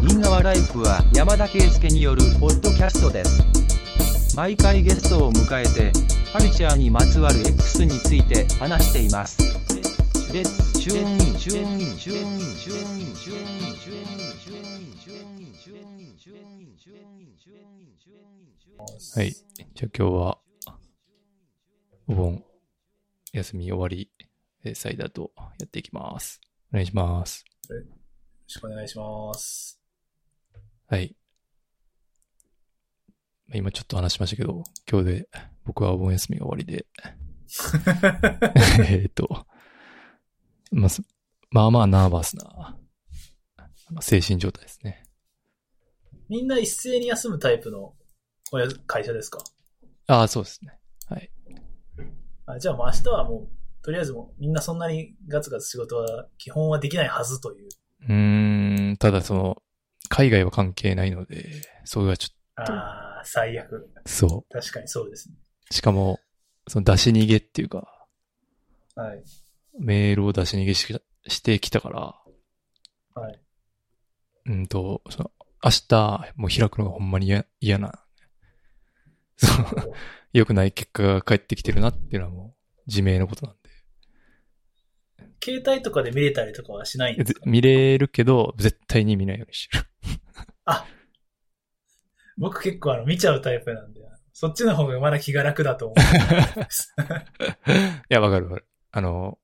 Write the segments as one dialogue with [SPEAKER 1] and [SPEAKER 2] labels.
[SPEAKER 1] 品川ライフは山田圭介によるポッドキャストです。毎回ゲストを迎えて、カルチャーにまつわる X について話しています。レッツチューンインチューンインチューンインチューンインチューンインチューンインチューンインチューンインチューンインチューンインチューンインチューンインチューンインチューンイン
[SPEAKER 2] はい。じゃあ今日は、お盆、休み終わり、えーサイダーとやっていきます。お願いします。
[SPEAKER 3] よろしくお願いします。
[SPEAKER 2] はい。まあ今ちょっと話しましたけど、今日で僕はお盆休みが終わりで、 えーっと、まあ、すまあまあナーバスな、あの精神状態ですね。
[SPEAKER 3] みんな一斉に休むタイプのおや会社ですか
[SPEAKER 2] ああ、そうですね。
[SPEAKER 3] あじゃあもう明日はもう、とりあえずもうみんなそんなにガツガツ仕事は基本はできないはずという。
[SPEAKER 2] うーん、ただその、海外は関係ないので、それはちょっ
[SPEAKER 3] ああ、最悪。
[SPEAKER 2] と、そう。
[SPEAKER 3] 確かにそうですね。
[SPEAKER 2] しかも、その出し逃げっていうか、
[SPEAKER 3] はい。
[SPEAKER 2] メールを出し逃げししてきたから、
[SPEAKER 3] はい。
[SPEAKER 2] うんと、その、明日、もう開くのがほんまに嫌嫌な、その、良くない結果が返ってきてるなっていうのはもう、自明のことなん
[SPEAKER 3] 携帯とかで見れたりとかはしないん
[SPEAKER 2] で。
[SPEAKER 3] です
[SPEAKER 2] ぜ
[SPEAKER 3] か
[SPEAKER 2] 見れるけど、絶対に見ないようにしてる。
[SPEAKER 3] 僕結構あの見ちゃうタイプなんで、そっちの方がまだ気が楽だと思 うんです。
[SPEAKER 2] いや、わかるわかる。あの、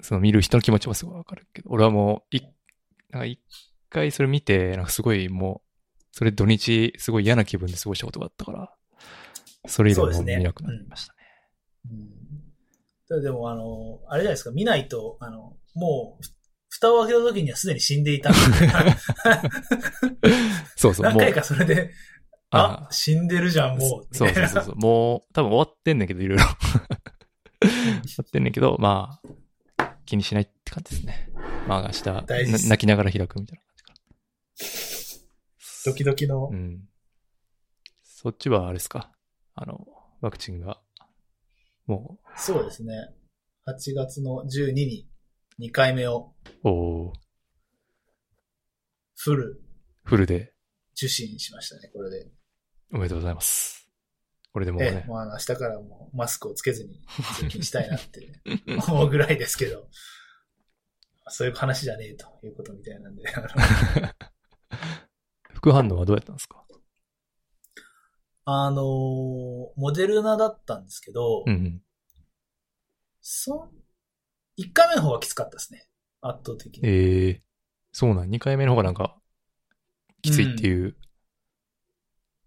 [SPEAKER 2] その見る人の気持ちもすごいわかるけど、俺はもう、い、なんか一回それ見て、なんかすごいもう、それ土日、すごい嫌な気分で過ごしたことがあったから、それ以来
[SPEAKER 3] そ
[SPEAKER 2] も
[SPEAKER 3] う
[SPEAKER 2] う
[SPEAKER 3] ですね
[SPEAKER 2] 見なくなりましたね。
[SPEAKER 3] うんただでも、あの、あれじゃないですか、見ないと、あの、もう、ふ蓋を開けた時にはすでに死んでいた。
[SPEAKER 2] そうそう、
[SPEAKER 3] 何
[SPEAKER 2] もう
[SPEAKER 3] 回、かそれで、あ、死んでるじゃん、もう。
[SPEAKER 2] そうそうそうそう、もう、多分終わってんねんけど、いろいろ。終わってんねんけど、まあ、気にしないって感じですね。まあ、明日、な
[SPEAKER 3] 大事です
[SPEAKER 2] 泣きながら開くみたいな感じかな。
[SPEAKER 3] ドキドキの
[SPEAKER 2] う。ん。そっちはあれですかあの、ワクチンが、も
[SPEAKER 3] そうですね。8月の12に2回目を
[SPEAKER 2] う、おー
[SPEAKER 3] フル
[SPEAKER 2] フルで、
[SPEAKER 3] 受診しましたね、これで。
[SPEAKER 2] おめでとうございます。これでもう
[SPEAKER 3] え
[SPEAKER 2] ね
[SPEAKER 3] え、、もうあの、明日からもうマスクをつけずに通勤したいなって 思うぐらいですけど、そういう話じゃねえということみたいなん で、あの
[SPEAKER 2] 副反応はどうやったんですか
[SPEAKER 3] あのーモデルナだったんですけど、
[SPEAKER 2] うん
[SPEAKER 3] そん、1回目の方がきつかったですね。圧倒的
[SPEAKER 2] うん。
[SPEAKER 3] に。
[SPEAKER 2] ええそうなん、2回目の方がなんか、きついっていう、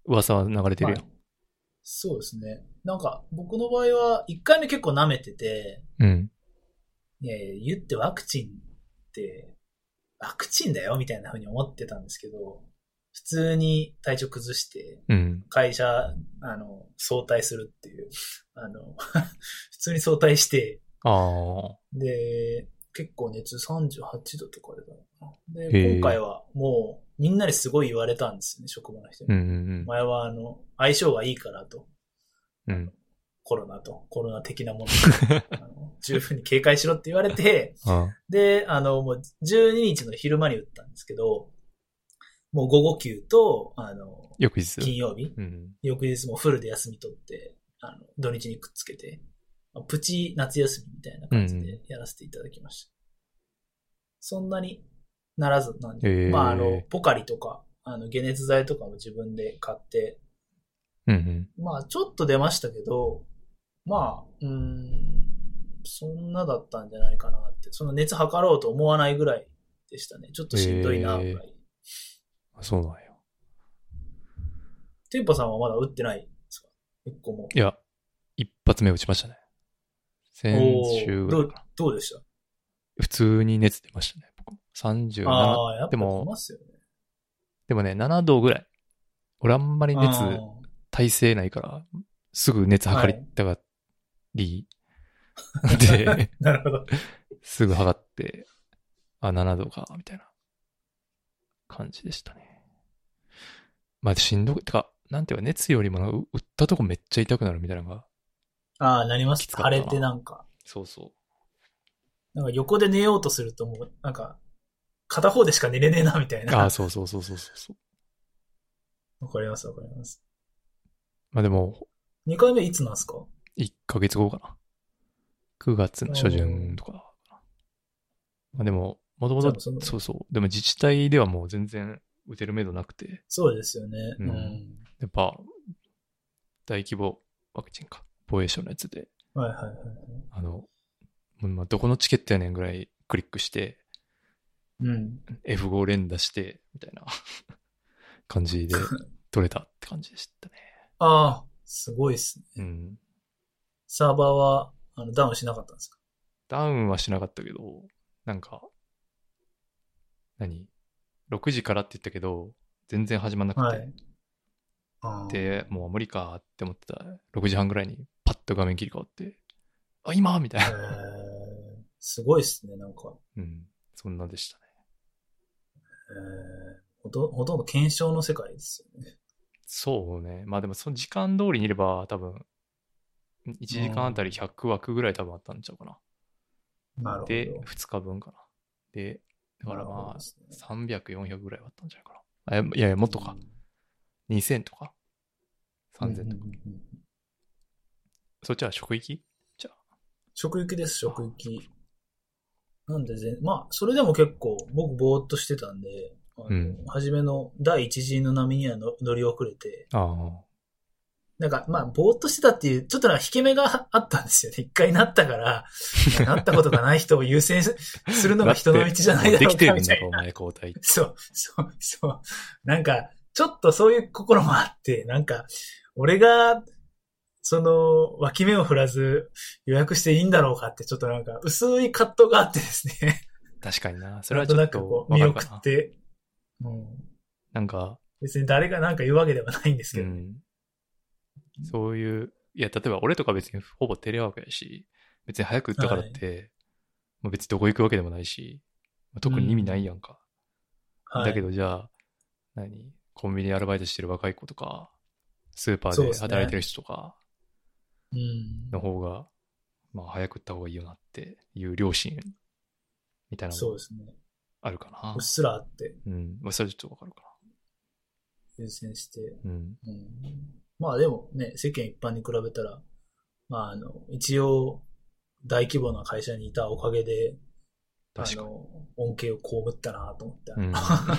[SPEAKER 2] 噂は流れてるやん。
[SPEAKER 3] そうですね。なんか、僕の場合は、1回目結構舐めてて、
[SPEAKER 2] うん。
[SPEAKER 3] いやいや、言ってワクチンって、ワクチンだよみたいな風に思ってたんですけど、普通に体調崩して、
[SPEAKER 2] うん。
[SPEAKER 3] 会社、あの、早退するっていう、あの、 普通に早退して、
[SPEAKER 2] ああ。
[SPEAKER 3] で、結構熱38度とかでだな。
[SPEAKER 2] へ
[SPEAKER 3] で、
[SPEAKER 2] え
[SPEAKER 3] 今回はもうみんなにすごい言われたんですよね、職場の人に。
[SPEAKER 2] うんうん
[SPEAKER 3] 前はあの、相性がいいからと、
[SPEAKER 2] うん。うん。
[SPEAKER 3] コロナと、コロナ的なものにあの十分に警戒しろって言われて、
[SPEAKER 2] あ
[SPEAKER 3] で、あの、もう12日の昼間に打ったんですけど、もう午後休と、あの、
[SPEAKER 2] よく実
[SPEAKER 3] 金曜日、
[SPEAKER 2] うん。
[SPEAKER 3] 翌日もフルで休み取って、あの、土日にくっつけて、まあプチ夏休みみたいな感じ
[SPEAKER 2] う
[SPEAKER 3] でやらせていただきました。そんなにならずなんで、
[SPEAKER 2] へー
[SPEAKER 3] まあ、あの、ポカリとか、あの、解熱剤とかも自分で買って、
[SPEAKER 2] うんうん。
[SPEAKER 3] まあ、ちょっと出ましたけど、まあ、うーん、そんなだったんじゃないかなって、その熱測ろうと思わないぐらいでしたね。ちょっとしんどいな、ぐらい。
[SPEAKER 2] へーあそうなんや。
[SPEAKER 3] テンポさんはまだ打ってないんですか一個も。
[SPEAKER 2] いや、一発目打ちましたね。先週
[SPEAKER 3] おー
[SPEAKER 2] ぐ
[SPEAKER 3] ど
[SPEAKER 2] らいうかな。
[SPEAKER 3] どうでした
[SPEAKER 2] 普通に熱出ましたね、僕。37。
[SPEAKER 3] ああ、やっぱ
[SPEAKER 2] でも
[SPEAKER 3] 出ますよね。
[SPEAKER 2] でもね、7度ぐらい。俺あんまり熱
[SPEAKER 3] あ、
[SPEAKER 2] 耐性ないから、すぐ熱測りたがり、で、
[SPEAKER 3] ーなるほど。
[SPEAKER 2] すぐ測って、あ、7度か、みたいな感じでしたね。まあ、しんどく、てか、なんていうか、熱よりもな、う打ったとこめっちゃ痛くなるみたいなのが、
[SPEAKER 3] ああ、なりま
[SPEAKER 2] き
[SPEAKER 3] す。
[SPEAKER 2] つかった
[SPEAKER 3] 腫
[SPEAKER 2] な
[SPEAKER 3] れてなんか、
[SPEAKER 2] そうそう。
[SPEAKER 3] なんか横で寝ようとするともう、なんか、片方でしか寝れねえな、みたいな。
[SPEAKER 2] ああ、
[SPEAKER 3] わ
[SPEAKER 2] そうそうそうそうそうそう。
[SPEAKER 3] かります、わかります。
[SPEAKER 2] まあでも、
[SPEAKER 3] 2回目いつなんすか
[SPEAKER 2] 1ヶ月後かな。9月の初旬とかかな。まあでも、もとも
[SPEAKER 3] じゃ
[SPEAKER 2] と
[SPEAKER 3] あそ、の
[SPEAKER 2] そうそう。でも自治体ではもう全然打てるめどなくて、
[SPEAKER 3] そうですよね。う
[SPEAKER 2] うん
[SPEAKER 3] ん。
[SPEAKER 2] やっぱ、大規模ワクチンか、防衛省のやつで、
[SPEAKER 3] はいはいはい。
[SPEAKER 2] あの、もうまあどこのチケットやねんぐらいクリックして、
[SPEAKER 3] うん。
[SPEAKER 2] F5 連打して、みたいな感じで取れたって感じでしたね。
[SPEAKER 3] ああ、すごいっすね。
[SPEAKER 2] うん。
[SPEAKER 3] サーバーはあのダウンしなかったんですか
[SPEAKER 2] ダウンはしなかったけど、なんか、何 ?6 時からって言ったけど、全然始まんなくて、
[SPEAKER 3] はい。ああ
[SPEAKER 2] で、もう無理かって思ってた、6時半ぐらいにパッと画面切り替わって、あ、今みたい
[SPEAKER 3] へ
[SPEAKER 2] な。
[SPEAKER 3] ーすごいっすね、なんか。
[SPEAKER 2] うん、そんなでしたね。
[SPEAKER 3] えーほとほとんど検証の世界ですよね。
[SPEAKER 2] そうね。まあでも、その時間通りにいれば、多分、1時間あたり100枠ぐらい多分あったんちゃうかな。
[SPEAKER 3] なるほど。
[SPEAKER 2] で、2日分かな。で、だか
[SPEAKER 3] な
[SPEAKER 2] ら
[SPEAKER 3] るほど
[SPEAKER 2] ま
[SPEAKER 3] で
[SPEAKER 2] あ、
[SPEAKER 3] すね
[SPEAKER 2] 300、400ぐらいはあったんじゃないかな。あいやいやいや、もっとか。2000とか ?3000 とか。
[SPEAKER 3] うんうんうんうん
[SPEAKER 2] そっちは職域
[SPEAKER 3] 職域です、職域。なんで全、まあ、それでも結構、僕ぼーっとしてたんで、あの
[SPEAKER 2] うん
[SPEAKER 3] 初めの第一陣の波にはの乗り遅れて、
[SPEAKER 2] ああ。
[SPEAKER 3] なんか、まあ、ぼーっとしてたっていう、ちょっとなんか引け目があったんですよね。一回なったから、なったことがない人を優先すするのが人の道じゃないだろ
[SPEAKER 2] で
[SPEAKER 3] う
[SPEAKER 2] きて
[SPEAKER 3] か、み
[SPEAKER 2] るん
[SPEAKER 3] た
[SPEAKER 2] だ
[SPEAKER 3] い
[SPEAKER 2] ろ、お
[SPEAKER 3] な。
[SPEAKER 2] 前交代。
[SPEAKER 3] そう、そう、そう。なんか、ちょっとそういう心もあって、なんか、俺が、その、脇目を振らず予約していいんだろうかって、ちょっとなんか、薄い葛藤があってですね。
[SPEAKER 2] 確かにな。それ
[SPEAKER 3] な
[SPEAKER 2] は
[SPEAKER 3] ん
[SPEAKER 2] ち
[SPEAKER 3] と
[SPEAKER 2] ょ
[SPEAKER 3] な
[SPEAKER 2] っ
[SPEAKER 3] く
[SPEAKER 2] と
[SPEAKER 3] こう、
[SPEAKER 2] わ
[SPEAKER 3] 見
[SPEAKER 2] かる
[SPEAKER 3] 送
[SPEAKER 2] か
[SPEAKER 3] っ
[SPEAKER 2] な。
[SPEAKER 3] て、うん。
[SPEAKER 2] なんか、
[SPEAKER 3] 別に誰がなんか言うわけではないんです
[SPEAKER 2] う
[SPEAKER 3] けど。
[SPEAKER 2] ん。そういう、いや、例えば俺とか別にほぼテレワークやし、別に早く打ったからって、まあ別にどこ行くわけでもないし、まあ特に意味ないやんか。
[SPEAKER 3] はい。
[SPEAKER 2] だけどじゃあ、何コンビニでアルバイトしてる若い子とか、スーパ
[SPEAKER 3] そう
[SPEAKER 2] ー
[SPEAKER 3] で
[SPEAKER 2] です
[SPEAKER 3] ね
[SPEAKER 2] 働いてる人とか
[SPEAKER 3] うん
[SPEAKER 2] の。方が、まあ早く打った方がいいよなっていう良心みたいなの
[SPEAKER 3] そう
[SPEAKER 2] も
[SPEAKER 3] ですね。
[SPEAKER 2] あるかな
[SPEAKER 3] うっ。すらあって、
[SPEAKER 2] うん。まあ、それはちょっとわかるか
[SPEAKER 3] 優先して。
[SPEAKER 2] な。うん。
[SPEAKER 3] うん、まあでもね、世間一般に比べたら、まああの、一応、大規模な会社にいたおかげで、
[SPEAKER 2] 確か
[SPEAKER 3] あ
[SPEAKER 2] に。
[SPEAKER 3] の、恩恵を被ったなと思って、
[SPEAKER 2] うん、確か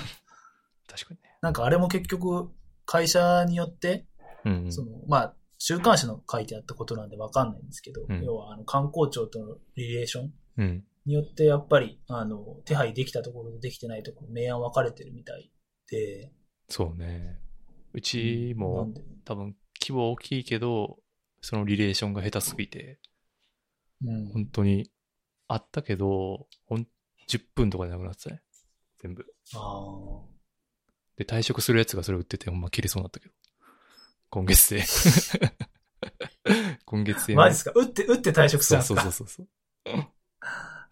[SPEAKER 2] にね。
[SPEAKER 3] なんかあれも結局、会社によって、
[SPEAKER 2] うんうん。
[SPEAKER 3] その、まあ、週刊誌の書いてあったことなんでわかんないんですけど、
[SPEAKER 2] うん
[SPEAKER 3] 要はあの観光庁とのリレーション
[SPEAKER 2] うん。
[SPEAKER 3] によってやっぱり、あの、手配できたところとできてないところ、明暗分かれてるみたいで、
[SPEAKER 2] そうね。うちも、
[SPEAKER 3] なんで
[SPEAKER 2] 多分規模大きいけど、そのリレーションが下手すぎて、
[SPEAKER 3] うん
[SPEAKER 2] 本当にあったけど、ほん10分とかでなくなってたね。全部。
[SPEAKER 3] あー
[SPEAKER 2] で、退職するやつがそれ売ってて、ほんま切れそうになったけど。今 月で。今月で。
[SPEAKER 3] マジですか打って、打って退職するんです
[SPEAKER 2] そう
[SPEAKER 3] か
[SPEAKER 2] そうそうそう。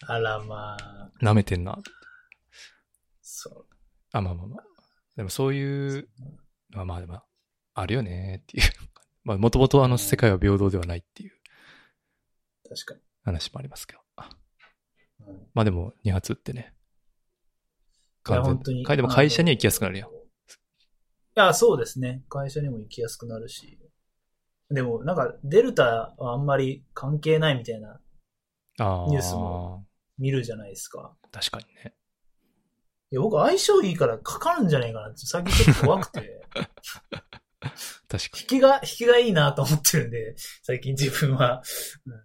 [SPEAKER 3] あらまあ、
[SPEAKER 2] 舐めてんな。
[SPEAKER 3] そう。
[SPEAKER 2] あ、まあまあまあ。でもそういう、まあまあでも、あるよねっていう。 まあもともとあの世界は平等ではないっていう
[SPEAKER 3] 確かに。
[SPEAKER 2] 話もありますけど。
[SPEAKER 3] うん
[SPEAKER 2] まあでも2発打ってね。
[SPEAKER 3] いや本当に
[SPEAKER 2] 会でも会社には行きやすくなるやん
[SPEAKER 3] あ。のいや、そうですね。会社にも行きやすくなるし。でも、なんか、デルタはあんまり関係ないみたいな、
[SPEAKER 2] ああ。
[SPEAKER 3] ニュースも見るじゃないですか。
[SPEAKER 2] 確かにね。
[SPEAKER 3] いや、僕、相性いいからかかるんじゃないかなって、最近ちょっと怖くて、
[SPEAKER 2] 確か
[SPEAKER 3] 引きが、引きがいいなと思ってるんで、最近自分は、うん、引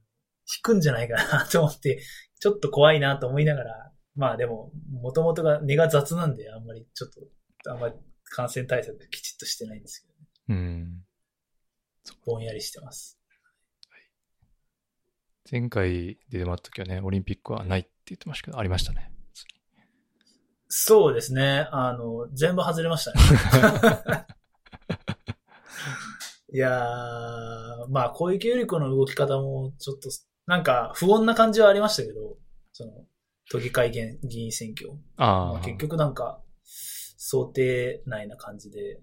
[SPEAKER 3] くんじゃないかなと思って、ちょっと怖いなと思いながら、まあでも、もともとが根が雑なんで、あんまりちょっと、あんまり感染対策きちっとしてないんですけど。
[SPEAKER 2] に。うん。
[SPEAKER 3] ぼんやりしてます。
[SPEAKER 2] 前回出てもらった時はね、オリンピックはないって言ってましたけど、ありましたね。
[SPEAKER 3] そうですね。あの、全部外れましたね。 いやー、まあ、小池百合子の動き方も、ちょっと、なんか、不穏な感じはありましたけど、その、都議会議員議員選挙。ま
[SPEAKER 2] ああ
[SPEAKER 3] あ、。結局なんか、想定内な感じで、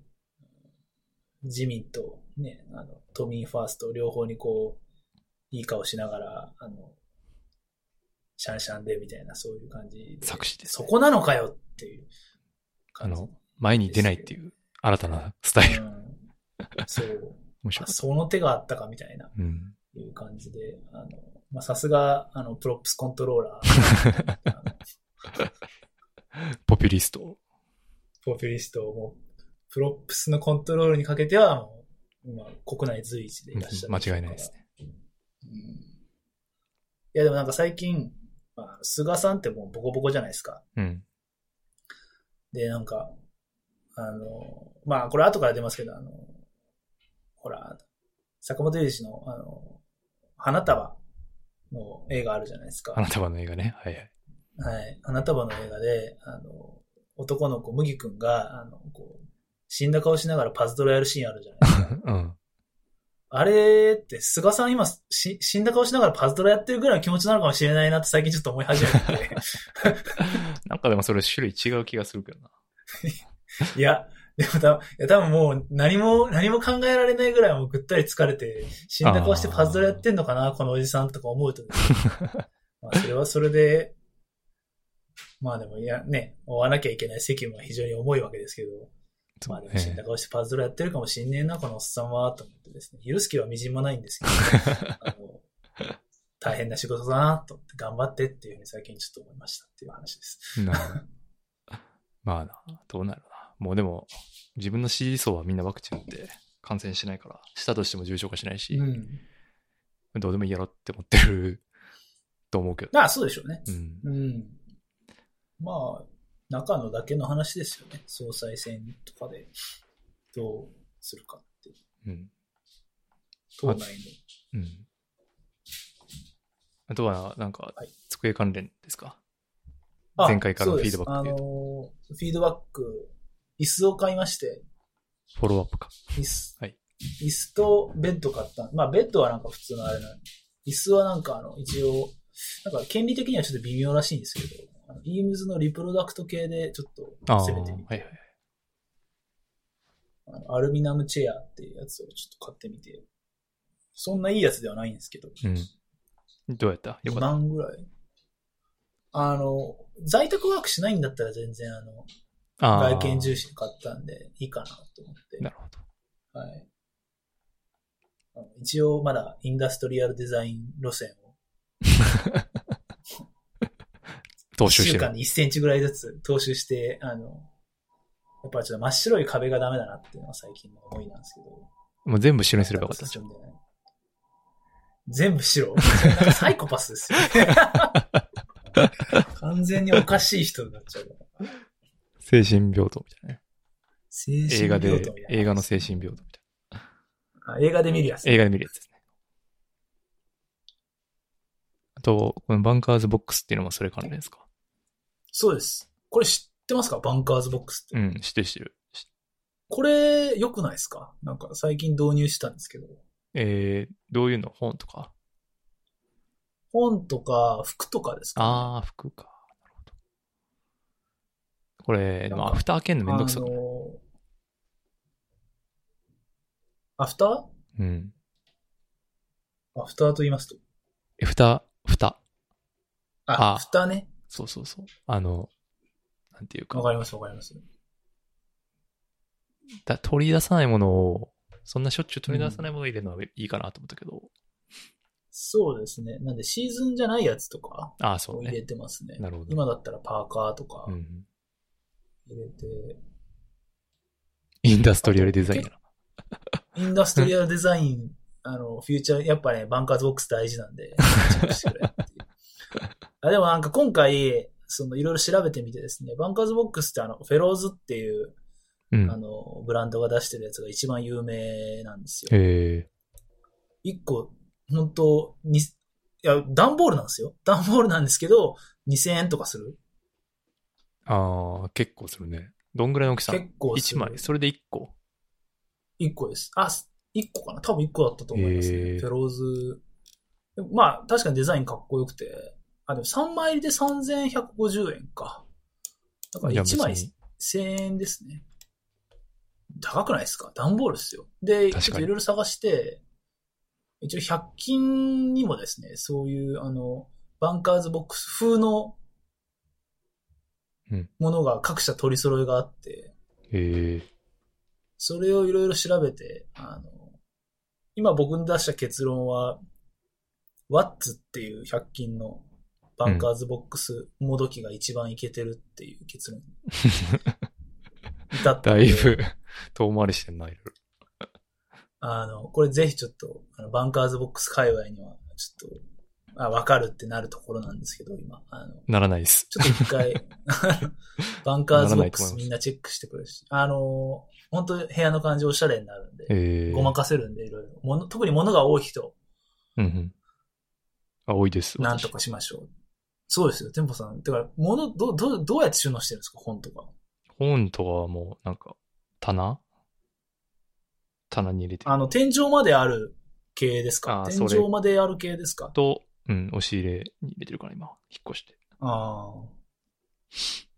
[SPEAKER 3] 自民と、ね、あの、都民ファースト両方にこう、いい顔しながら、あの、シャンシャンでみたいな、そういう感じで
[SPEAKER 2] 作詞です、
[SPEAKER 3] そ
[SPEAKER 2] ね。
[SPEAKER 3] こなのかよっっていう
[SPEAKER 2] あ
[SPEAKER 3] 感じ。
[SPEAKER 2] の、前に出ないっていう新たなスタイル。
[SPEAKER 3] うん、そう。
[SPEAKER 2] 面白
[SPEAKER 3] あ
[SPEAKER 2] かっ
[SPEAKER 3] その手があったかみたいな、
[SPEAKER 2] た。うん。
[SPEAKER 3] いう感じで、あの、まあ、さすが、あの、プロップスコントローラー、 あの
[SPEAKER 2] ポピュリスト。
[SPEAKER 3] ポピュリストをもう、プロップスのコントロールにかけては、もう、まあ、国内随一でいらっしゃる。
[SPEAKER 2] 間違いないです
[SPEAKER 3] ね。いや、でもなんか最近、まあ、菅さんってもうボコボコじゃないですか。
[SPEAKER 2] うん。
[SPEAKER 3] で、なんか、あの、まあ、これ後から出ますけど、あの、ほら、坂本龍一の、あの、花束の映画あるじゃないですか。
[SPEAKER 2] 花束の映画ね。はいはい。
[SPEAKER 3] はい。花束の映画で、あの、男の子、麦くんが、あの、こう、死んだ顔しながらパズドラやるシーンあるじゃないですか。
[SPEAKER 2] うん。
[SPEAKER 3] あれって、菅さん今し、死んだ顔しながらパズドラやってるぐらいの気持ちなのかもしれないなって最近ちょっと思い始めて。
[SPEAKER 2] なんかでもそれ種類違う気がするけどな。
[SPEAKER 3] いや、でも多分、いや多分もう何も、何も考えられないぐらいもうぐったり疲れて、死んだ顔してパズドラやってんのかな、このおじさんとか思うと、まあそれはそれで、まあでも、いや、ね、追わなきゃいけない責務は非常に重いわけですけど、まあでも死んだ顔してパズドラやってるかもしんねえな、このおっさんは、と思ってですね、許す気はみじんもないんですけど、あの大変な仕事だな、と思って頑張ってっていうふうに最近ちょっと思いましたっていう話です。
[SPEAKER 2] なるほどまあな、どうなるな。もうでも、自分の支持層はみんなワクチン打って感染しないから、したとしても重症化しないし、
[SPEAKER 3] うん。
[SPEAKER 2] どうでもいいやろって思ってる と思うけど。
[SPEAKER 3] まあそうでしょうね。
[SPEAKER 2] うん。
[SPEAKER 3] うん。まあ、中のだけの話ですよね。総裁選とかでどうするかっていう。
[SPEAKER 2] うん。
[SPEAKER 3] 党内の。
[SPEAKER 2] うん。あとは、なんか
[SPEAKER 3] はい、
[SPEAKER 2] 机関連ですか、
[SPEAKER 3] あ
[SPEAKER 2] 前回からのフィードバックで
[SPEAKER 3] そうですあのーフィードバック、椅子を買いまして、
[SPEAKER 2] フォローアップか。
[SPEAKER 3] 椅子、
[SPEAKER 2] はい
[SPEAKER 3] 椅子とベッド買った。まあ、ベッドはなんか普通のあれなの。椅子はなんかあの、一応、なんか権利的にはちょっと微妙らしいんですけど、あのイームズのリプロダクト系でちょっ
[SPEAKER 2] あ
[SPEAKER 3] と
[SPEAKER 2] あ、は
[SPEAKER 3] 攻
[SPEAKER 2] い
[SPEAKER 3] めてみて、
[SPEAKER 2] はい。
[SPEAKER 3] あのアルミナムチェアっていうやつをちょっと買ってみて、そんないいやつではないんですけど、
[SPEAKER 2] うん。どうやったよ
[SPEAKER 3] 何
[SPEAKER 2] かっ
[SPEAKER 3] ぐらいあの、在宅ワークしないんだったら全然あの、
[SPEAKER 2] た。ああ。
[SPEAKER 3] 外見重視で買ったんで、いいかなと思って。
[SPEAKER 2] なるほど。
[SPEAKER 3] はい。あの一応まだインダストリアルデザイン路線を
[SPEAKER 2] 踏
[SPEAKER 3] 1
[SPEAKER 2] 襲し
[SPEAKER 3] 週
[SPEAKER 2] て
[SPEAKER 3] 間
[SPEAKER 2] る。
[SPEAKER 3] に1センチぐらいずつ踏襲して、あの、やっぱちょっと真っ白い壁がダメだなっていうのが最近の思いなんですけど。
[SPEAKER 2] もう全部白にすればよかったじ
[SPEAKER 3] 進んでない全部 白。サイコパスですよ、ね。完全におかしい人になっちゃうから。
[SPEAKER 2] ゃん。精神病棟みたいなね。
[SPEAKER 3] 精
[SPEAKER 2] 映画
[SPEAKER 3] 神病
[SPEAKER 2] で
[SPEAKER 3] 棟み、たいな
[SPEAKER 2] 映画の精神病棟みたい
[SPEAKER 3] あ映画で見るやつ。
[SPEAKER 2] な。映画で見るやつですね。あと、このバンカーズボックスっていうのもそれ関連ですか
[SPEAKER 3] そうです。これ知ってますかバンカーズボックスって。
[SPEAKER 2] うん、知ってる知ってる。知
[SPEAKER 3] これ、良くないですかなんか最近導入したんですけど。
[SPEAKER 2] えー、どういうの本とか。
[SPEAKER 3] 本とか服とかですか、
[SPEAKER 2] あー、服か。なるほど。これ、でもアフターけんのめんどくさ
[SPEAKER 3] あ
[SPEAKER 2] くない
[SPEAKER 3] のアフター
[SPEAKER 2] うん。
[SPEAKER 3] アフターと言いますと。
[SPEAKER 2] え、蓋、蓋。あ
[SPEAKER 3] あ、アフターね。
[SPEAKER 2] そうそうそう。あの、なんていうか
[SPEAKER 3] わ。かりますわかります。
[SPEAKER 2] だ取り出さないものを、そんなしょっちゅう取り出さないものを入れるのはいいかなと思ったけど、
[SPEAKER 3] そうですね。なんでシーズンじゃないやつとか
[SPEAKER 2] ああ、そう
[SPEAKER 3] を入れ
[SPEAKER 2] ね。
[SPEAKER 3] てますね。
[SPEAKER 2] なるほど。
[SPEAKER 3] 今だったらパーカーとか
[SPEAKER 2] うん、
[SPEAKER 3] 入れて、
[SPEAKER 2] インダストリアルデザインやな。
[SPEAKER 3] インダストリアルデザイン、あの、フューチャー、やっぱね、バンカーズボックス大事なんで、チェックしてくれっていう あでもなんか今回、そのいろいろ調べてみてですね、バンカーズボックスってあの、フェローズっていう、
[SPEAKER 2] うん
[SPEAKER 3] あ。の、ブランドが出してるやつが一番有名なんですよ。
[SPEAKER 2] え
[SPEAKER 3] 一個、本当に、いや、段ボールなんですよ。段ボールなんですけど、2000円とかする。
[SPEAKER 2] ー、ああ、結構するね。どんぐらいの大きさ
[SPEAKER 3] 結構する。
[SPEAKER 2] ?1 枚。それで1個。
[SPEAKER 3] 一個です。あ、す一個かな多分一個だったと思います
[SPEAKER 2] へー
[SPEAKER 3] ね。フェローズ。でもまあ、確かにデザインかっこよくて。あ、でも3枚入りで3150円か。だから
[SPEAKER 2] じゃあ
[SPEAKER 3] 1枚
[SPEAKER 2] 別に
[SPEAKER 3] 1000円ですね。高くないですか段ボールですよ。で、ちょ
[SPEAKER 2] 確
[SPEAKER 3] っ
[SPEAKER 2] かに
[SPEAKER 3] といろいろ探して、一応100均にもですね、そういう、あの、バンカーズボックス風の
[SPEAKER 2] うん
[SPEAKER 3] ものが各社取り揃えがあって、
[SPEAKER 2] え
[SPEAKER 3] それをいろいろ調べて、あの、今僕に出した結論は、ワッツっていう100均のバンカーズボックスもどきが一番いけてるっていう結論
[SPEAKER 2] ー
[SPEAKER 3] だった
[SPEAKER 2] だ
[SPEAKER 3] の
[SPEAKER 2] い
[SPEAKER 3] で。
[SPEAKER 2] ぶ遠回りしてんな、いろいろ。
[SPEAKER 3] あの、これぜひちょっと、あのバンカーズボックス界隈には、ちょっと、あ、わかるってなるところなんですけど、今。あの、
[SPEAKER 2] ならないです。
[SPEAKER 3] ちょっと一 回、バンカーズボック
[SPEAKER 2] ならないと思います
[SPEAKER 3] スみんなチェックしてくれるし、あの、本当部屋の感じおしゃれになるんで、
[SPEAKER 2] えー、
[SPEAKER 3] ごまかせるんで、いろいろ。もの特に物が多い人、
[SPEAKER 2] うんうん。あ、多いです。
[SPEAKER 3] なんとかしましょう。そうですよ、店舗さん。だから、物、ど、ど、どうやって収納してるんですか、本とか。
[SPEAKER 2] 私本とかはもう、なんか、棚棚に入れてる
[SPEAKER 3] あの、天井まである系ですか
[SPEAKER 2] あー
[SPEAKER 3] 天
[SPEAKER 2] それ
[SPEAKER 3] 井まである系ですか
[SPEAKER 2] と、うん、押し入れに入れてるから今、引っ越して。
[SPEAKER 3] ああ。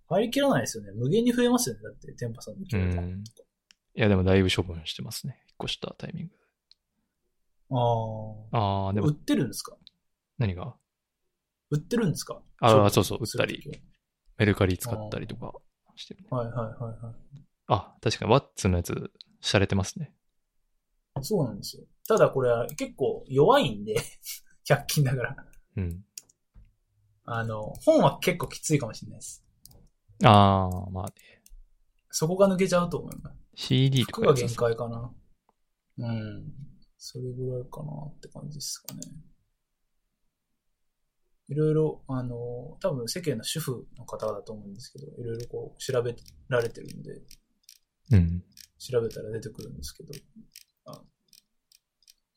[SPEAKER 3] 入りきらないですよね。無限に増えますよね。だって、店舗さんの
[SPEAKER 2] う
[SPEAKER 3] 勢いで
[SPEAKER 2] ん。いや、でもだいぶ処分してますね。引っ越したタイミング。
[SPEAKER 3] あ
[SPEAKER 2] あー、
[SPEAKER 3] あ。
[SPEAKER 2] で
[SPEAKER 3] 売っ
[SPEAKER 2] も、
[SPEAKER 3] てるんですか
[SPEAKER 2] 何が
[SPEAKER 3] 売ってるんですか
[SPEAKER 2] あー
[SPEAKER 3] 商品
[SPEAKER 2] そうそう売ったり
[SPEAKER 3] する時
[SPEAKER 2] メルカリ使ったりとかしてるね。
[SPEAKER 3] ははいはいはいはい。
[SPEAKER 2] あ、確かに、ワッツのやつ、洒落てますね。
[SPEAKER 3] そうなんですよ。ただこれは結構弱いんで、100均だから。
[SPEAKER 2] うん。
[SPEAKER 3] あの、本は結構きついかもしれないです。
[SPEAKER 2] あー、まあね。
[SPEAKER 3] そこが抜けちゃうと思います。
[SPEAKER 2] CD と
[SPEAKER 3] 服
[SPEAKER 2] か
[SPEAKER 3] が
[SPEAKER 2] やつで
[SPEAKER 3] 限
[SPEAKER 2] す
[SPEAKER 3] 界かな。うん。それぐらいかなって感じですかね。いろいろ、あの、多分世間の主婦の方だと思うんですけど、いろいろこう調べられてるんで、
[SPEAKER 2] うん。
[SPEAKER 3] 調べたら出てくるんですけど、あ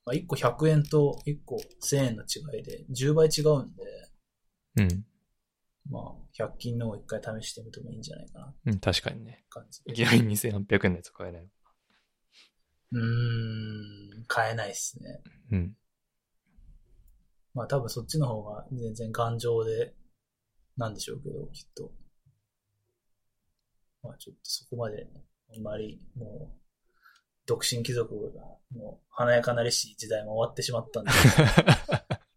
[SPEAKER 3] まあ、1個100円と1個1000円の違いで10倍違うんで、
[SPEAKER 2] うん。
[SPEAKER 3] まあ、100均のを一回試してみてもいいんじゃないかなって
[SPEAKER 2] うん、確かにね。
[SPEAKER 3] 感じ
[SPEAKER 2] い
[SPEAKER 3] で。
[SPEAKER 2] きなり2800円のやつ買えない。
[SPEAKER 3] うーん、買えないですね。
[SPEAKER 2] うん。
[SPEAKER 3] まあ多分そっちの方が全然頑丈で、なんでしょうけど、きっと。まあちょっとそこまで、あんまり、もう、独身貴族が、もう、華やかなりしい時代も終わってしまったんで。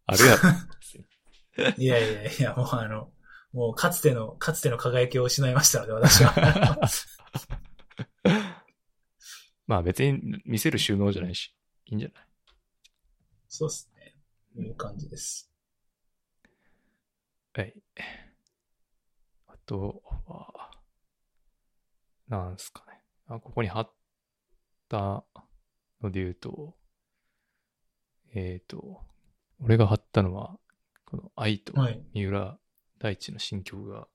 [SPEAKER 2] あるやろ。
[SPEAKER 3] いやいやいや、もうあの、もうかつての、かつての輝きを失いましたので、私は。
[SPEAKER 2] まあ別に見せる収納じゃないし、いいんじゃない
[SPEAKER 3] そうですね。いう感じです。
[SPEAKER 2] はい。あとは、なんすかね。あ、ここに貼ったので言うと、えっ、ー、と、俺が貼ったのは、この愛と
[SPEAKER 3] はい
[SPEAKER 2] 三浦大知の新曲が、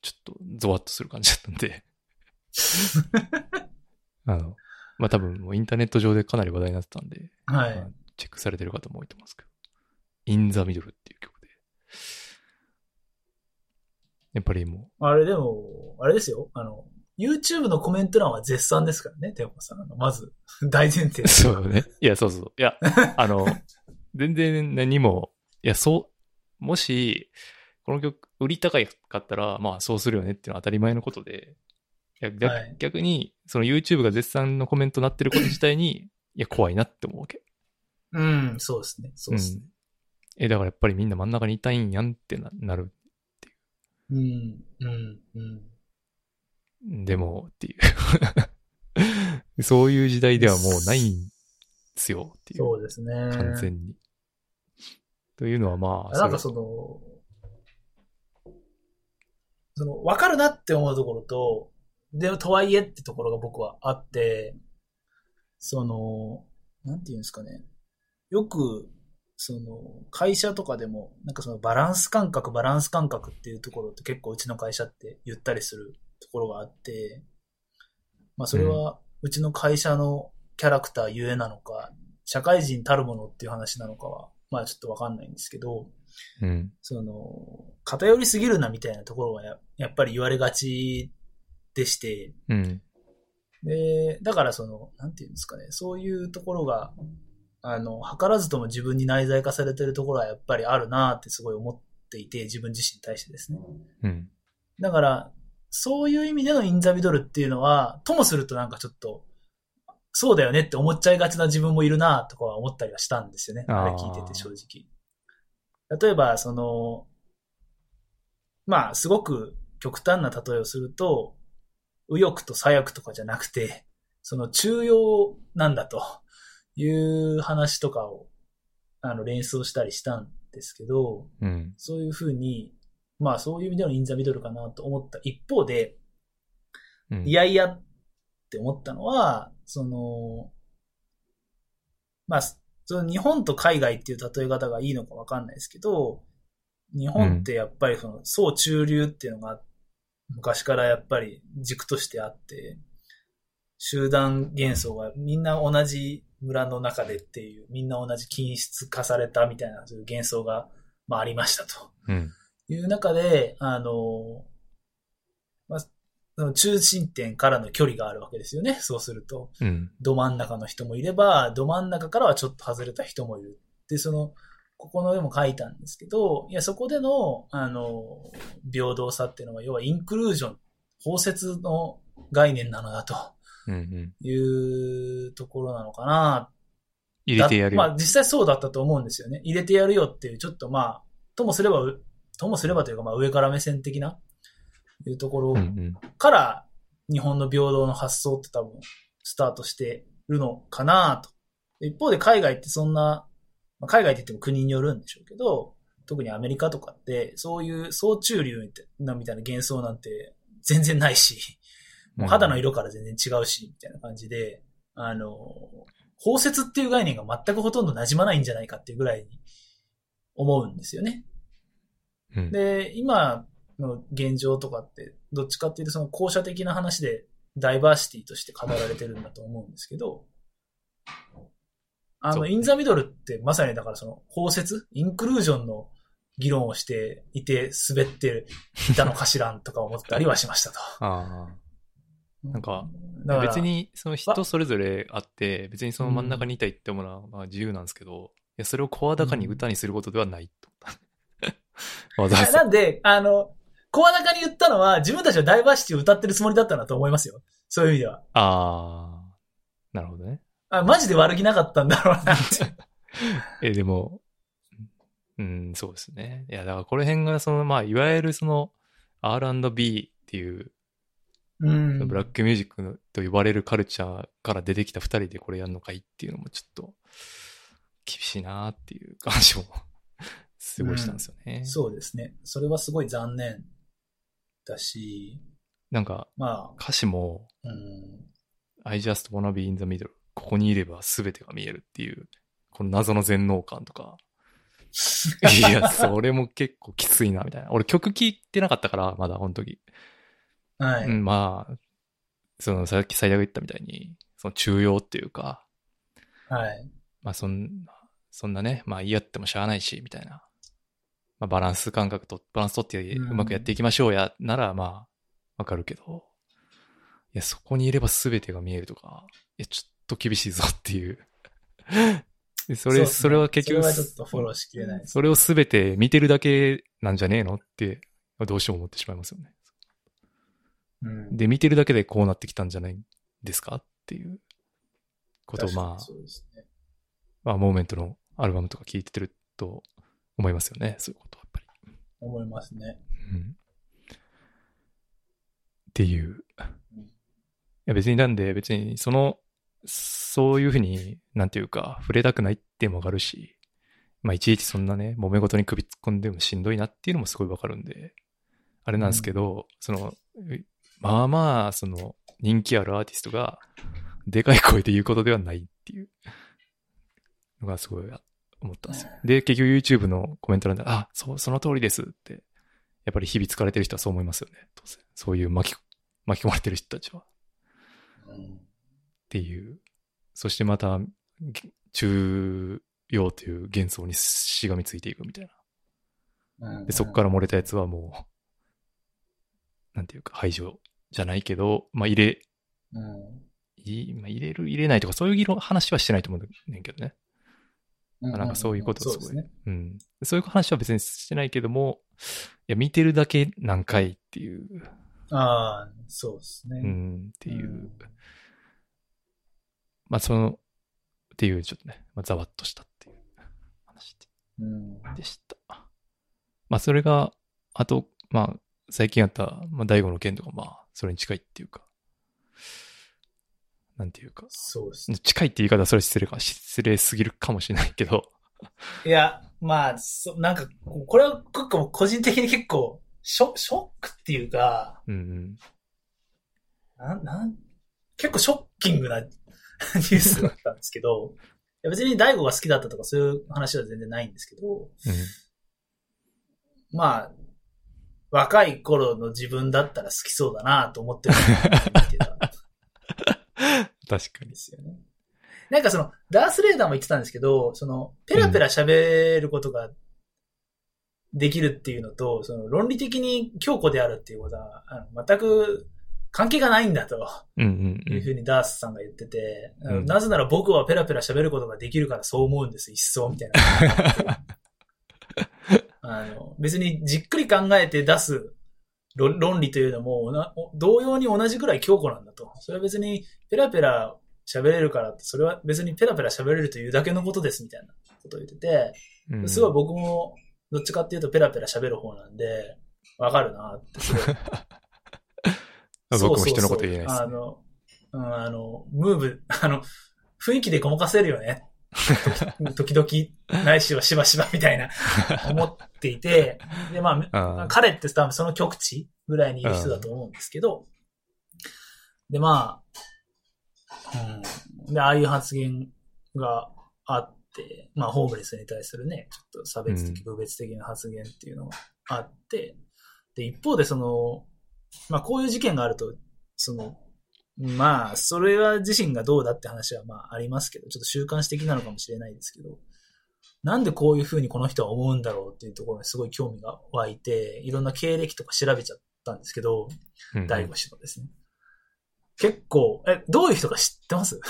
[SPEAKER 2] ちょっとゾワッとする感じだったんで、あの、まあ多分もうインターネット上でかなり話題になってたんで、
[SPEAKER 3] は
[SPEAKER 2] まあ
[SPEAKER 3] い。
[SPEAKER 2] チェックされてる方も多いと思いますけど、In the Middle っていう曲で。やっぱりも
[SPEAKER 3] あれでも、あれですよ。あの、YouTube のコメント欄は絶賛ですからね、テンポさん。あのまず、大前提
[SPEAKER 2] う、。そうね。いや、そうそうそう。いや、あの、全然何も、いや、そう、もし、この曲、売り高かったら、まあ、そうするよねっていうのは当たり前のことで、いや逆
[SPEAKER 3] はい
[SPEAKER 2] 逆に、その YouTube が絶賛のコメントになってること自体に、いや、怖いなって思うわけ。
[SPEAKER 3] うん、そうですね。そうですね。
[SPEAKER 2] え、だからやっぱりみんな真ん中にいたいんやんってななる。
[SPEAKER 3] うん、うん、うん。
[SPEAKER 2] でも、っていう。 そういう時代ではもうないんですよ、っていう。
[SPEAKER 3] そうですね。
[SPEAKER 2] 完全に。というのはまあ、
[SPEAKER 3] なんかその、その、わかるなって思うところと、で、とはいえってところが僕はあって、その、なんていうんですかね。よく、その、会社とかでも、なんかそのバランス感覚、バランス感覚っていうところって結構うちの会社って言ったりするところがあって、まあそれはうちの会社のキャラクターゆえなのか、社会人たるものっていう話なのかは、まあちょっとわかんないんですけど、
[SPEAKER 2] れうん。
[SPEAKER 3] その、偏りすぎるなみたいなところはややっぱり言われがちでして、
[SPEAKER 2] うん。
[SPEAKER 3] で、だからその、なんていうんですかね、そういうところが、あの、図らずとも自分に内在化されてるところはやっぱりあるなってすごい思っていて、自分自身に対してですね。
[SPEAKER 2] うん。
[SPEAKER 3] だから、そういう意味でのインザミドルっていうのは、ともするとなんかちょっと、そうだよねって思っちゃいがちな自分もいるなとかは思ったりはしたんですよね。
[SPEAKER 2] あー
[SPEAKER 3] あれ聞いてて正直。例えば、その、まあ、すごく極端な例えをすると、右翼と左翼とかじゃなくて、その中央なんだという話とかを、あの、連想したりしたんですけど、
[SPEAKER 2] うん。
[SPEAKER 3] そういうふうに、まあそういう意味でのインザミドルかなと思った一方で、
[SPEAKER 2] うん
[SPEAKER 3] い、やいやって思ったのは、その、まあ、その日本と海外っていう例え方がいいのかわかんないですけど、日本ってやっぱりその、総中流っていうのが昔からやっぱり軸としてあって、集団幻想がみんな同じ村の中でっていう、みんな同じ均質化されたみたいなそういう幻想が、まあありましたと。
[SPEAKER 2] うん。
[SPEAKER 3] いう中で、あの、まあ、その中心点からの距離があるわけですよね。そうすると、
[SPEAKER 2] うん。
[SPEAKER 3] ど真ん中の人もいれば、ど真ん中からはちょっと外れた人もいる。で、その、ここのでも書いたんですけど、いや、そこでの、あの、平等さっていうのは、要はインクルージョン、包摂の概念なのだと
[SPEAKER 2] うん。うん。
[SPEAKER 3] いうところなのかな
[SPEAKER 2] 入れてやるよ。
[SPEAKER 3] だまあ実際そうだったと思うんですよね。入れてやるよっていう、ちょっとまあ、ともすれば、うともすればというか、まあ上から目線的な、いうところ
[SPEAKER 2] うん
[SPEAKER 3] から、日本の平等の発想って多分、スタートしてるのかなと。で一方で海外ってそんな、まあ海外って言っても国によるんでしょうけど、特にアメリカとかって、そういう総中流みたいなみたいな幻想なんて全然ないし、
[SPEAKER 2] う。
[SPEAKER 3] もうん肌の色から全然違うし、みたいな感じで、あの、包摂っていう概念が全くほとんど馴染まないんじゃないかっていうぐらいに思うんですよね。
[SPEAKER 2] うん。
[SPEAKER 3] で、今の現状とかって、どっちかっていうとその校舎的な話でダイバーシティとして語られてるんだと思うんですけど、あ
[SPEAKER 2] そう
[SPEAKER 3] の、
[SPEAKER 2] ね
[SPEAKER 3] インザミドルってまさにだからその包摂、インクルージョンの議論をしていて滑っていたのかしらんとか思ったりはしましたと。
[SPEAKER 2] ああ。なんか、
[SPEAKER 3] だから
[SPEAKER 2] 別にその人それぞれあって別にその真ん中にいたいってものはまあ自由なんですけど、いやそれを声高に歌にすることではないと思った。わざわ
[SPEAKER 3] あ
[SPEAKER 2] ざ
[SPEAKER 3] なんで、あの、声高に言ったのは、自分たちはダイバーシティを歌ってるつもりだったなと思いますよ。そういう意味では。
[SPEAKER 2] ああなるほどね。
[SPEAKER 3] あ、マジで悪気なかったんだろうなって。
[SPEAKER 2] えでもうんそうですね。いやだからこの辺がそのまあいわゆるその R&B って いう
[SPEAKER 3] うん
[SPEAKER 2] ブラックミュージックのと呼ばれるカルチャーから出てきた2人でこれやるのかいっていうのもちょっと厳しいなっていう感じもすごいしたんですよね。
[SPEAKER 3] そうですね。それはすごい残念だし、
[SPEAKER 2] なんか
[SPEAKER 3] まあ、
[SPEAKER 2] 歌詞も
[SPEAKER 3] うん、
[SPEAKER 2] I just wanna be in the middle. ここにいれば全てが見えるっていう、この謎の全能感と か。いや、それも結構きついな、みたいな。俺曲聴いてなかったから、まだ、この時。
[SPEAKER 3] はい。
[SPEAKER 2] うん、まあ、その、さっき最大が言ったみたいに、その中庸っていうか、
[SPEAKER 3] はい。
[SPEAKER 2] まあ、そんな、そんなね、まあ、嫌ってもしゃあないし、みたいな。まあ、バランス感覚と、バランス取って
[SPEAKER 3] うん
[SPEAKER 2] うまくやっていきましょうや、なら、まあ、わかるけど、いや、そこにいれば全てが見えるとか、いや、ちょっと厳しいぞっていう。でそれ、
[SPEAKER 3] う
[SPEAKER 2] そ,、
[SPEAKER 3] ですね
[SPEAKER 2] れは結局、
[SPEAKER 3] それはちょっとフォローしきれないです。
[SPEAKER 2] それを全て見てるだけなんじゃねえのって、まあどうしても思ってしまいますよね。
[SPEAKER 3] うん
[SPEAKER 2] で、見てるだけでこうなってきたんじゃないですかっていうことを、
[SPEAKER 3] 確かに
[SPEAKER 2] まあ、
[SPEAKER 3] そうですね。
[SPEAKER 2] まあ、モーメントのアルバムとか聞いてると思いますよね。そういうことはやっぱり。
[SPEAKER 3] 思いますね。
[SPEAKER 2] うんっていう。
[SPEAKER 3] うん
[SPEAKER 2] いや別になんで、別にその、そういうふうに、なんていうか、触れたくないっていうのもわかるし、まあいちいちそんなね、揉め事に首突っ込んでもしんどいなっていうのもすごいわかるんで、あれなんですけど、その、うまあまあ、その、人気あるアーティストが、でかい声で言うことではないっていうのがすごい思ったんですよ。で、結局 YouTube のコメント欄で、あ、そう、その通りですってやっぱり日々疲れてる人はそう思いますよね。当然。そういう巻き、巻き込まれてる人たちは。っ
[SPEAKER 3] うん。
[SPEAKER 2] ていう。そしてまた、げ中央という幻想にしがみついていくみたいな。で、そこからら漏れたやつはもう、なんていうか、排除じゃないけど、まあ、入れ、
[SPEAKER 3] うん
[SPEAKER 2] いまあ、入れる、入れないとか、そういう議論、話はしてないと思うんだけどね。あなんかそういうことをすごい
[SPEAKER 3] そうですね。
[SPEAKER 2] うん。そういう話は別にしてないけども、いや、見てるだけ何回っていう、
[SPEAKER 3] ああ、そうですね。
[SPEAKER 2] う
[SPEAKER 3] っ
[SPEAKER 2] ん、っていう。まあ、その、っていう、ちょっとね、まあ、ざわっとしたっていう話
[SPEAKER 3] うん。
[SPEAKER 2] でした。まあ、それが、あと、まあ、最近あった、まあ、大悟の件とか、まあ、それに近いっていうか、なんていうか、
[SPEAKER 3] そうですね。
[SPEAKER 2] 近いって言い方はそれは失礼か、失礼すぎるかもしれないけど、
[SPEAKER 3] いや、まあ、そなんか、これは結構個人的に結構、ショショックっていうか、
[SPEAKER 2] うんうん。
[SPEAKER 3] なん、なん、結構ショッキングな ニュースだったんですけど、いや別に大悟が好きだったとかそういう話は全然ないんですけど、
[SPEAKER 2] うん
[SPEAKER 3] まあ、若い頃の自分だったら好きそうだなと思ってる見てたん
[SPEAKER 2] 確かに
[SPEAKER 3] で。すよね。なんかその、ダースレーダーも言ってたんですけど、その、ペラペラ喋ることができるっていうのと、その、論理的に強固であるっていうことは、あの全く関係がないんだと。
[SPEAKER 2] うんうんう
[SPEAKER 3] いうふ
[SPEAKER 2] ん。
[SPEAKER 3] うにダースさんが言ってて、
[SPEAKER 2] うん
[SPEAKER 3] なぜなら僕はペラペラ喋ることができるからそう思うんです、一層、みたいな。 あの別にじっくり考えて出す論論理というのもな同様に同じくらい強固なんだと。それは別にペラペラ喋れるからって、それは別にペラペラ喋れるというだけのことです、みたいなことを言ってて、
[SPEAKER 2] うん
[SPEAKER 3] すごい僕もどっちかっていうとペラペラ喋る方なんで、わかるなってすごい
[SPEAKER 2] まあ僕も人の
[SPEAKER 3] そう
[SPEAKER 2] こ
[SPEAKER 3] そうそう
[SPEAKER 2] と言えないですね。
[SPEAKER 3] あの、うん、あの、ムーブ、 あの、雰囲気でごまかせるよね。 時時々、ないしはしばしばみたいな、思っていて、で、まあ、
[SPEAKER 2] あ
[SPEAKER 3] 彼って多分その極地ぐらいにいる人だと思うんですけど、で、まあ、うん、で、ああいう発言があって、まあ、ホームレスに対するね、ちょっと差別的、部別的な発言っていうのがあって、で、一方で、その、まあ、こういう事件があると、その、まあ、それは自身がどうだって話はまあありますけど、ちょっと習慣視的なのかもしれないですけど、なんでこういうふうにこの人は思うんだろうっていうところにすごい興味が湧いて、いろんな経歴とか調べちゃったんですけど、
[SPEAKER 2] うんうん
[SPEAKER 3] 第五氏のですね。結構、え、どういう人か知ってます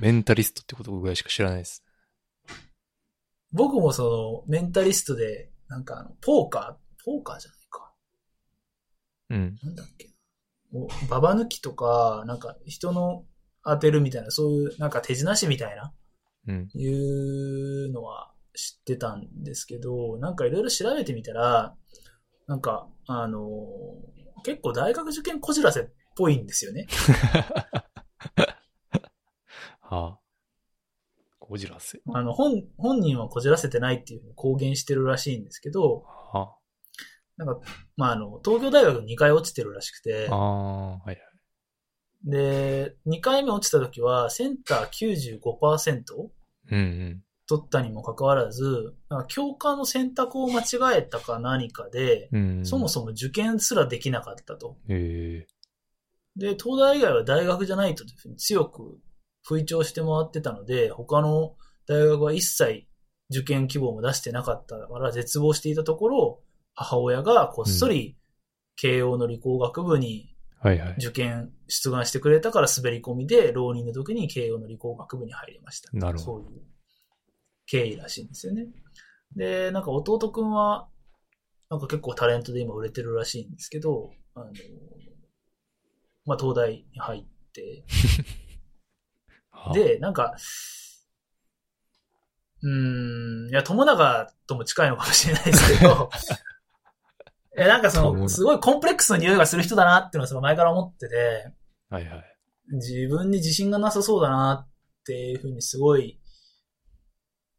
[SPEAKER 2] メンタリストってことぐらいしか知らないです。
[SPEAKER 3] 僕もその、メンタリストで、なんかあの、ポーカー、ポーカーじゃないか。
[SPEAKER 2] うん。
[SPEAKER 3] なんだっけ。おババ抜きとか、なんか人の当てるみたいな、そういう、なんか手品師みたいな
[SPEAKER 2] うん。
[SPEAKER 3] いうのは知ってたんですけど、なんかいろいろ調べてみたら、なんか、あのー結構大学受験こじらせっぽいんですよね。
[SPEAKER 2] はあ。こじらせ。
[SPEAKER 3] あの、本、本人はこじらせてないっていうふうに公言してるらしいんですけど、
[SPEAKER 2] は
[SPEAKER 3] なんか、まあ、あの、東京大学2回落ちてるらしくて
[SPEAKER 2] あ。あ、あ、はいはい。
[SPEAKER 3] で、2回目落ちた時はセンター95%
[SPEAKER 2] うんうん。
[SPEAKER 3] 取ったにもかかわらず、なんか教科の選択を間違えたか何かで、
[SPEAKER 2] うん、
[SPEAKER 3] そもそも受験すらできなかったと。
[SPEAKER 2] え
[SPEAKER 3] で、東大以外は大学じゃないというふうに強く吹聴して回ってたので、他の大学は一切受験希望も出してなかったから絶望していたところ、母親がこっそり慶応の理工学部に
[SPEAKER 2] ーはいはい。
[SPEAKER 3] 受験出願してくれたから滑り込みで、浪人の時に慶応の理工学部に入りました。
[SPEAKER 2] なるほ
[SPEAKER 3] そういう経緯らしいんですよね。で、なんか弟くんは、なんか結構タレントで今売れてるらしいんですけど、あの、まあ、東大に入って、
[SPEAKER 2] はあ、
[SPEAKER 3] で、なんか、うーん、いや、友永とも近いのかもしれないですけ ど、えなんかそ
[SPEAKER 2] 友
[SPEAKER 3] の、
[SPEAKER 2] 永
[SPEAKER 3] すごいコンプレックスの匂いがする人だなっていうのはその前から思ってて、
[SPEAKER 2] はいはい。
[SPEAKER 3] 自分に自信がなさそうだなっていうふうにすごい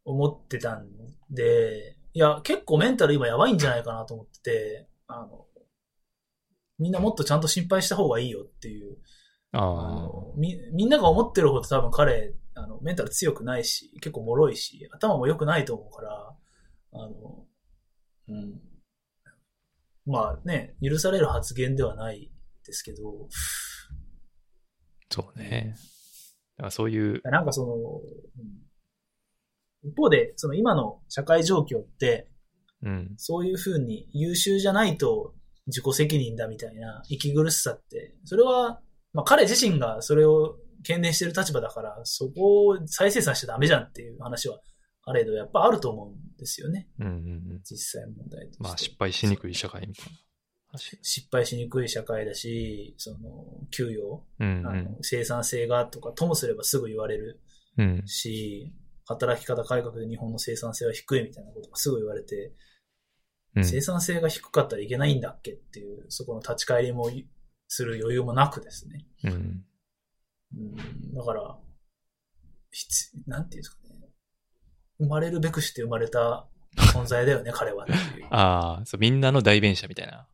[SPEAKER 3] 思ってたんで、いや、結構メンタル今やばいんじゃないかなと思ってて、あの、みんなもっとちゃんと心配した方がいいよっていう、あ
[SPEAKER 2] あ
[SPEAKER 3] のみみんなが思ってるほど多分彼、あの、メンタル強くないし、結構脆いし、頭も良くないと思うから、あの、うん。まあね、許される発言ではないですけど、
[SPEAKER 2] あ、そうね。だからそういう、
[SPEAKER 3] なんかその、うん一方で、その今の社会状況って、
[SPEAKER 2] うん。
[SPEAKER 3] そういうふうに優秀じゃないと自己責任だみたいな息苦しさって、それは、まあ彼自身がそれを懸念してる立場だから、そこを再生産しちゃダメじゃんっていう話は、あれど、やっぱあると思うんですよね。
[SPEAKER 2] うんうんうん。
[SPEAKER 3] 実際問題として。
[SPEAKER 2] まあ失敗しにくい社会みたいな話。
[SPEAKER 3] 失敗しにくい社会だし、その、給与、
[SPEAKER 2] うん
[SPEAKER 3] あの生産性がとか、ともすればすぐ言われる
[SPEAKER 2] うん。うん。
[SPEAKER 3] し、働き方改革で日本の生産性は低いみたいなことがすぐ言われて、
[SPEAKER 2] うん。
[SPEAKER 3] 生産性が低かったらいけないんだっけっていう、そこの立ち返りもする余裕もなくですね。
[SPEAKER 2] うん。
[SPEAKER 3] うん、だから、必なんていうんですかね。生まれるべくして生まれた存在だよね、彼はっていう。
[SPEAKER 2] ああ、そう、みんなの代弁者みたいな。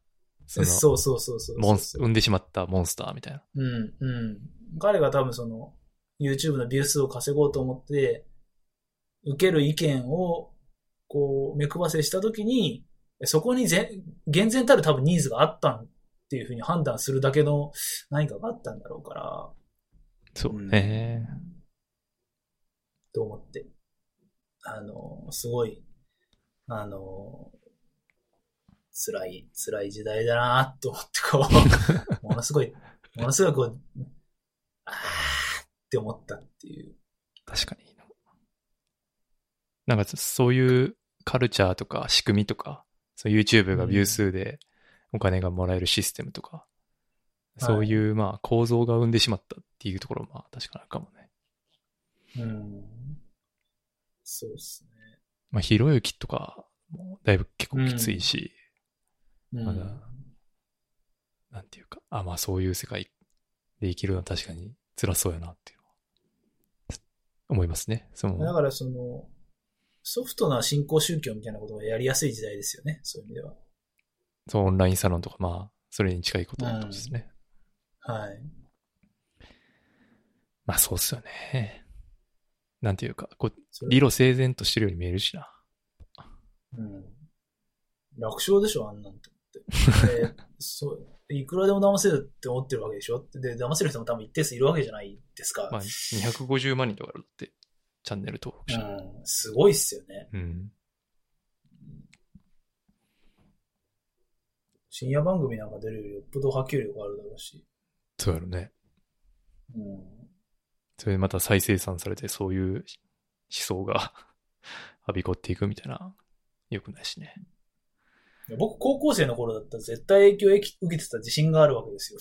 [SPEAKER 2] その、
[SPEAKER 3] そうそうそうそう
[SPEAKER 2] モンス、産んでしまったモンスターみたいな。
[SPEAKER 3] うん、うん。彼が多分その、YouTube のビュー数を稼ごうと思って、受ける意見を、こう、目配せしたときに、そこにぜ厳然たる多分ニーズがあったんっていうふうに判断するだけの何かがあったんだろうから、
[SPEAKER 2] そうね。
[SPEAKER 3] と思って。あの、すごい、あの、辛い、辛い時代だなと思って、こ う、ものすごい、ものすごいこう、あーって思ったっていう。
[SPEAKER 2] 確かに。なんかそそういうカルチャーとか仕組みとか、そう YouTube がビュー数でお金がもらえるシステムとか、
[SPEAKER 3] はい
[SPEAKER 2] そういうまあ構造が生んでしまったっていうところもまあ確かにあるかもね。
[SPEAKER 3] うん。そうです
[SPEAKER 2] まあ、ひろゆきとかもだいぶ結構きついし、
[SPEAKER 3] ね。
[SPEAKER 2] まだなんていうか、あ、まあそういう世界で生きるのは確かに辛そうやなっていうのは、思いますね。そ
[SPEAKER 3] うん、だ
[SPEAKER 2] の、
[SPEAKER 3] からその、ソフトな新興宗教みたいなことがやりやすい時代ですよね。そういう意味では。
[SPEAKER 2] そのオンラインサロンとか、まあ、それに近いことだとですね。
[SPEAKER 3] はい。
[SPEAKER 2] まあそうっすよね。なんていうか、こう、
[SPEAKER 3] それ
[SPEAKER 2] 理路整然としてるように見えるしな。
[SPEAKER 3] うん。楽勝でしょ、あんなんと思って。 でそう、いくらでも騙せるって思ってるわけでしょで、騙せる人も多分一定数いるわけじゃないですか。
[SPEAKER 2] まあ、250万人とかだって、チャンネル登録者。
[SPEAKER 3] うん、すごいっすよね。
[SPEAKER 2] うん。
[SPEAKER 3] 深夜番組なんか出るよりよっぽど波及力あるだろうし。
[SPEAKER 2] そうやろね。
[SPEAKER 3] うん。
[SPEAKER 2] それでまた再生産されて、そういう思想が はびこっていくみたいな、よくない しね。
[SPEAKER 3] いや僕、高校生の頃だったら絶対影響を受けてた自信があるわけですよ。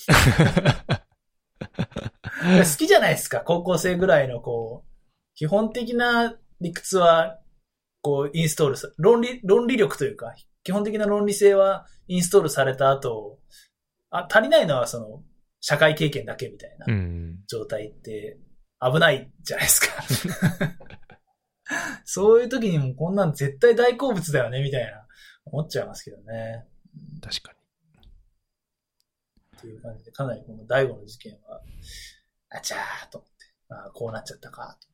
[SPEAKER 3] いや好きじゃないですか、高校生ぐらいのこう、基本的な理屈は、こう、インストールさ、論理、論理力というか、基本的な論理性はインストールされた後、あ、足りないのはその、社会経験だけみたいな
[SPEAKER 2] うん。
[SPEAKER 3] 状態って危ないじゃないですか。 そういう時にもこんなん絶対大好物だよね、みたいな、思っちゃいますけどね。
[SPEAKER 2] 確かに。
[SPEAKER 3] っていう感じで、かなりこの第五の事件は、あちゃーと思って、あーこうなっちゃったかと思って、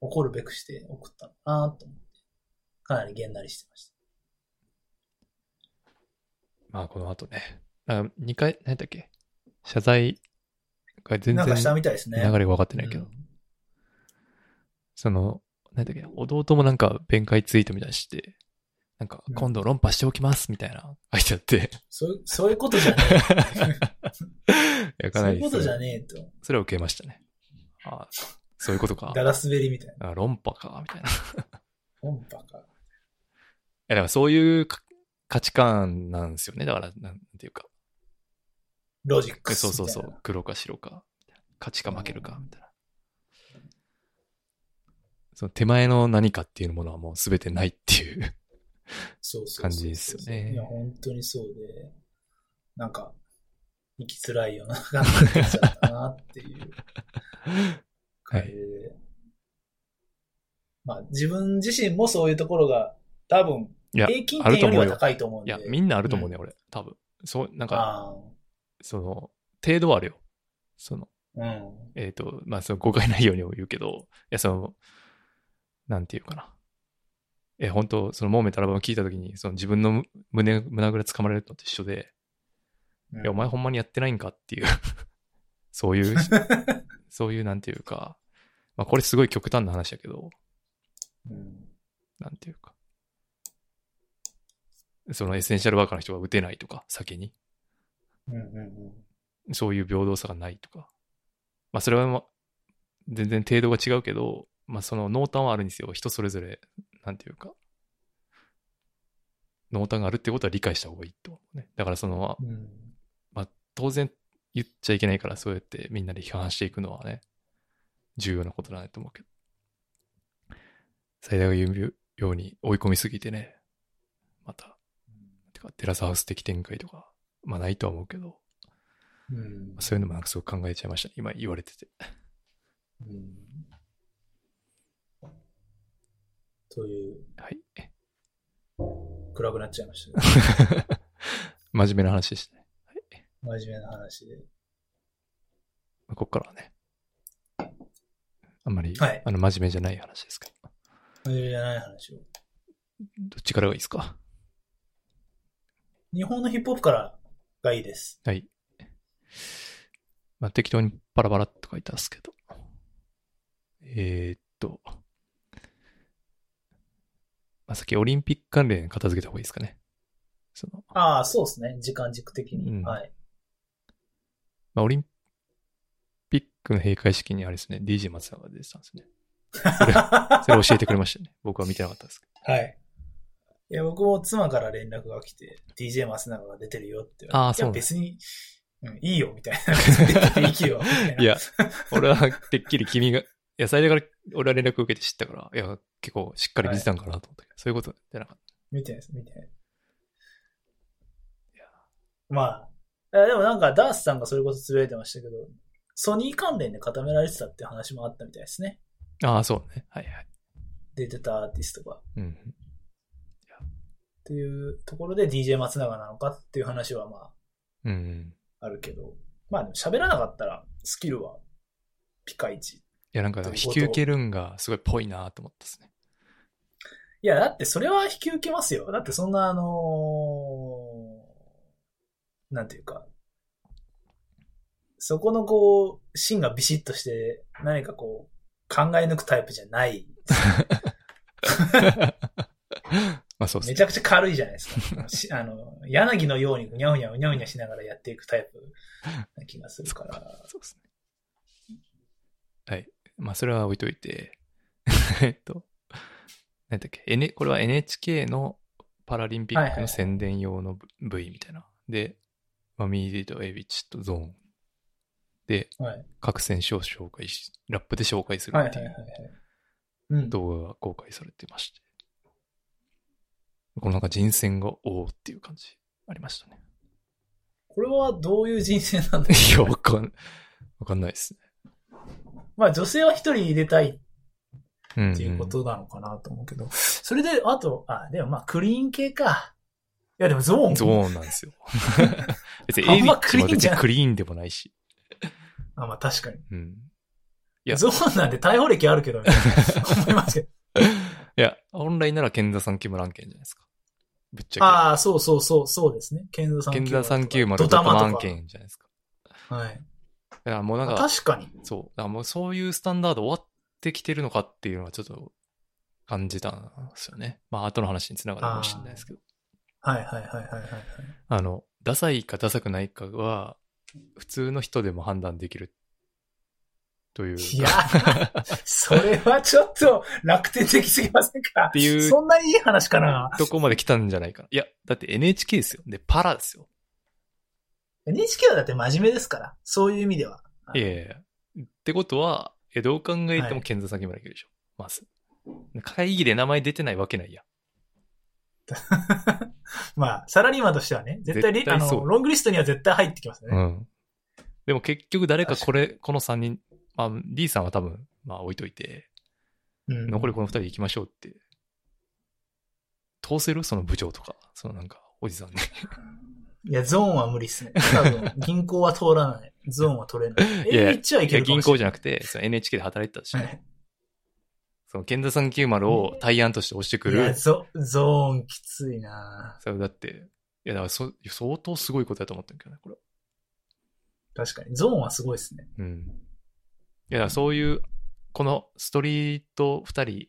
[SPEAKER 3] 怒るべくして送ったのかなと思って、かなりげんなりしてまし
[SPEAKER 2] まあ、この後ね。あ2回、何だっけ謝罪
[SPEAKER 3] た。
[SPEAKER 2] が全
[SPEAKER 3] な
[SPEAKER 2] 然
[SPEAKER 3] んかした
[SPEAKER 2] 流
[SPEAKER 3] みたいですね。
[SPEAKER 2] れが分かってないけど、その、何だっけ弟もなんか弁解ツイートみたいにして、なんか
[SPEAKER 3] うん
[SPEAKER 2] 今度論破しておきますみたいな書いてあ って、
[SPEAKER 3] そういう、そういうことじゃね
[SPEAKER 2] いや
[SPEAKER 3] え。
[SPEAKER 2] か
[SPEAKER 3] そ
[SPEAKER 2] な
[SPEAKER 3] ういう
[SPEAKER 2] り
[SPEAKER 3] こ
[SPEAKER 2] そ
[SPEAKER 3] とじゃ
[SPEAKER 2] れ
[SPEAKER 3] ねえと。
[SPEAKER 2] それを受けましたね。ああ、そういうことか。
[SPEAKER 3] だだ滑りみたいな。
[SPEAKER 2] あ論破か、みたいな。い
[SPEAKER 3] 本パか。
[SPEAKER 2] や、だからそういうか価値観なんですよね。だから、なんていうか。
[SPEAKER 3] ロジックス
[SPEAKER 2] そう
[SPEAKER 3] みたい
[SPEAKER 2] そ
[SPEAKER 3] な。
[SPEAKER 2] うそう。黒か白か。勝ちか負けるか、みたいな。その手前の何かっていうものはもう全てないっていう。
[SPEAKER 3] そうそうそう
[SPEAKER 2] 感じですよね
[SPEAKER 3] いや、本当にそうで、なんか、生きづらいよな、感じになっちゃったなっていう感じで。まあ、自分自身もそういうところが、多分、
[SPEAKER 2] いや、
[SPEAKER 3] 平均
[SPEAKER 2] ある
[SPEAKER 3] 点
[SPEAKER 2] と
[SPEAKER 3] よ
[SPEAKER 2] 思
[SPEAKER 3] り
[SPEAKER 2] う
[SPEAKER 3] は
[SPEAKER 2] よ。
[SPEAKER 3] 高いと思うん
[SPEAKER 2] い
[SPEAKER 3] で。
[SPEAKER 2] や、みんなあると思うね、俺。多分。そう、なんか、
[SPEAKER 3] あ
[SPEAKER 2] その、程度はあるよ。その、
[SPEAKER 3] あ、うん。
[SPEAKER 2] えっ、と、まあ、その誤解ないようにも言うけど、いや、その、なんていうかな。え、本当その、モーメンタラバを聞いたときに、その自分の胸、胸ぐらつかまれるのと一緒で、
[SPEAKER 3] うん
[SPEAKER 2] いや、お前ほんまにやってないんかっていう、 そう いう、そういう、なんていうか、まあ、これすごい極端な話だけど、
[SPEAKER 3] うん
[SPEAKER 2] なんていうか。そのエッセンシャルワーカーの人が打てないとか、先に。
[SPEAKER 3] うんうんうん
[SPEAKER 2] そういう平等さがないとか。まあそれはまあ全然程度が違うけど、まあその濃淡はあるんですよ。人それぞれ、なんていうか。濃淡があるってことは理解した方がいいと思うね。だからその、
[SPEAKER 3] うん
[SPEAKER 2] まあ当然言っちゃいけないからそうやってみんなで批判していくのはね、重要なことだなと思うけど。最大が言うように追い込みすぎてね、またとか、テラスハウス的展開とか、まあないとは思うけど、
[SPEAKER 3] うん
[SPEAKER 2] そういうのもなんかすごく考えちゃいました、今言われてて。
[SPEAKER 3] うんという、
[SPEAKER 2] はい。
[SPEAKER 3] 暗くなっちゃいま したね。
[SPEAKER 2] 真面目な話でしたね。
[SPEAKER 3] 真面目な話で。
[SPEAKER 2] まあここからはね、あんまり、
[SPEAKER 3] はい
[SPEAKER 2] あの真面目じゃない話ですけど、
[SPEAKER 3] 真面目じゃない話を。
[SPEAKER 2] どっちからがいいですか
[SPEAKER 3] 日本のヒップホップからがいいです。
[SPEAKER 2] はい。まあ、適当にバラバラっと書いたんですけど。えーっと。まあ、先オリンピック関連片付けた方がいいですかね。その、
[SPEAKER 3] ああ、そうですね。時間軸的に。
[SPEAKER 2] うん
[SPEAKER 3] はい。
[SPEAKER 2] まあ、オリンピックの閉会式にあれですね、DJ 松永が出てたんですね。それそれ教えてくれましたね。 僕は見てなかったですけど。
[SPEAKER 3] はい。いや、僕も妻から連絡が来て、DJ 松永が出てるよって言われて。
[SPEAKER 2] ああそうな
[SPEAKER 3] い
[SPEAKER 2] ん
[SPEAKER 3] や、
[SPEAKER 2] だ
[SPEAKER 3] 別に、うん、いいよ、みたいな。出ていいよ、みたいな。
[SPEAKER 2] いや、俺はてっきり君が、いや、最初から俺は連絡を受けて知ったから、いや、結構しっかり見てたんかなと思ったけど、そういうことじゃなかっ
[SPEAKER 3] 見てないです、見てない。
[SPEAKER 2] いや
[SPEAKER 3] まあ、えでもなんかダースさんがそれこそつぶやいてましたけど、ソニー関連で固められてたって話もあったみたいですね。
[SPEAKER 2] た。ああ、そうね。はいはい。
[SPEAKER 3] 出てたアーティストが。っ
[SPEAKER 2] うん。
[SPEAKER 3] ていうところで DJ 松永なのかっていう話はま
[SPEAKER 2] うん。
[SPEAKER 3] ああるけど、まあでも喋らなかったらスキルはピカイチ。
[SPEAKER 2] いや、なんか、
[SPEAKER 3] という
[SPEAKER 2] 引
[SPEAKER 3] こと
[SPEAKER 2] き受けるんがすごいぽいなと思った ですね。
[SPEAKER 3] いや、だってそれは引き受けますよ。だってそんなあのーなんていうか、そこのこう、芯がビシッとして何かこう、考え抜くタイプじゃない。
[SPEAKER 2] まあ、そうです
[SPEAKER 3] め
[SPEAKER 2] ね。
[SPEAKER 3] ちゃくちゃ軽いじゃないですか。しあの、柳のようにうにゃうにゃうにゃうにゃしながらやっていくタイプな気がするから。
[SPEAKER 2] そうですね。はい。まあ、それは置いといて、 えっと、なんだっけ、N、これは NHK のパラリンピ
[SPEAKER 3] はい
[SPEAKER 2] ッ
[SPEAKER 3] は
[SPEAKER 2] ク
[SPEAKER 3] いは
[SPEAKER 2] の
[SPEAKER 3] い
[SPEAKER 2] 宣伝用の部位みたいな。で、まあ、ミーディとエビチとゾーン。で、
[SPEAKER 3] はい。
[SPEAKER 2] 各選手を紹介し、ラップで紹介する
[SPEAKER 3] はいはい
[SPEAKER 2] って
[SPEAKER 3] はいいは
[SPEAKER 2] う
[SPEAKER 3] い。うん。
[SPEAKER 2] 動画が公開されてまして。このなんか人選が、おーっていう感じありましたね。
[SPEAKER 3] これはどういう人生なんだ
[SPEAKER 2] いや、わかん、わかんないですね。
[SPEAKER 3] まあ女性は一人入れたい
[SPEAKER 2] うん、
[SPEAKER 3] っていうことなのかなと思うけど。それで、あと、あ、でもまあクリーン系か。いやでもゾーン。
[SPEAKER 2] ゾーンなん ですよ。別に
[SPEAKER 3] あ
[SPEAKER 2] エ
[SPEAKER 3] ん
[SPEAKER 2] ビ
[SPEAKER 3] ま
[SPEAKER 2] ッ
[SPEAKER 3] ク
[SPEAKER 2] チ
[SPEAKER 3] リ
[SPEAKER 2] も
[SPEAKER 3] ーン
[SPEAKER 2] 別
[SPEAKER 3] じゃん
[SPEAKER 2] にクリーンでもないし。
[SPEAKER 3] あ、まあ確かに。
[SPEAKER 2] うん。いや
[SPEAKER 3] ゾーンなんで逮捕歴あるけ ど、みたいな思いますけど。
[SPEAKER 2] いや、オンラインなら健座さん級もランケンじゃないですか。ぶっちゃ
[SPEAKER 3] ああ、そうそうそう、そうですね。ケンザさん
[SPEAKER 2] け。健座さん級
[SPEAKER 3] マ
[SPEAKER 2] も
[SPEAKER 3] ド
[SPEAKER 2] ド
[SPEAKER 3] タ
[SPEAKER 2] タ
[SPEAKER 3] マ
[SPEAKER 2] マ
[SPEAKER 3] と
[SPEAKER 2] ン
[SPEAKER 3] か
[SPEAKER 2] ケ。ンじゃないですか。
[SPEAKER 3] はい。
[SPEAKER 2] だからもうなんか、
[SPEAKER 3] 確かに。
[SPEAKER 2] そう。だからもうそういうスタンダード終わってきてるのかっていうのはちょっと感じたんですよね。まあ、後の話につながるかもしれないですけど。
[SPEAKER 3] はいはいはいはいはいはい。
[SPEAKER 2] あの、ダサいかダサくないかは、普通の人でも判断できる。というか。
[SPEAKER 3] いや、 それはちょっと楽天的すぎませんか
[SPEAKER 2] っていう
[SPEAKER 3] そんなにいい話かな
[SPEAKER 2] どこまで来たんじゃないかな。いや、だって NHK ですよ。で、パラですよ。
[SPEAKER 3] ?NHK はだって真面目ですから。そういう意味では。
[SPEAKER 2] いやいやいやってことは、えどう考えて
[SPEAKER 3] は
[SPEAKER 2] も
[SPEAKER 3] い
[SPEAKER 2] 健座先村いけるでしょ。まず。会議で名前出てないわけないや。
[SPEAKER 3] まあ、サラリーマンとしてはね、絶対リ
[SPEAKER 2] 絶対
[SPEAKER 3] あ
[SPEAKER 2] そう
[SPEAKER 3] の、ロングリストには絶対入ってきますね。
[SPEAKER 2] ん。でも結局誰かこれ、この3人、まあ、D さんは多分、まあ置いといて、
[SPEAKER 3] うん
[SPEAKER 2] 残りこの2人行きましょうって。通せるその部長とか、そのなんか、おじさんね。
[SPEAKER 3] いや、ゾーンは無理っすね。多 分、銀行は通らない。ゾーンは取れない。
[SPEAKER 2] いや
[SPEAKER 3] H はい
[SPEAKER 2] い
[SPEAKER 3] け
[SPEAKER 2] や、
[SPEAKER 3] るかも
[SPEAKER 2] 銀
[SPEAKER 3] しれ
[SPEAKER 2] 行
[SPEAKER 3] ない。
[SPEAKER 2] じゃなくて、その NHK で働いてたし、
[SPEAKER 3] はい
[SPEAKER 2] その健座三90を対案として押してく
[SPEAKER 3] いや、
[SPEAKER 2] る。
[SPEAKER 3] ゾ、ゾーンきついな
[SPEAKER 2] それだって、いや、だからそ相当すごいことだと思ったんだけどね、これ。
[SPEAKER 3] 確かに。ゾーンはすごいっすね。
[SPEAKER 2] うん。いや、だからそういう、このストリート2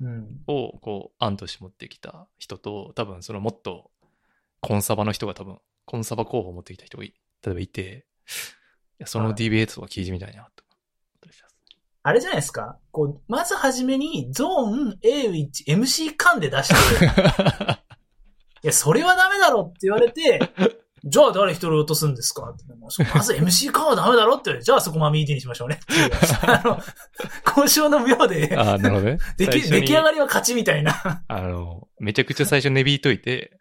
[SPEAKER 3] うん。
[SPEAKER 2] 人を、こう、案として持ってきた人と、多分、そのもっと、コンサバの人が多分、コンサバ候補を持ってきた人がい、例えばいて、いやそ
[SPEAKER 3] は
[SPEAKER 2] の
[SPEAKER 3] い
[SPEAKER 2] DBA とか聞いてみたいな、 と。
[SPEAKER 3] あれじゃないですかこう、まずはじめに、ゾーン、A、ウィッチ、MC 間で出 して、いや、それはダメだろって言われて、じゃあ誰一人落とすんですかってもうそうまず MC 間はダメだろって言われて、じゃあそこマミーティにしましょう ねっていう。あの、交渉の秒で、
[SPEAKER 2] ああ、なるほどね。
[SPEAKER 3] 出来
[SPEAKER 2] 最初に
[SPEAKER 3] 出来上がりは勝ちみたいな。
[SPEAKER 2] あの、めちゃくちゃ最初値引いといて、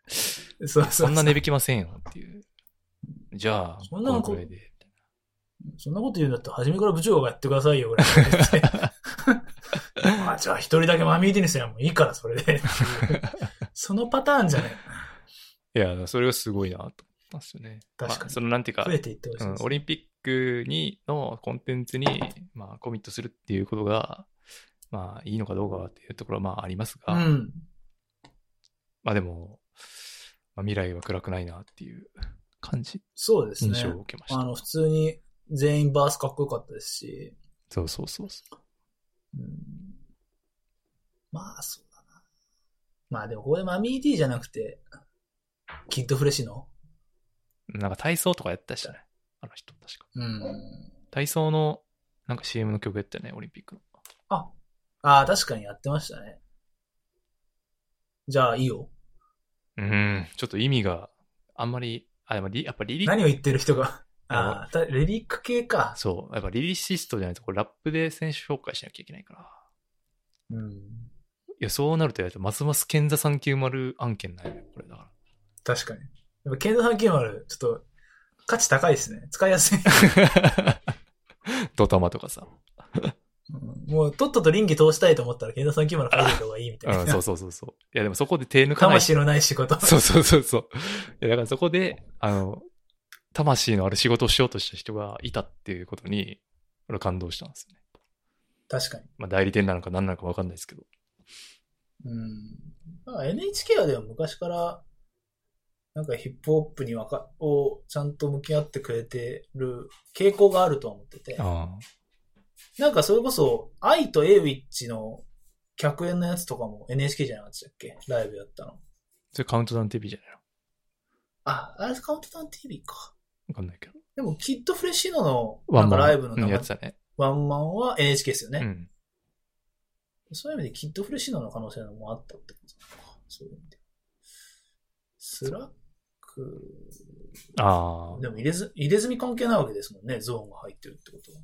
[SPEAKER 3] そうそう
[SPEAKER 2] そんな値
[SPEAKER 3] ね
[SPEAKER 2] 引きませんよっていう。じゃあ、
[SPEAKER 3] そ
[SPEAKER 2] こ
[SPEAKER 3] んな
[SPEAKER 2] の
[SPEAKER 3] の
[SPEAKER 2] くらいで。
[SPEAKER 3] そんなこと言うんだったら、初めから部長がやってくださいよ、ぐ らい。まあ、じゃあ一人だけマミーテニスやもういいから、それでっていう。そのパターンじゃない。
[SPEAKER 2] いや、それがすごいなと思ったんですよね。
[SPEAKER 3] 確かに
[SPEAKER 2] まあそのなんていうか
[SPEAKER 3] 増、えていってほし
[SPEAKER 2] う
[SPEAKER 3] い
[SPEAKER 2] ん
[SPEAKER 3] で、すね。
[SPEAKER 2] オリンピックにのコンテンツに、まあ、コミットするっていうことが、まあ、いいのかどうかっていうところは、まあ、ありますが、
[SPEAKER 3] うん。
[SPEAKER 2] まあ、でも、まあ、未来は暗くないなっていう感じ、
[SPEAKER 3] そうですね
[SPEAKER 2] 印。象を受けました。
[SPEAKER 3] あの、普通に全員バースかっこよかったですし、
[SPEAKER 2] そうそうそうそう。
[SPEAKER 3] うんまあ、そうだな。まあでも、ここでマミー D じゃなくて、キッドフレッシュの。
[SPEAKER 2] なんか体操とかやったしね、あの人、確か。
[SPEAKER 3] うん。
[SPEAKER 2] 体操の、なんか CM の曲やったよね、オリンピックの。
[SPEAKER 3] あ、ああ、確かにやってましたね。じゃあ、いいよ。
[SPEAKER 2] うん、ちょっと意味があんまり、あ、でもリ、やっぱリリ
[SPEAKER 3] 何を言ってる人が。ああ、たレリック系か。
[SPEAKER 2] そう、やっぱリリシストじゃないと、これラップで選手紹介しなきゃいけないから。
[SPEAKER 3] うん。
[SPEAKER 2] いや、そうなると、やっぱますます健座390案件ないね、これだか
[SPEAKER 3] 確かに。やっぱ、ケンドハキマル、ちょっと、価値高いですね。使いや すい。
[SPEAKER 2] ら。ドタマとか
[SPEAKER 3] う
[SPEAKER 2] さ。
[SPEAKER 3] んもう、とっとと臨機通したいと思ったら、ケンドハキマル書いていた方がいいみたい な。
[SPEAKER 2] うん、そうそうそうそう。いや、でもそこで手抜かない。
[SPEAKER 3] 魂のない仕事。
[SPEAKER 2] そうそうそうそう。いや、だからそこで、あの、魂のある仕事をしようとした人がいたっていうことに、俺は感動したんですよね。
[SPEAKER 3] 確かに。
[SPEAKER 2] まあ、代理店なのか何なのか分かんないですけど。
[SPEAKER 3] うん。まあ NHK はでも昔から、なんかヒップホップにわか、をちゃんと向き合ってくれてる傾向があるとは思ってて。
[SPEAKER 2] あ
[SPEAKER 3] なんかそれこそ、愛とエイウィッチの客演のやつとかも NHK じゃなかったっけライブやったの。
[SPEAKER 2] それカウントダウン TV じゃないの
[SPEAKER 3] あ、あれカウントダウン TV か。
[SPEAKER 2] 分かんないけど。
[SPEAKER 3] でも、キッドフレッシーノの、なんかライブの
[SPEAKER 2] うんや
[SPEAKER 3] 中
[SPEAKER 2] つだね。
[SPEAKER 3] ワンマンは NHK ですよね。
[SPEAKER 2] うん。
[SPEAKER 3] そういう意味で、キッドフレッシュノの可能性もあったってことか。そういう意味で。スラック、
[SPEAKER 2] ああ、
[SPEAKER 3] でも入れず入れ墨関係ないわけですもんね、ゾーンが入ってるってことは。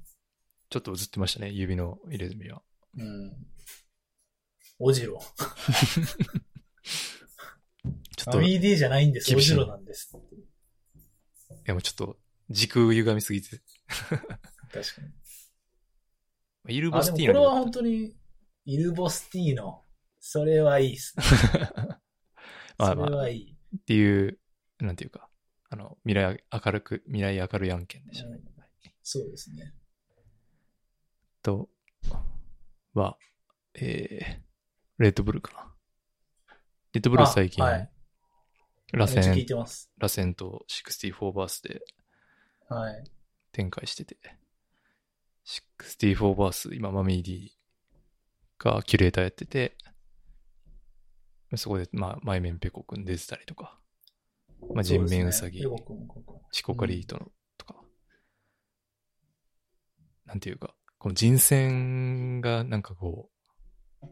[SPEAKER 2] ちょっと映ってましたね、指の入れ墨は。
[SPEAKER 3] うん。オジロ。
[SPEAKER 2] ちょっ
[SPEAKER 3] ア
[SPEAKER 2] と、い
[SPEAKER 3] d じゃないんです、オ
[SPEAKER 2] 厳しい
[SPEAKER 3] ジロなんです。
[SPEAKER 2] やもうちょっと、時空歪みすぎて。
[SPEAKER 3] 確かに。
[SPEAKER 2] イルボ
[SPEAKER 3] あ、
[SPEAKER 2] スティ
[SPEAKER 3] で
[SPEAKER 2] ー
[SPEAKER 3] もこ
[SPEAKER 2] ノ
[SPEAKER 3] れ
[SPEAKER 2] に
[SPEAKER 3] は本当に、イルボスティーノ。それはいいっすね。
[SPEAKER 2] まあ
[SPEAKER 3] そ
[SPEAKER 2] まあ
[SPEAKER 3] れはいい。
[SPEAKER 2] っていう、なんていうか、あの、未来明るく、未来明るい案件でしたね。
[SPEAKER 3] うんそうですね。
[SPEAKER 2] と、は、えー、レッドブルかな。レッドブルは最近、
[SPEAKER 3] あはい
[SPEAKER 2] 螺
[SPEAKER 3] めっちゃ聞い
[SPEAKER 2] 旋、
[SPEAKER 3] てます。
[SPEAKER 2] 螺旋と64バースで
[SPEAKER 3] はい。
[SPEAKER 2] 展開してて、64バース、今、マミー D がキュレーターやってて、そこで、まあ、前面ペコくん出てたりとか、まあ、人面うさぎ、
[SPEAKER 3] そうですねペコ君ここ
[SPEAKER 2] チコカリートのとか、なんていうか、この人選がなんかこう、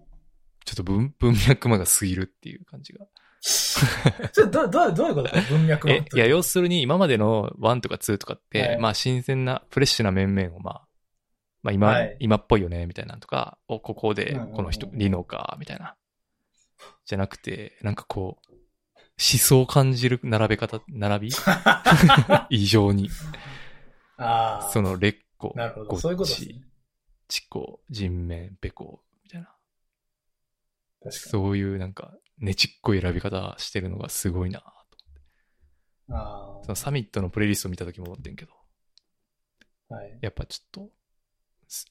[SPEAKER 2] ちょっと文文脈まが過ぎるっていう感じが。
[SPEAKER 3] ちょっとどどうどういうこと文脈
[SPEAKER 2] え
[SPEAKER 3] の、
[SPEAKER 2] いや、要するに今までの1とか2とかって、
[SPEAKER 3] はい
[SPEAKER 2] まあ新鮮な、フレッシュな面々をまあ、まあ今、
[SPEAKER 3] はい
[SPEAKER 2] 今っぽいよね、みたいなのとか、お、ここで
[SPEAKER 3] うんうんうん、
[SPEAKER 2] この人、リノか、みたいな。じゃなくて、なんかこう、思想を感じる並べ方、 並び異常に。
[SPEAKER 3] ああ。
[SPEAKER 2] その、レッコ、
[SPEAKER 3] なるほ
[SPEAKER 2] ゴ
[SPEAKER 3] ど。
[SPEAKER 2] ッ
[SPEAKER 3] そういうことです
[SPEAKER 2] チ
[SPEAKER 3] ね。
[SPEAKER 2] チコ、人面、ペコ、みたいな。
[SPEAKER 3] 確か
[SPEAKER 2] そういうなんか、ねちっこい選び方してるのがすごいなと。
[SPEAKER 3] に。あ
[SPEAKER 2] そのサミットのプレイリスト見た時も思ってんけど、
[SPEAKER 3] あ。はい。
[SPEAKER 2] やっぱちょっと、す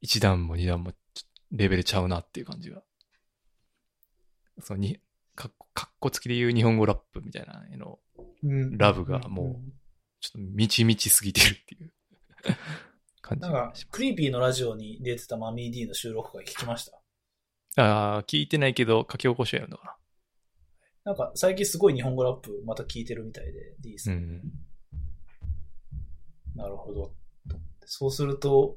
[SPEAKER 2] 一段も二段もちょレベルちゃうなっていう感じが。そのに、かっこ、かっこつきで言う日本語ラップみたいなの、ラブがもうちょっとみちみちすぎてる っていう感
[SPEAKER 3] うん。
[SPEAKER 2] じ
[SPEAKER 3] なん
[SPEAKER 2] が
[SPEAKER 3] か
[SPEAKER 2] し、
[SPEAKER 3] クリーピーのラジオに出てたマミー D の収録会聞きました。
[SPEAKER 2] ます。ああ、聞いてないけど、書き起こしはやるのか
[SPEAKER 3] なんか、最近すごい日本語ラップまた聞いてるみたいで、D さ。
[SPEAKER 2] な。うんん。
[SPEAKER 3] なるほど。そうすると、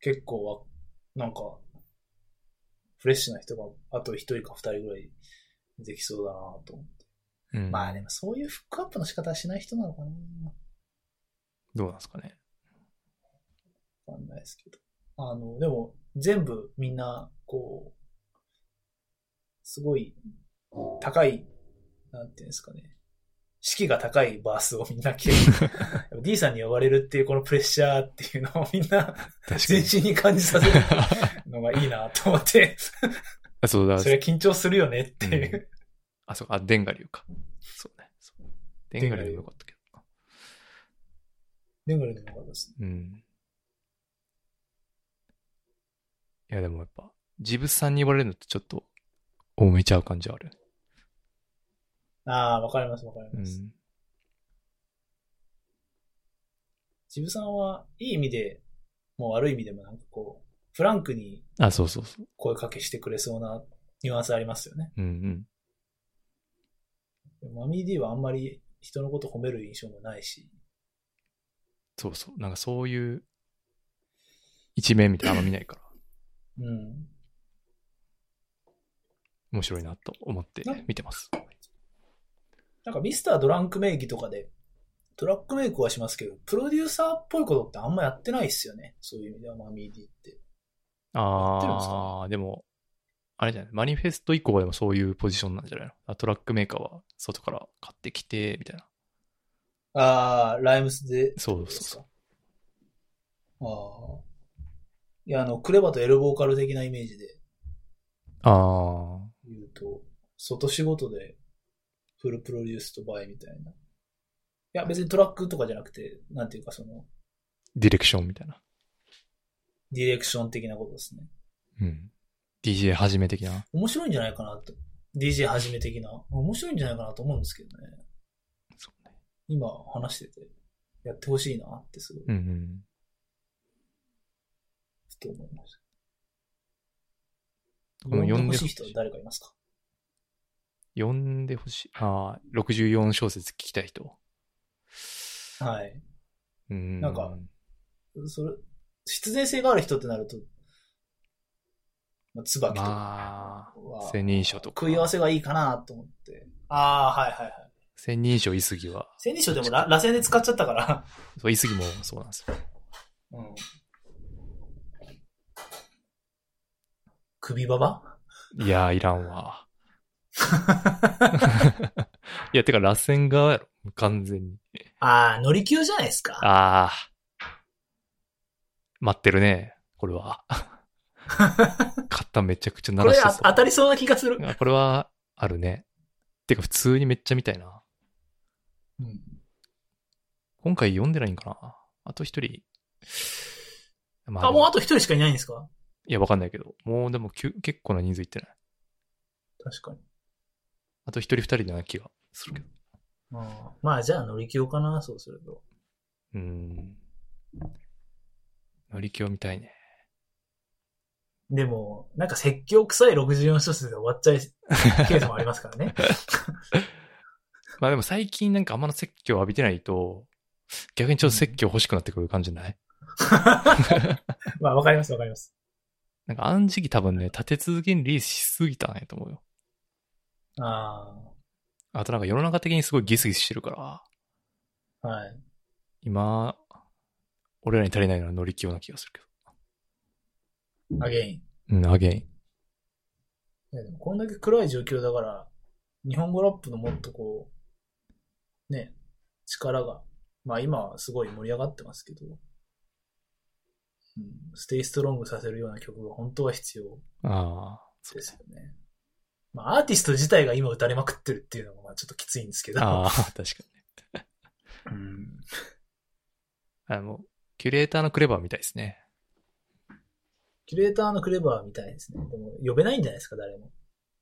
[SPEAKER 3] 結構わなんか、フレッシュな人があと一人か二人ぐらい出てきそうだなと思って。
[SPEAKER 2] うん、
[SPEAKER 3] まあでもそういうフックアップの仕方はしない人なのかな
[SPEAKER 2] どうなんですかね。
[SPEAKER 3] わかんないですけど。あの、でも、全部みんな、こう、すごい、高い、なんていうんですかね。士気が高いバースをみんな着てる。やっぱ D さんに呼ばれるっていうこのプレッシャーっていうのをみんな
[SPEAKER 2] 確か
[SPEAKER 3] 全
[SPEAKER 2] に。
[SPEAKER 3] 身に感じさせるのがいいなと思って、
[SPEAKER 2] あ、そうだ。
[SPEAKER 3] それは緊張するよねっていうう。
[SPEAKER 2] あ、そう、あ、デンガ流か。そうね。そうデンガ流もよかったけど。
[SPEAKER 3] でもでもよかったですね
[SPEAKER 2] うん。いや、でもやっぱ、ジブスさんに言われるのってちょっと、多めちゃう感じある。
[SPEAKER 3] ああ、わかりますわかり
[SPEAKER 2] う
[SPEAKER 3] ます。
[SPEAKER 2] ん。
[SPEAKER 3] ジブさんはいい意味で、もう悪い意味でもなんかこう、フランクに
[SPEAKER 2] あ、そうそうそう。
[SPEAKER 3] 声かけしてくれそうなニュアンスありますよね。
[SPEAKER 2] うんうん。
[SPEAKER 3] でもマミー D はあんまり人のこと褒める印象もないし、
[SPEAKER 2] そうそう。なんかそういう、一面みたいなのあんま見ないから、
[SPEAKER 3] うん。
[SPEAKER 2] 面白いなと思って
[SPEAKER 3] な
[SPEAKER 2] 見てます。
[SPEAKER 3] なんかミスタードランク名義とかで、トラックメイクはしますけど、プロデューサーっぽいことってあんまやってないっすよね。そういう意味ではマミー D って。やってるんです
[SPEAKER 2] あ
[SPEAKER 3] か
[SPEAKER 2] あ、でも、あれじゃない、マニフェスト以降はでもそういうポジションなんじゃないのあトラックメーカーは外から買ってきて、みたいな。
[SPEAKER 3] ああ、ライムスで
[SPEAKER 2] そうそうそう。
[SPEAKER 3] ああ。いや、あの、クレバとエルボーカル的なイメージで
[SPEAKER 2] ああ、
[SPEAKER 3] 言うと、外仕事でフルプロデュースとバイみたいな。いや、別にトラックとかじゃなくて、なんていうかその、
[SPEAKER 2] ディレクションみたいな。
[SPEAKER 3] ディレクション的なことですね。
[SPEAKER 2] うん。DJ はじめ的な。
[SPEAKER 3] 面白いんじゃないかなと。DJ はじめ的な。面白いんじゃないかなと思うんですけどね。
[SPEAKER 2] そうね。
[SPEAKER 3] 今話してて、やってほしいなってすごい、
[SPEAKER 2] うんうん。
[SPEAKER 3] ふと思いました。
[SPEAKER 2] この
[SPEAKER 3] 呼
[SPEAKER 2] 呼
[SPEAKER 3] んで
[SPEAKER 2] ん
[SPEAKER 3] ほ
[SPEAKER 2] で
[SPEAKER 3] しい人は誰かいますか
[SPEAKER 2] 読んでほしい。ああ、64小節聞きたい人。
[SPEAKER 3] はい。
[SPEAKER 2] うん。
[SPEAKER 3] なんか、それ、必然性がある人ってなると、まあ、椿とか
[SPEAKER 2] まあ、
[SPEAKER 3] は、
[SPEAKER 2] 千人称とか
[SPEAKER 3] 食い合わせがいいかなと思って。ああ、はいはいはい。
[SPEAKER 2] 千人称いすぎは、
[SPEAKER 3] 千人称でも ら螺旋で使っちゃったから。
[SPEAKER 2] そう、いすぎもそうなんですよ。
[SPEAKER 3] うん。首ババ
[SPEAKER 2] いやー、いらん わ。いや、てか、螺旋側やろ。完全に。
[SPEAKER 3] ああ、乗り級じゃないですか。
[SPEAKER 2] あー。待ってるね。こ れは。肩めちゃくちゃ
[SPEAKER 3] こ
[SPEAKER 2] 鳴ら
[SPEAKER 3] れ
[SPEAKER 2] して
[SPEAKER 3] あ
[SPEAKER 2] そう
[SPEAKER 3] 当たりそうな気がする。
[SPEAKER 2] あこれは、あるね。てか、普通にめっちゃ見たいな。
[SPEAKER 3] うん
[SPEAKER 2] 今回読んでないんかな。あと一人。ま
[SPEAKER 3] あ、もうあ
[SPEAKER 2] と
[SPEAKER 3] と一人しかいないんですか
[SPEAKER 2] いや、わかんないけど。もうでもきゅ結構な人数いってない。
[SPEAKER 3] 確かに。
[SPEAKER 2] あと一人二人な気がするけど。
[SPEAKER 3] うんまあ、じゃあ乗り級かな、そうすると。
[SPEAKER 2] うーん。乗り気を見たいね。
[SPEAKER 3] でも、なんか説教臭い64小節で終わっちゃうケースもありますからね。
[SPEAKER 2] まあでも最近なんかあんまの説教浴びてないと、逆にちょっと説教欲しくなってくる感じじゃない
[SPEAKER 3] まあ、わかります、わかります。
[SPEAKER 2] なんかあの時期多分ね、立て続けにリリースしすぎたんやと思うよ。
[SPEAKER 3] あ
[SPEAKER 2] あとなんか世の中的にすごいギスギスしてるから、
[SPEAKER 3] あ、はい。
[SPEAKER 2] 今、俺らに足りないのは乗り気をな気がするけ
[SPEAKER 3] アゲイン。い
[SPEAKER 2] ど。うん、アゲイン。
[SPEAKER 3] や、でも、こんだけ暗い状況だから、日本語ラップのもっとこう、ね、力が、まあ今はすごい盛り上がってますけど、うん、ステイストロングさせるような曲が本当は必要
[SPEAKER 2] ああ、そう
[SPEAKER 3] ですよね。まあアーティスト自体が今打たれまくってるっていうのがまあちょっときついんですけど。
[SPEAKER 2] ああ、確かに。
[SPEAKER 3] うん
[SPEAKER 2] あの、キュレーターのクレバーみたいですね。
[SPEAKER 3] キュレーターのクレバーみたいですね。でも、呼べないんじゃないですか、誰も。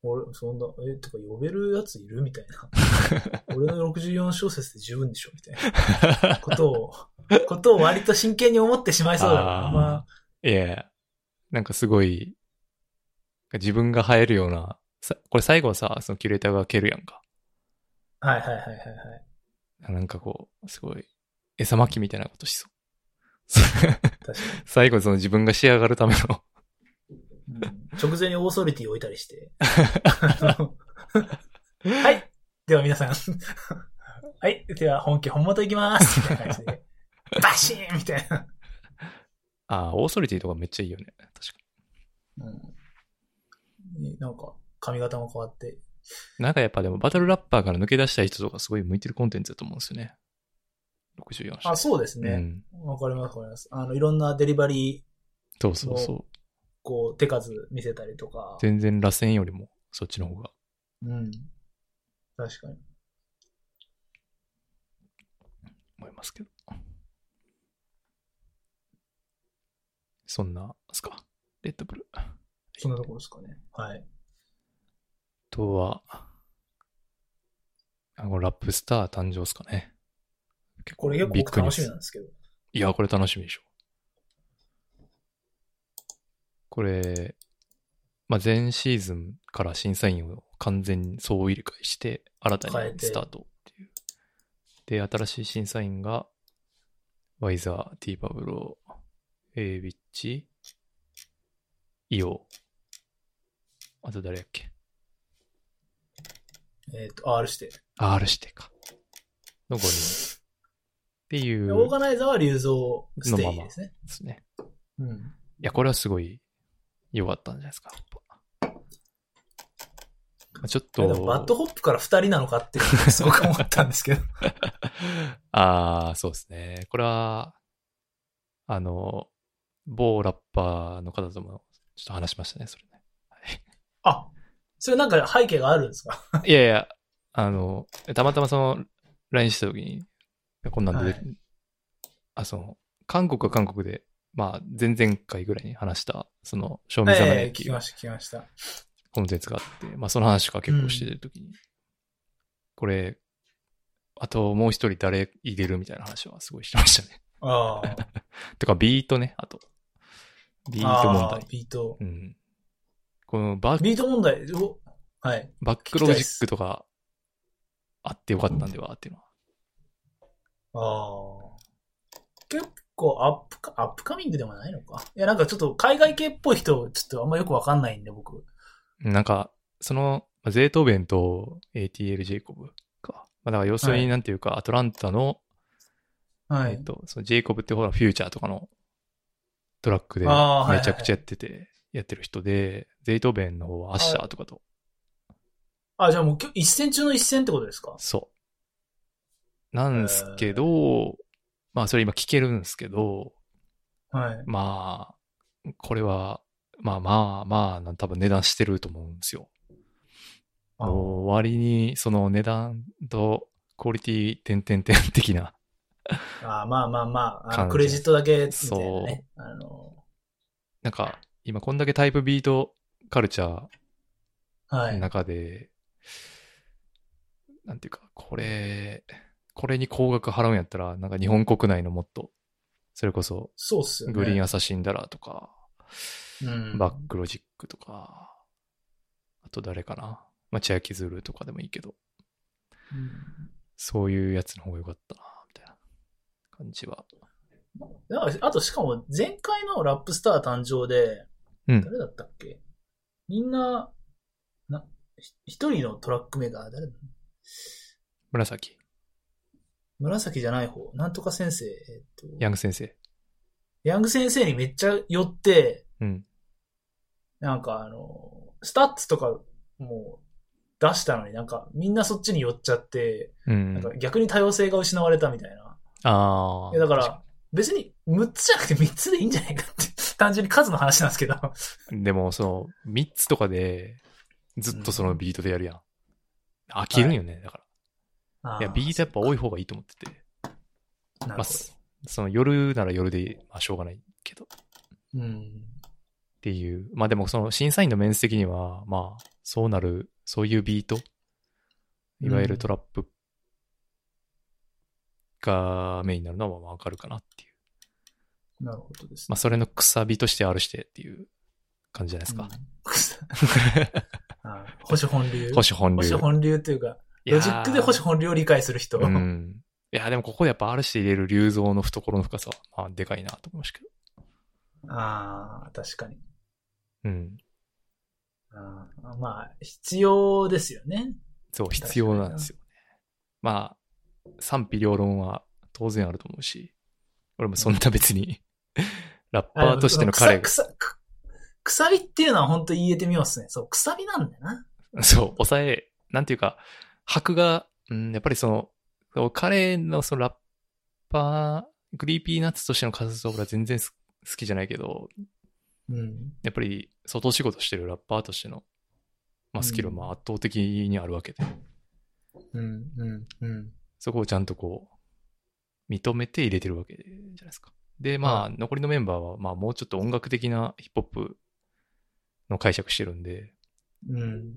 [SPEAKER 3] 俺、そんな、え、とか呼べるやついるみたい な。俺の64小節で十分でしょみたいなことを、ことを割と真剣に思ってしまいそうだな。
[SPEAKER 2] あー
[SPEAKER 3] ま
[SPEAKER 2] いやいやなんかすごい、自分が入るような、さこれ最後はさ、そのキュレーターが蹴るやんか。
[SPEAKER 3] あ、はいはいはいはいはい。
[SPEAKER 2] なんかこう、すごい、餌巻きみたいなことしそう。
[SPEAKER 3] 確か
[SPEAKER 2] 最後その自分が仕上がるための
[SPEAKER 3] に。うん直前にオーソリティ置いたり して。はい。では皆さん。はい。では本家本元行きます。みたいな感じで。バシーンみたいな。
[SPEAKER 2] ああ、オーソリティとかめっちゃいいよね。確か
[SPEAKER 3] うん。なんか、髪型も変わって、
[SPEAKER 2] なんかやっぱでもバトルラッパーから抜け出したい人とかすごい向いてるコンテンツだと思うんですよね。64社。
[SPEAKER 3] あ、そうです
[SPEAKER 2] う
[SPEAKER 3] ね。
[SPEAKER 2] ん。
[SPEAKER 3] わ、かります、わかります。あの、いろんなデリバリー、
[SPEAKER 2] そうそうそう。
[SPEAKER 3] こう、手数見せたりとか。
[SPEAKER 2] 全然螺旋よりもそっちの方が。
[SPEAKER 3] うん。確かに。
[SPEAKER 2] 思いますけど。そんな、すか。レッドブル。あ
[SPEAKER 3] そんなところですかね。はい。
[SPEAKER 2] とは、あのラップスター誕生ですかね。結
[SPEAKER 3] これ結構
[SPEAKER 2] ビッ
[SPEAKER 3] 僕
[SPEAKER 2] グニュ
[SPEAKER 3] 楽
[SPEAKER 2] ー
[SPEAKER 3] しみ
[SPEAKER 2] ス
[SPEAKER 3] なんですけど。
[SPEAKER 2] いや、これ楽しみでしょ。これ、まあ、前シーズンから審査員を完全に総入れ替えして、新た
[SPEAKER 3] 変え
[SPEAKER 2] に
[SPEAKER 3] て
[SPEAKER 2] スタートっていう。で、新しい審査員が、ワイザー、ティーパブロー、エイビッチ、イオ、あと誰やっけ
[SPEAKER 3] えっ、と、R して。
[SPEAKER 2] ?R してか。の5人。っていう
[SPEAKER 3] オーガナイザーは龍造ステイですね。
[SPEAKER 2] ですね。
[SPEAKER 3] うん。
[SPEAKER 2] いや、これはすごい良かったんじゃないですか。やっぱまあちょっ
[SPEAKER 3] でもバッド
[SPEAKER 2] と、
[SPEAKER 3] ホップから二人なのかっていうのがすごく思ったんです けど。
[SPEAKER 2] ああ、そうですね。これは、あの、某ラッパーの方ともちょっと話しましたね、それね。
[SPEAKER 3] あ、それなんか背景があるんですか
[SPEAKER 2] いやいや、あの、たまたまその、LINE した時に、こんなんで、
[SPEAKER 3] はい
[SPEAKER 2] あ、その、韓国は韓国で、まあ、前々回ぐらいに話した、その、賞味侍
[SPEAKER 3] ええ
[SPEAKER 2] って
[SPEAKER 3] 聞
[SPEAKER 2] い
[SPEAKER 3] き
[SPEAKER 2] う
[SPEAKER 3] ました、聞きました。
[SPEAKER 2] コンテンツがあって、まあ、その話とか結構してるときに、これ、あともう一人誰入れるみたいな話はすごいしてましたね。
[SPEAKER 3] ああ。
[SPEAKER 2] とか、ビートね、あと。ビート問
[SPEAKER 3] あ
[SPEAKER 2] 題
[SPEAKER 3] ー。ビート
[SPEAKER 2] う。ん。このバ
[SPEAKER 3] ビート問題、おはい。
[SPEAKER 2] バックロジックとかあってよかったんではっていうのは。
[SPEAKER 3] ああ。結構アップか、アップカミングでもないのか。いや、なんかちょっと海外系っぽい人、ちょっとあんまよくわかんないんで、僕。
[SPEAKER 2] なんか、その、まあゼートーベンと ATL ジェイコブか。まあ、だから要する
[SPEAKER 3] は
[SPEAKER 2] に
[SPEAKER 3] い
[SPEAKER 2] なんていうか、アトランタの、
[SPEAKER 3] は
[SPEAKER 2] え
[SPEAKER 3] い
[SPEAKER 2] っ。と、そのジェイコブってほら、フューチャーとかのトラックで
[SPEAKER 3] あーはい
[SPEAKER 2] めちゃくちゃやってて、やってる人で、ゼイトーベンの方はアッシャーとかと、
[SPEAKER 3] あ、じゃあもう今日一戦中の一戦ってことですか
[SPEAKER 2] そう。なんすけど、まあそれ今聞けるんですけど、
[SPEAKER 3] はい。
[SPEAKER 2] まあ、これは、まあまあまあな、多分値段してると思うんですよ。
[SPEAKER 3] あ
[SPEAKER 2] もう割にその値段とクオリティ点々点的な、
[SPEAKER 3] あーまあまあまあ、あ
[SPEAKER 2] 感
[SPEAKER 3] の
[SPEAKER 2] じ
[SPEAKER 3] クレジットだけ、みたいなね。あの、
[SPEAKER 2] なんか今こんだけタイプビートカルチャー、
[SPEAKER 3] はい。
[SPEAKER 2] 中で、なんていうか、これ、これに高額払うんやったら、なんか日本国内のもっと、それこそ、
[SPEAKER 3] そうっすよね。
[SPEAKER 2] グリーンアサシンダラーとか、
[SPEAKER 3] うん
[SPEAKER 2] バックロジックとか、あと誰かな、まあ、チアキズルとかでもいいけど、そういうやつの方が良かったな、みたいな感じは。
[SPEAKER 3] うんなんかあとしかも前回のラップスター誕生で、
[SPEAKER 2] うん。
[SPEAKER 3] 誰だったっけみんな、な、ひ一人のトラックメーカー、誰だ
[SPEAKER 2] 紫、
[SPEAKER 3] 紫じゃない方、なんとか先生、えっと、
[SPEAKER 2] ヤング先生。
[SPEAKER 3] ヤング先生にめっちゃ寄って、
[SPEAKER 2] うん。
[SPEAKER 3] なんかあの、スタッツとかもう出したのになんかみんなそっちに寄っちゃって、
[SPEAKER 2] う
[SPEAKER 3] なん
[SPEAKER 2] ん。
[SPEAKER 3] か逆に多様性が失われたみたいな。
[SPEAKER 2] あ
[SPEAKER 3] い
[SPEAKER 2] あ。
[SPEAKER 3] やだか
[SPEAKER 2] 確
[SPEAKER 3] ら別に6つじゃなくて3つでいいんじゃないかって、 単純に数の話なんですけど。
[SPEAKER 2] に。でも、その、3つとかで、ずっとそのビートでやるやん。飽きるんよね、だから。
[SPEAKER 3] あ
[SPEAKER 2] いや、ビートやっぱ多い方がいいと思ってて。
[SPEAKER 3] なるほ
[SPEAKER 2] まあ、その夜なら夜で、まあ、しょうがないけどっ
[SPEAKER 3] ど。うん。
[SPEAKER 2] ていう。まあでもその審査員の面積には、まあ、そうなる、そういうビート、いわゆるトラップがメインになるのはまあわかるかなっていう。
[SPEAKER 3] なるほどです
[SPEAKER 2] まあ、それの草ビとしてあるしてっていう感じじゃないですか。
[SPEAKER 3] うん。あ保守本流。
[SPEAKER 2] 保守本流。
[SPEAKER 3] 保守本流というか、ロジックで保守本流を理解する人。
[SPEAKER 2] 流。うん。いや、でもここでやっぱあるして入れる流蔵の懐の深さは、まあ、でかいなと思いましたけど。
[SPEAKER 3] ああ、確かに。
[SPEAKER 2] うん。
[SPEAKER 3] あーまあ、必要ですよね。
[SPEAKER 2] そう、必要なんですよね。まあ、賛否両論は当然あると思うし、俺もそんな別に、 ラッ
[SPEAKER 3] あ
[SPEAKER 2] パーとしての彼が、
[SPEAKER 3] 草草くくさびっていうのは本当言えてみますね。そう、くさびなんだよな。
[SPEAKER 2] そう、抑えなんていうか、箔が、うん、やっぱりその、彼のそのラッパー、グリーピーナッツとしての活動が全然す好きじゃないけど、
[SPEAKER 3] うん。
[SPEAKER 2] やっぱり外仕事してるラッパーとしての、まあ、スキルはまあ圧倒的にあるわけで、
[SPEAKER 3] うん。うん。うん。
[SPEAKER 2] そこをちゃんとこう、認めて入れてるわけじゃないですか。で、まあ、残りのメンバーは、まあ、もうちょっと音楽的なヒップホップの解釈してるんで、
[SPEAKER 3] うん。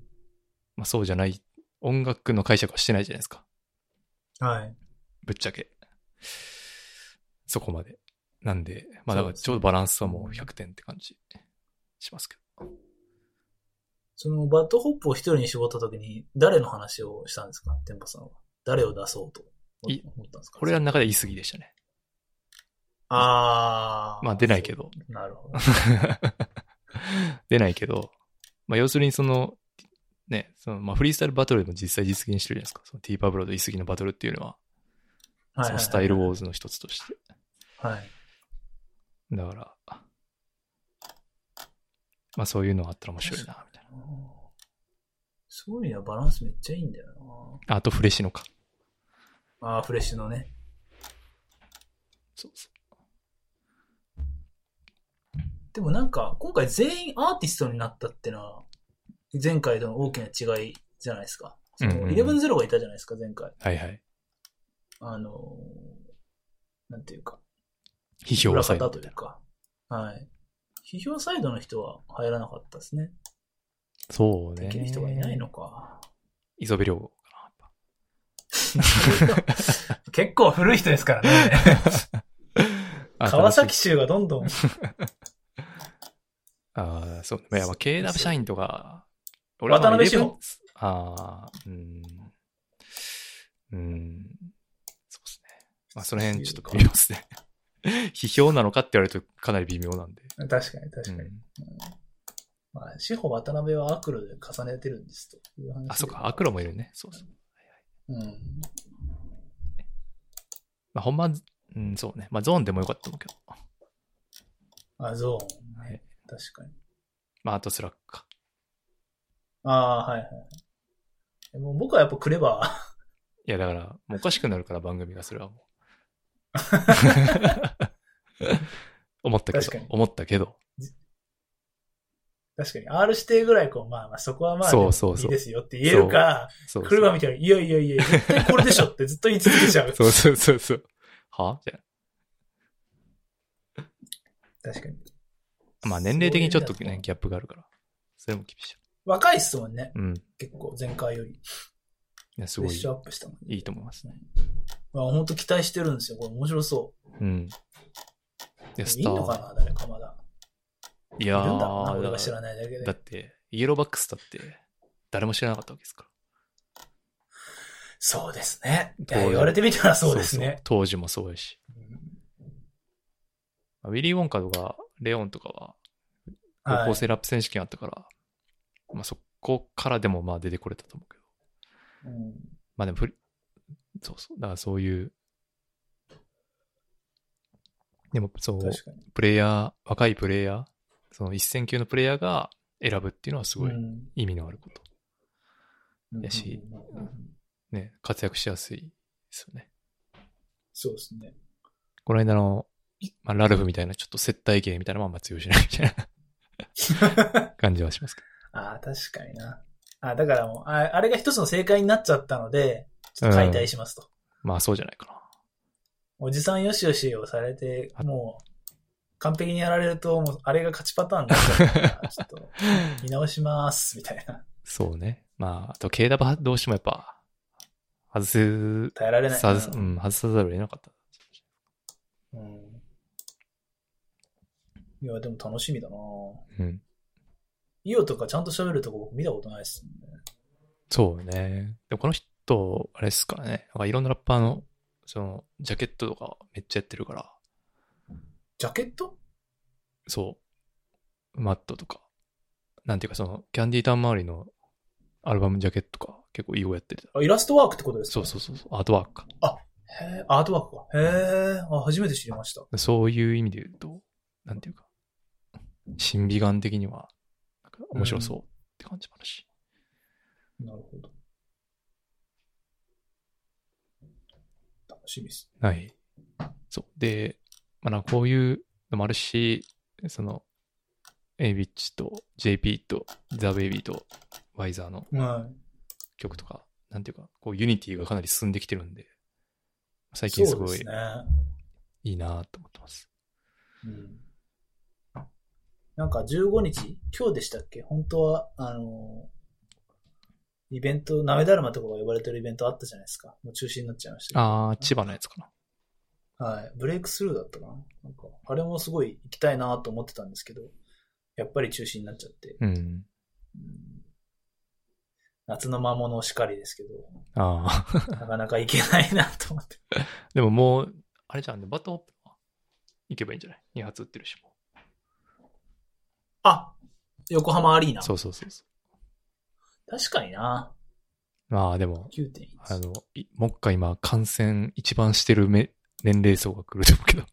[SPEAKER 2] まあ、そうじゃない、音楽の解釈はしてないじゃないですか。
[SPEAKER 3] はい。
[SPEAKER 2] ぶっちゃけ。そこまで。なんで、まあ、だからち
[SPEAKER 3] そ
[SPEAKER 2] ょ
[SPEAKER 3] うですね
[SPEAKER 2] うどバランスはもう100点って感じしますけど。
[SPEAKER 3] その、バッドホップを一人に絞った時に、誰の話をしたんですか天パさんは。誰を出そうと思
[SPEAKER 2] い
[SPEAKER 3] ったんですか
[SPEAKER 2] 俺らの中で言い過ぎでしたね。
[SPEAKER 3] あー。
[SPEAKER 2] まあ、出ないけど。
[SPEAKER 3] なるほ ど。
[SPEAKER 2] 出ないけど、まあ、要するにその、ね、そのまあフリースタイルバトルでも実際実現してるじゃないですか。その T パブロとイスギのバトルっていうのは、
[SPEAKER 3] はいはいは
[SPEAKER 2] その
[SPEAKER 3] い
[SPEAKER 2] スタイルウォーズの一つとして。
[SPEAKER 3] はい。
[SPEAKER 2] だから、まあそういうのがあったら面白いな、みたい
[SPEAKER 3] あーそういう意味ではバランスめっちゃいいんだよ
[SPEAKER 2] な。あとフレッシュのか。
[SPEAKER 3] な。あー、フレッシュのね。
[SPEAKER 2] そうそ
[SPEAKER 3] でもなんか、今回全員アーティストになったってのは、前回との大きな違いじゃないですか。そ
[SPEAKER 2] うんうん
[SPEAKER 3] の、
[SPEAKER 2] うん
[SPEAKER 3] 11-0がいたじゃないですか、前回。
[SPEAKER 2] う。はいはい。
[SPEAKER 3] あのー、なんていうか、
[SPEAKER 2] 批評
[SPEAKER 3] 裏
[SPEAKER 2] は最
[SPEAKER 3] 方
[SPEAKER 2] 後
[SPEAKER 3] というか。はい。批評サイドの人は入らなかったですね。
[SPEAKER 2] そうね。
[SPEAKER 3] できる人がい ないのか。
[SPEAKER 2] 磯部良 吾かなやっぱ。
[SPEAKER 3] 結構古い人です からね。
[SPEAKER 2] あ
[SPEAKER 3] 川崎
[SPEAKER 2] 新しい
[SPEAKER 3] 州がどんどん。
[SPEAKER 2] ああ、そうね。いや、まあ、KW 社員とか、
[SPEAKER 3] 渡辺志保
[SPEAKER 2] まあ11ああ、うん。うん。そうですね。まあ、その辺ちょっと微妙ですね。批評なのかって言われるとかなり微妙なんで。
[SPEAKER 3] 確かに、確
[SPEAKER 2] う
[SPEAKER 3] かに。
[SPEAKER 2] ん、
[SPEAKER 3] まあ、志保渡辺はアクロで重ねてるんですという話。
[SPEAKER 2] あ、そうか、アクロもいるね。そうそう。
[SPEAKER 3] うん。
[SPEAKER 2] まあ、ほんま、うん、そうね。まあ、ゾーンでもよかったと思うけど。
[SPEAKER 3] あ、ゾーン。
[SPEAKER 2] はい
[SPEAKER 3] 確かに。
[SPEAKER 2] まあ、あとスラックか。
[SPEAKER 3] ああー、はいはいはい。もう僕はやっぱクレバー。
[SPEAKER 2] いや、だから、もうおかしくなるから、番組が、それはもう。思ったけ
[SPEAKER 3] 確か
[SPEAKER 2] ど
[SPEAKER 3] に、
[SPEAKER 2] 思ったけど。
[SPEAKER 3] 確かに。R 指定ぐらいこう、まあまあそこはまあ、
[SPEAKER 2] そうそうそ
[SPEAKER 3] い
[SPEAKER 2] う
[SPEAKER 3] いですよって言えるか、
[SPEAKER 2] そうそう
[SPEAKER 3] クレバーみたいに、いやいやいや、絶対これでしょ ってずっと言い続けちゃう。
[SPEAKER 2] そうそうそうそう。はじゃ
[SPEAKER 3] 確かに。
[SPEAKER 2] あまあ年齢的にちょっと
[SPEAKER 3] そういう意
[SPEAKER 2] ね
[SPEAKER 3] 味、だ
[SPEAKER 2] ギャップがあるから。それも厳しい。
[SPEAKER 3] 若いっすもんね。
[SPEAKER 2] うん。い
[SPEAKER 3] 結構、前回より。
[SPEAKER 2] や、す
[SPEAKER 3] プレ
[SPEAKER 2] ご
[SPEAKER 3] ッ
[SPEAKER 2] い、
[SPEAKER 3] シャーアップしたもんね。
[SPEAKER 2] いいと思いますね。
[SPEAKER 3] まあ本当期待してるんですよ。これ面白そ
[SPEAKER 2] うん。いや、
[SPEAKER 3] う。
[SPEAKER 2] ス
[SPEAKER 3] いい
[SPEAKER 2] タ
[SPEAKER 3] のか
[SPEAKER 2] ー。
[SPEAKER 3] な誰かまだ。
[SPEAKER 2] い
[SPEAKER 3] い
[SPEAKER 2] や
[SPEAKER 3] るんだろうな。
[SPEAKER 2] ー
[SPEAKER 3] 俺が知らないだけで。
[SPEAKER 2] だって、イエローバックスだって、誰も知らなかったわけですから。
[SPEAKER 3] そうですね。い
[SPEAKER 2] どう
[SPEAKER 3] や
[SPEAKER 2] や
[SPEAKER 3] 言われてみたらそうです
[SPEAKER 2] そうそう
[SPEAKER 3] ね。
[SPEAKER 2] 当時もそうやし。
[SPEAKER 3] うん
[SPEAKER 2] まあウィリー・ウォンカとか、レオンとかは、
[SPEAKER 3] は
[SPEAKER 2] 高
[SPEAKER 3] い
[SPEAKER 2] 校生ラップ選手権あったから、まあそこからでもまあ出てこれたと思うけど。
[SPEAKER 3] うん
[SPEAKER 2] まあでもフリ、そうそう。だからそういう、でもそう、
[SPEAKER 3] 確かに。
[SPEAKER 2] プレイヤー、若いプレイヤー、その一戦級のプレイヤーが選ぶっていうのはすごい
[SPEAKER 3] うん
[SPEAKER 2] 意味のあること。やし
[SPEAKER 3] うんうんうんうん
[SPEAKER 2] ね、活躍しやすいですよね。
[SPEAKER 3] そうですね。
[SPEAKER 2] この間の、まあ、ラルフみたいなちょっと接待芸みたいなのはあんま通用しないみたい な感じはしますけ
[SPEAKER 3] ああ、確かにな。あーだからもうあ、あれが一つの正解になっちゃったので、ちょっと解体しますと。
[SPEAKER 2] ど。まあそうじゃないかな。
[SPEAKER 3] おじさんよしよしをされて、もう、完璧にやられると、もう、あれが勝ちパターンになっちゃう から、ちょっと、見直します、みたいな。
[SPEAKER 2] そうね。まあ、あと KW はどうしてもやっぱ、外す、
[SPEAKER 3] 耐えられない。
[SPEAKER 2] さずうん、外さざるを得なかった。
[SPEAKER 3] うんいや、でも楽しみだな
[SPEAKER 2] うん。
[SPEAKER 3] イオとかちゃんと喋るとこ僕見たことないですもんね。
[SPEAKER 2] そうね。でもこの人、あれですからね。なんかいろんなラッパーの、その、ジャケットとかめっちゃやってるから、
[SPEAKER 3] ジャケット
[SPEAKER 2] そう。マットとか。なんていうか、その、キャンディータウン周りのアルバムジャケットとか、結構いい子やってる。
[SPEAKER 3] あイラストワークってことですか
[SPEAKER 2] そうそうそうそう、アートワークか。
[SPEAKER 3] へえ、アートワークか。へえ、あ、初めて知りました。
[SPEAKER 2] そういう意味で言うと、なんていうか、審美眼的には、なんか面白そうって感じもあるし。
[SPEAKER 3] なるほど。楽しみです。
[SPEAKER 2] ない。そう。で、まあ、なんかこういうのもあるし、その、エイビッチと JP とザ・ベイビーとワイザーの
[SPEAKER 3] はい。
[SPEAKER 2] 曲とか、なんていうか、こう、ユニティがかなり進んできてるんで、最近す
[SPEAKER 3] そう
[SPEAKER 2] ご
[SPEAKER 3] で
[SPEAKER 2] い
[SPEAKER 3] ね。
[SPEAKER 2] いいなと思ってます。
[SPEAKER 3] うん。なんか15日、今日でしたっけ本当は、あのーイベント、鍋だるまとかが呼ばれてるイベントあったじゃないですか。もう中止になっちゃいましたけど。
[SPEAKER 2] あー、千葉のやつかな。
[SPEAKER 3] はい。ブレイクスルーだったかななんか、あれもすごい行きたいなと思ってたんですけど、やっぱり中止になっちゃって。
[SPEAKER 2] うん。
[SPEAKER 3] うん夏の魔物しかりですけど、
[SPEAKER 2] ああ。
[SPEAKER 3] なかなか行けないなと思って。
[SPEAKER 2] でももう、あれじゃんね、バトンオップは行けばいいんじゃない ?2 発打ってるしも
[SPEAKER 3] あ横浜アリーナ
[SPEAKER 2] う。。そうそうそうそ
[SPEAKER 3] 確かにな
[SPEAKER 2] う。まあでも、
[SPEAKER 3] 9.1。
[SPEAKER 2] あの、いもっか今、感染一番してるめ年齢層が来ると思う けど、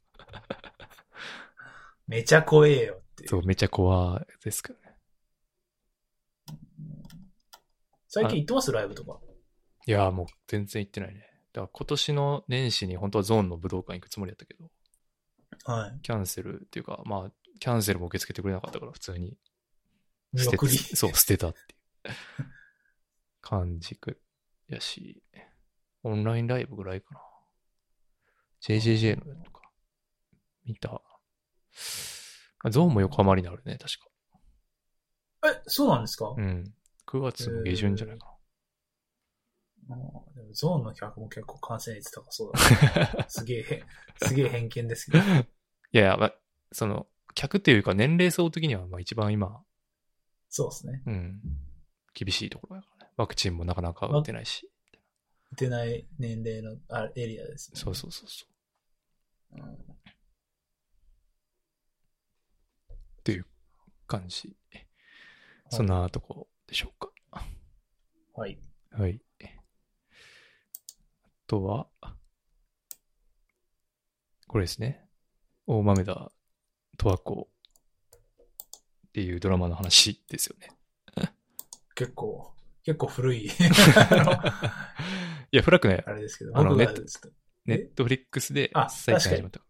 [SPEAKER 3] めちゃ怖えよっていう。
[SPEAKER 2] そう、めちゃ怖いですからね。
[SPEAKER 3] 最近行ってますライブとか。
[SPEAKER 2] いやーもう全然行ってないね。だから今年の年始に本当はゾーンの武道館行くつもりだったけど、
[SPEAKER 3] はい。
[SPEAKER 2] キャンセルっていうか、まあ、キャンセルも受け付けてくれなかったから、普通に
[SPEAKER 3] 見
[SPEAKER 2] 捨て
[SPEAKER 3] 送り。
[SPEAKER 2] そう、捨てたっていう感じくやし、オンラインライブぐらいかな。JJJ のやつとか、見た。あゾーンも横浜になるね、確か。
[SPEAKER 3] え、そうなんですか、あ
[SPEAKER 2] うん。9月の下旬じゃないか
[SPEAKER 3] ーでもゾーンの客も結構感染率高そうだ な。すげえ、すげえ偏見ですけど。
[SPEAKER 2] な。いやいや、まあ、その、客っていうか年齢層的にはまあ一番今、
[SPEAKER 3] そうですね。
[SPEAKER 2] うん、厳しいところだからね。ワクチンもなかなか打ってないし。
[SPEAKER 3] 打てない年齢のあエリアです、ね。
[SPEAKER 2] そうそうそうそう。
[SPEAKER 3] うん
[SPEAKER 2] っていう感じ。そんなとこでしょうか。
[SPEAKER 3] はい。
[SPEAKER 2] はい。あとは、これですね。大豆田十和子っていうドラマの話ですよね。
[SPEAKER 3] 結構、結構古 い、あ
[SPEAKER 2] いや、古くない
[SPEAKER 3] の。あれですけど、
[SPEAKER 2] あの
[SPEAKER 3] 僕が
[SPEAKER 2] ネット
[SPEAKER 3] ちょっと
[SPEAKER 2] ネットフリックスで
[SPEAKER 3] あ
[SPEAKER 2] 最近始まったか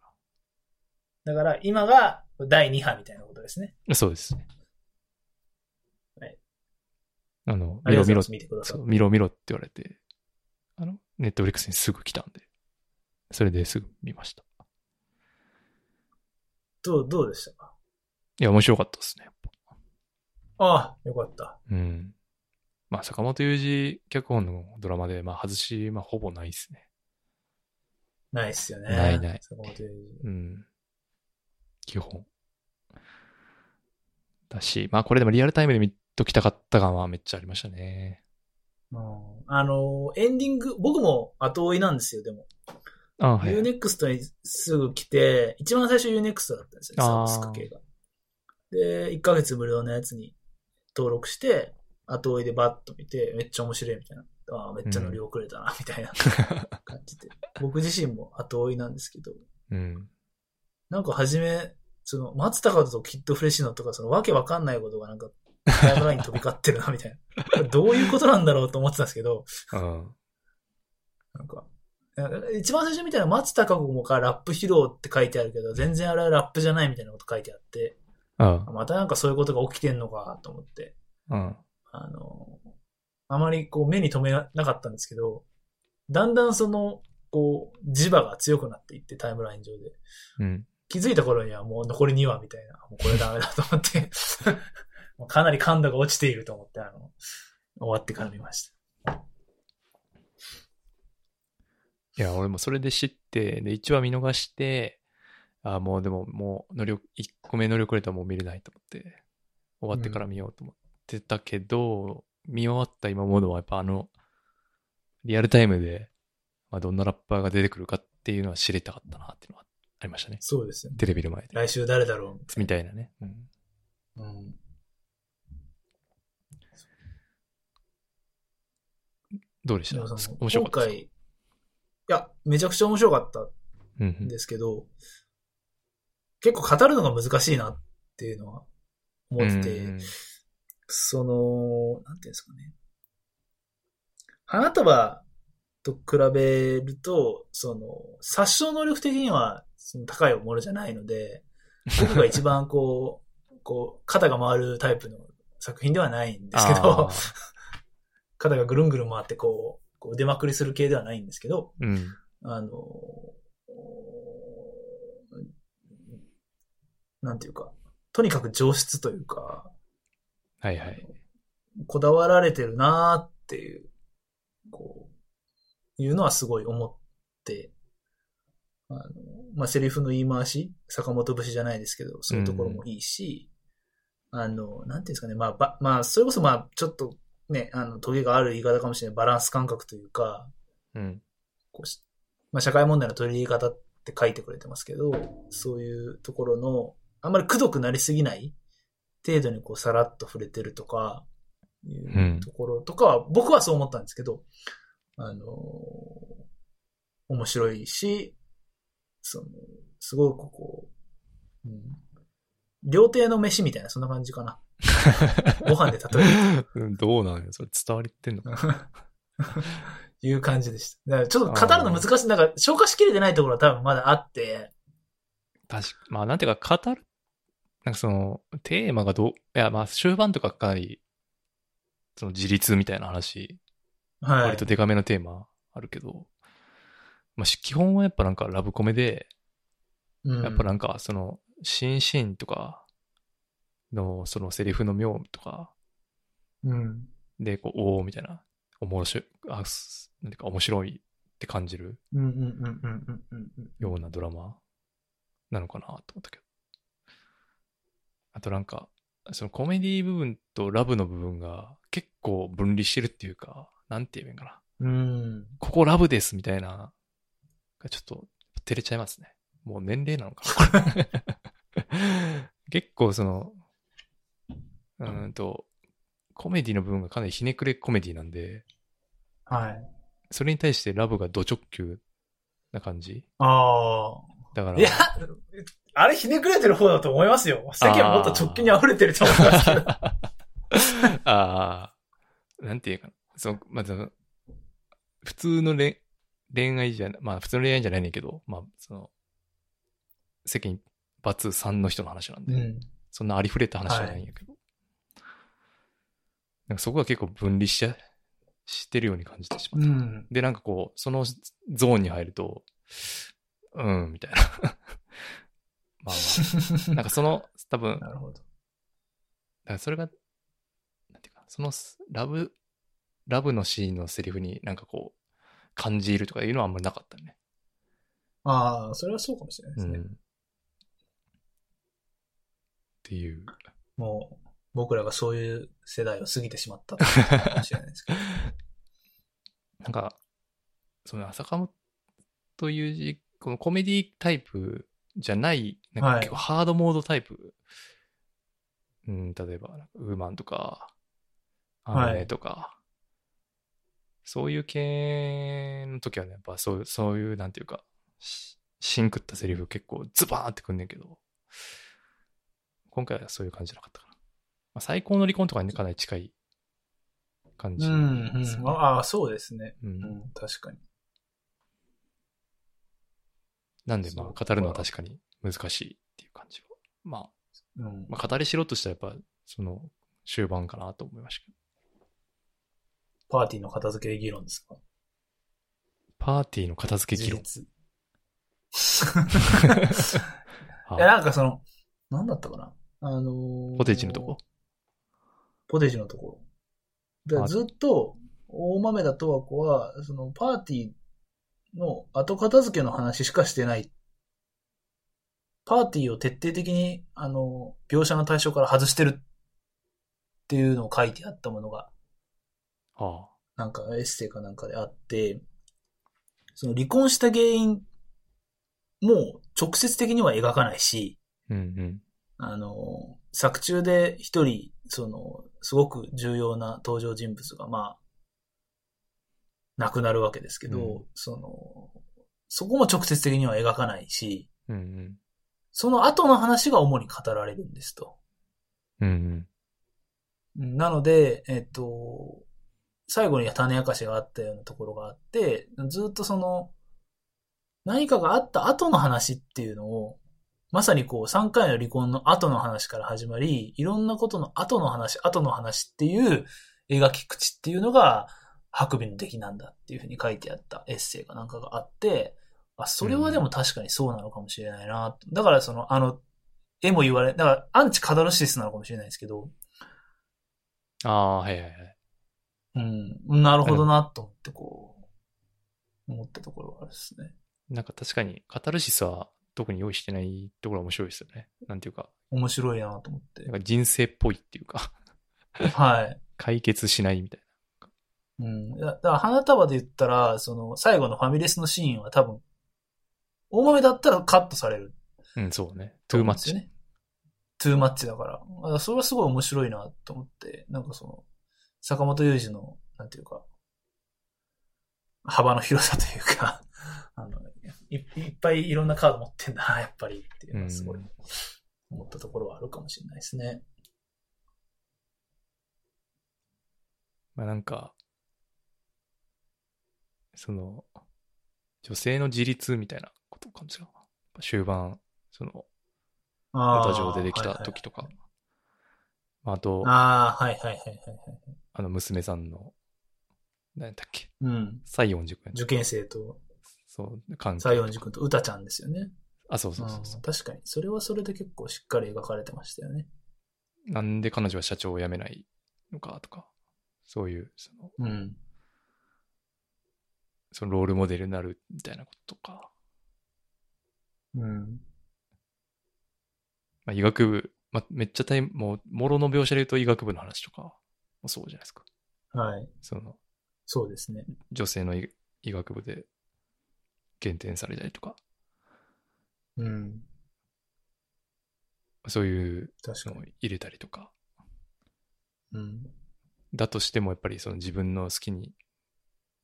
[SPEAKER 3] だから今が第2波みたいなことですね。
[SPEAKER 2] ら。そうですね。
[SPEAKER 3] はい。
[SPEAKER 2] あの、
[SPEAKER 3] あ
[SPEAKER 2] 見
[SPEAKER 3] りがとう
[SPEAKER 2] ろ
[SPEAKER 3] ござ
[SPEAKER 2] 見
[SPEAKER 3] い
[SPEAKER 2] ろ
[SPEAKER 3] ま、す。見てくださ
[SPEAKER 2] そ、。
[SPEAKER 3] いう
[SPEAKER 2] 見ろ見ろって言われて、あの、ネットフリックスにすぐ来たんで、それですぐ見ました。
[SPEAKER 3] どう、どうでしたか
[SPEAKER 2] いや、面白かったですね、やっぱ。
[SPEAKER 3] ああ、よかった。
[SPEAKER 2] うん。まあ、坂本雄二脚本のドラマで、まあ、外し、まあ、ほぼないですね。
[SPEAKER 3] ないっすよね。
[SPEAKER 2] ないない
[SPEAKER 3] 坂本龍一
[SPEAKER 2] うん。基本。だし、まあ、これでもリアルタイムで見ときたかった感はめっちゃありましたね。
[SPEAKER 3] うんあの、エンディング、僕も後追いなんですよ、でも。
[SPEAKER 2] ああはい。
[SPEAKER 3] UNEXT にすぐ来て、一番最初 UNEXT だったんですよ、サ
[SPEAKER 2] あー
[SPEAKER 3] ブスク系が。で、1ヶ月無料のやつに登録して、後追いでバッと見て、めっちゃ面白いみたいな。あーめっちゃ乗り遅れたな、み たいな感じで。僕自身も後追いなんですけど、
[SPEAKER 2] うん。
[SPEAKER 3] なんか初め、その、松たかとキッドフレッシュのとか、その、わけわかんないことがなんか、ガイドライン飛び交ってるな、み たいな。これどういうことなんだろうと思ってたんですけど、
[SPEAKER 2] うん。
[SPEAKER 3] なんか、一番最初みたいな松たか子もかラップ披露って書いてあるけど、全然あれはラップじゃないみたいなこと書いてあって、
[SPEAKER 2] あ
[SPEAKER 3] またなんかそういうことが起きてんのかと思って、
[SPEAKER 2] あ。うん。
[SPEAKER 3] あの、あまりこう目に留めなかったんですけど、だんだんその、こう、磁場が強くなっていってタイムライン上で、
[SPEAKER 2] うん。
[SPEAKER 3] 気づいた頃にはもう残り2話みたいな、もうこれダメだと思 って、もうかなり感度が落ちていると思って、あの、終わってから見ました。
[SPEAKER 2] いや、俺もそれで知って、で、1話見逃して、ああ、もうでも、もう乗り遅、1個目乗り遅れたらもう見れないと思って、終わってから見ようと思ってたけど、見終わった今ものは、やっぱあの、リアルタイムで、まあ、どんなラッパーが出てくるかっていうのは知りたかったなっていうのはありましたね。
[SPEAKER 3] そうですよね。
[SPEAKER 2] テレビの前で。
[SPEAKER 3] 来週誰だろ
[SPEAKER 2] みたいなね。うん。
[SPEAKER 3] ううん。
[SPEAKER 2] どうでした
[SPEAKER 3] でもその
[SPEAKER 2] 面白かった
[SPEAKER 3] 今
[SPEAKER 2] です
[SPEAKER 3] 回、いや、めちゃくちゃ面白かった
[SPEAKER 2] うんうんん
[SPEAKER 3] ですけど、結構語るのが難しいなっていうのは思ってて、
[SPEAKER 2] うんうん
[SPEAKER 3] その、なんていうんですかね。花束と比べると、その、殺傷能力的には、その高いものじゃないの で、僕が一番こう、こう、肩が回るタイプの作品ではないんですけど
[SPEAKER 2] あ、ー
[SPEAKER 3] 肩がぐるんぐるん回ってこう、こう出まくりする系ではないんですけど、
[SPEAKER 2] うん。
[SPEAKER 3] あの、なんていうか、とにかく上質というか、
[SPEAKER 2] はいはい。
[SPEAKER 3] こだわられてるなーっていう、こう、いうのはすごい思って、あの、まあ、セリフの言い回し、坂本節じゃないですけど、そういうところもいいし、あの、なんていうんですかね、まあ、ば、まあ、それこそまあ、ちょっとね、あの、トゲがある言い方かもしれない、バランス感覚というか、
[SPEAKER 2] うん。
[SPEAKER 3] こうしまあ、社会問題の取り入れ方って書いてくれてますけど、そういうところの、あんまりくどくなりすぎない程度にこうさらっと触れてるとか、いうんうところとかは、僕はそう思ったんですけど、あのー面白いし、その、すごくこう、うん、料亭の飯みたいな、そんな感じかな。ご飯で例える
[SPEAKER 2] うんどうなのよ、それ伝わりってんのかな。
[SPEAKER 3] いう感じでした。だからちょっと語るの難しい。なんか消化しきれてないところは多分まだあって、
[SPEAKER 2] 確か、まあなんていうか語る、なんかその、テーマがどう、いやまあ終盤とかかなり、その自立みたいな話、
[SPEAKER 3] はい
[SPEAKER 2] 割と。デカめのテーマあるけど、まあし基本はやっぱなんかラブコメで、
[SPEAKER 3] や
[SPEAKER 2] やっぱなんかその、シーンシーンとかのそのセリフの妙とか、
[SPEAKER 3] うん。
[SPEAKER 2] で、こう、おおみたいな、おもろし、あ、すなんていうか面白いって感じる
[SPEAKER 3] うんうんうんうんうんうんうん。
[SPEAKER 2] ようなドラマなのかなと思ったけど。あとなんか、そのコメディ部分とラブの部分が結構分離してるっていうか、なんて言えばいいんかな。
[SPEAKER 3] うん。
[SPEAKER 2] ここラブですみたいな、ちょっと照れちゃいますね。もう年齢なのかなこれ。結構その、うーんと、コメディの部分がかなりひねくれコメディなんで、
[SPEAKER 3] はい。
[SPEAKER 2] それに対してラブがド直球な感じ。
[SPEAKER 3] あ
[SPEAKER 2] だから
[SPEAKER 3] あ。い、や、あれひねくれてる方だと思いますよ。世間はもっと直球に溢れてると思いますけど。
[SPEAKER 2] あ あー、なんていうかな。その、まあ、その普通の恋恋愛じゃな、まあ、普通の恋愛じゃないねんけど、まあ、その、世間バツ3の人の話なん
[SPEAKER 3] う
[SPEAKER 2] で、
[SPEAKER 3] ん。
[SPEAKER 2] そんなありふれた話じゃないんやけど。なんかそこが結構分離しちゃ、してるように感じてしまった。
[SPEAKER 3] ん。
[SPEAKER 2] で、なんかこう、そのゾーンに入ると、うん、みたいな。 まあまあ、なんかその、多分、
[SPEAKER 3] なるほど。
[SPEAKER 2] だからそれが、なんていうか、そのスラブ、ラブのシーンのセリフになんかこう、感じるとかいうのはあんまりなかったね。
[SPEAKER 3] ああ、それはそうかもしれないですね。
[SPEAKER 2] っていう。
[SPEAKER 3] もう、僕らがそういう世代を過ぎてしまったというのかもしれないですけど。
[SPEAKER 2] なんか、その浅川という字、このコメディタイプじゃない、なん
[SPEAKER 3] は
[SPEAKER 2] か
[SPEAKER 3] い
[SPEAKER 2] 結構ハードモードタイプ。うん、例えば、ウーマンとか、
[SPEAKER 3] はい
[SPEAKER 2] アンネとか、そういう系の時はね、やっぱそうそういう、なんていうか、しシンクったセリフ結構ズバーンってくんねんけど、今回はそういう感じじゃなかったかな。まあ、最高の離婚とかにねかなり近い感じ
[SPEAKER 3] う
[SPEAKER 2] なん
[SPEAKER 3] ん、う
[SPEAKER 2] ですよ
[SPEAKER 3] ん。
[SPEAKER 2] ね、
[SPEAKER 3] ああ、そうですね。
[SPEAKER 2] うん
[SPEAKER 3] うん、確かに。
[SPEAKER 2] なんで、
[SPEAKER 3] そ
[SPEAKER 2] ま
[SPEAKER 3] う
[SPEAKER 2] あ、語るのは確かに難しいっていう感じは。まあ、
[SPEAKER 3] うん。
[SPEAKER 2] まあ、語りしろとしたらやっぱ、その、終盤かなと思いましたけど。
[SPEAKER 3] パーティーの片付け議論ですか
[SPEAKER 2] パーティーの片付け議論。
[SPEAKER 3] 自 立いや、
[SPEAKER 2] は
[SPEAKER 3] なんかその、なんだったかなあのー
[SPEAKER 2] いポテチのとこ。
[SPEAKER 3] ポテチのところ。だからずっと、大豆だとわ子は、そのパーティーの後片付けの話しかしてない。パーティーを徹底的に、あの、描写の対象から外してるっていうのを書いてあったものが、
[SPEAKER 2] は
[SPEAKER 3] なんかエッセイかなんかであって、その離婚した原因も直接的には描かないし、
[SPEAKER 2] あ。うん
[SPEAKER 3] あの、作中で一人、その、すごく重要な登場人物が、まあ、亡くなるわけですけど、
[SPEAKER 2] うん
[SPEAKER 3] その、そこも直接的には描かないし、
[SPEAKER 2] うん。うん
[SPEAKER 3] その後の話が主に語られるんですと。
[SPEAKER 2] うん。うん
[SPEAKER 3] うんなので、えっと、最後には種明かしがあったようなところがあって、ずっとその、何かがあった後の話っていうのを、まさにこう3回の離婚の後の話から始まり、いろんなことの後の話、後の話っていう描き口っていうのが、白尾の敵なんだっていうふうに書いてあったエッセイかなんかがあって、あ、それはでも確かにそうなのかもしれないな。だからその、あの、絵も言われ、だからアンチカタルシスなのかもしれないですけど、
[SPEAKER 2] ああ、はいはいはい。
[SPEAKER 3] うん、なるほどなと思ってこう、思ったところはあるですね。
[SPEAKER 2] なんか確かに、カタルシスは特に用意してないところは面白いですよね。なんていうか、
[SPEAKER 3] 面白いなと思
[SPEAKER 2] なん
[SPEAKER 3] っ
[SPEAKER 2] か人生っぽいっていうか、
[SPEAKER 3] て。はい。
[SPEAKER 2] 解決しないみたい
[SPEAKER 3] うん。だだから花束で言ったら、その、最後のファミレスのシーンは多分、大豆だったらカットされる
[SPEAKER 2] な。うん、そうね。
[SPEAKER 3] と
[SPEAKER 2] トゥー
[SPEAKER 3] 思
[SPEAKER 2] マ
[SPEAKER 3] うんで
[SPEAKER 2] ッ
[SPEAKER 3] す
[SPEAKER 2] チ。
[SPEAKER 3] よね。トゥーマッチだから。だからそれはすごい面白いなと思って、なんかその、坂本雄二の、なんていうか、幅の広さというか、 あの、いいっぱいいろんなカード持ってんだな、やっぱりっていうのはすごい
[SPEAKER 2] うん
[SPEAKER 3] 思ったところはあるかもしれないですね。
[SPEAKER 2] まあなんか、その、女性の自立みたいなことを感じたかな。やっぱ終盤、その、
[SPEAKER 3] あ
[SPEAKER 2] ネ
[SPEAKER 3] ー
[SPEAKER 2] タ上でできた時とか。まああと、
[SPEAKER 3] ああ、はいはいはいはいはい。
[SPEAKER 2] あの娘さんの、何やったっけ、
[SPEAKER 3] うん。
[SPEAKER 2] 西園寺君やった
[SPEAKER 3] 受験生と、
[SPEAKER 2] そう、関係
[SPEAKER 3] 西園寺君と歌ちゃんですよね。
[SPEAKER 2] あ、そうそうそうそう
[SPEAKER 3] うん確かに。それはそれで結構しっかり描かれてましたよね。
[SPEAKER 2] なんで彼女は社長を辞めないのかとか、そういう、その、
[SPEAKER 3] うん。
[SPEAKER 2] そのロールモデルになるみたいなこととか、
[SPEAKER 3] うん。
[SPEAKER 2] まあ、医学部、まあ、めっちゃ大変、もう、もろの描写で言うと医学部の話とかもそうじゃないですか。
[SPEAKER 3] はい。
[SPEAKER 2] その、
[SPEAKER 3] そうですね。
[SPEAKER 2] 女性の医医学部で減点されたりとか、
[SPEAKER 3] うん。
[SPEAKER 2] そういう
[SPEAKER 3] 確か
[SPEAKER 2] のを
[SPEAKER 3] に。
[SPEAKER 2] 入れたりとか、
[SPEAKER 3] うん。
[SPEAKER 2] だとしてもやっぱりその自分の好き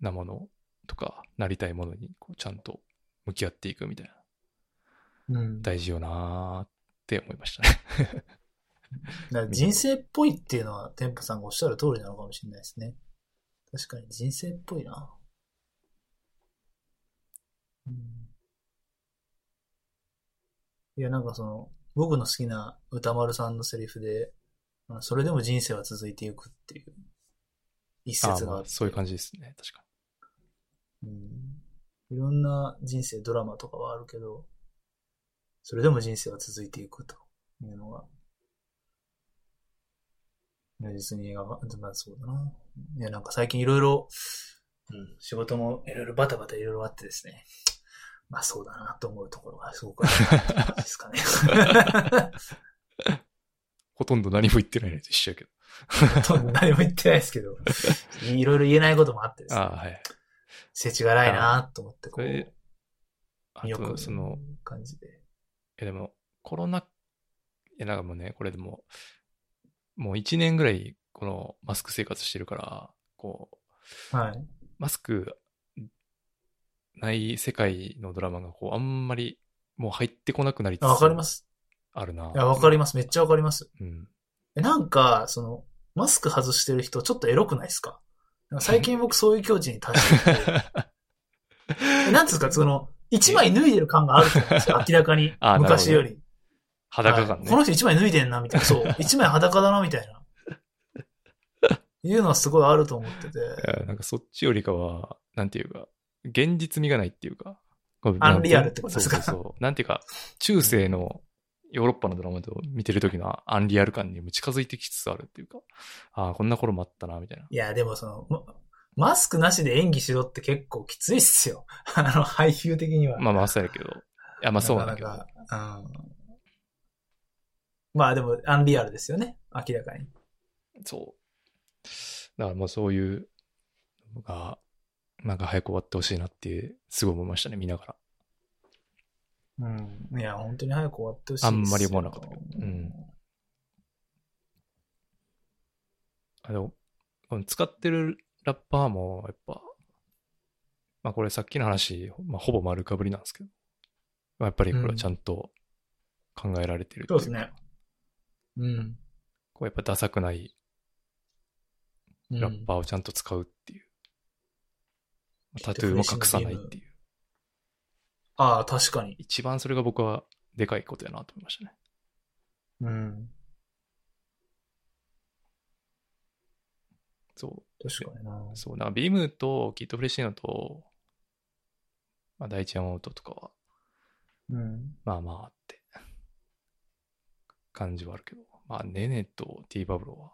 [SPEAKER 2] なものとか、なりたいものにこうちゃんと向き合っていくみたいな、
[SPEAKER 3] うん、だか
[SPEAKER 2] 大事よなーって思いましたね。
[SPEAKER 3] ら人生っぽいっていうのは、天保さんがおっしゃる通りなのかもしれないですね。確かに人生っぽいな。うん、いや、なんかその、僕の好きな歌丸さんのセリフで、まあそれでも人生は続いていくっていう一
[SPEAKER 2] あ
[SPEAKER 3] 節
[SPEAKER 2] ー
[SPEAKER 3] が
[SPEAKER 2] ま
[SPEAKER 3] あ
[SPEAKER 2] あ
[SPEAKER 3] って
[SPEAKER 2] そういう感じですね、確か
[SPEAKER 3] うんいろんな人生、ドラマとかはあるけど、それでも人生は続いていくというのが、如実に映画が、まあそうだな。いや、なんか最近いろいろ、うん、仕事もいろいろバタバタいろいろあってですね、まあそうだなと思うところがすごくあるなって感じですかね。
[SPEAKER 2] ほとんど何も言ってないのと一緒やけど。
[SPEAKER 3] ほとんど何も言ってないですけど、いろいろ言えないこともあってです
[SPEAKER 2] あ
[SPEAKER 3] ね、
[SPEAKER 2] あ、はい。
[SPEAKER 3] せちがらいなと思って、
[SPEAKER 2] そ
[SPEAKER 3] こ
[SPEAKER 2] れ
[SPEAKER 3] う、、
[SPEAKER 2] あ
[SPEAKER 3] よく
[SPEAKER 2] と、その、
[SPEAKER 3] 感じで。
[SPEAKER 2] え、でも、コロナ、え、なんかもうね、これでも、もう1年ぐらい、このマスク生活してるから、こう、
[SPEAKER 3] はい。
[SPEAKER 2] マスクない世界のドラマが、こう、あんまり、もう入ってこなくなりつつ
[SPEAKER 3] あ、わかります。
[SPEAKER 2] あるな。
[SPEAKER 3] いや、わかります。めっちゃわかります。
[SPEAKER 2] うん。
[SPEAKER 3] えなんか、その、マスク外してる人、ちょっとエロくないですかなんか最近僕そういう境地に達してて えなんつうんですか、その、一枚脱いでる感があると思うんです
[SPEAKER 2] 。
[SPEAKER 3] よ、明らかに
[SPEAKER 2] あなるほど
[SPEAKER 3] 昔より。
[SPEAKER 2] 裸感
[SPEAKER 3] はい
[SPEAKER 2] ね。
[SPEAKER 3] この人一枚脱いでんな、みたいな。 そう。一枚裸だな、みたいな。いうのはすごいあると思ってて。
[SPEAKER 2] いやなんかそっちよりかは、なんていうか、現実味がないっていうか、こう
[SPEAKER 3] アンリアルってことですか
[SPEAKER 2] そうそうそう。なんていうか、中世のヨーロッパのドラマと見てる時のアンリアル感にも近づいてきつつあるっていうか、ああ、こんな頃もあったな、みたいな。
[SPEAKER 3] いや、でもその、まマスクなしで演技しろって結構きついっすよ。あの、俳優的には。
[SPEAKER 2] まあまあ、そうやけど。いや、まあそうなんだけど。
[SPEAKER 3] なかなかうんまあでも、アンリアルですよね。明らかに。
[SPEAKER 2] そう。だからもうそういうのが、なんか早く終わってほしいなって、すごい思いましたね、見ながら。
[SPEAKER 3] うん。いや、本当に早く終わってほしい
[SPEAKER 2] あんまり思わなかったけど
[SPEAKER 3] う
[SPEAKER 2] うんあの、この使ってるラッパーも、やっぱ、まあこれさっきの話、まあ、ほぼ丸かぶりなんですけど、まあ、やっぱりこれはちゃんと考えられてるってい
[SPEAKER 3] そうですね
[SPEAKER 2] か
[SPEAKER 3] うん。
[SPEAKER 2] こうやっぱダサくない
[SPEAKER 3] うん
[SPEAKER 2] ラッパーをちゃんと使うっていう。タトゥーも隠さないっていう。
[SPEAKER 3] ああ、確かに。
[SPEAKER 2] 一番それが僕はでかいことやなと思いましたね。
[SPEAKER 3] うん。
[SPEAKER 2] そう。
[SPEAKER 3] 確かにな。
[SPEAKER 2] そう、なんかビームとキットフレッシーノと、まあ、第一山本とかは、
[SPEAKER 3] うん。。
[SPEAKER 2] まあまあって感じはあるけど、まあ、ネネとティーバブロは、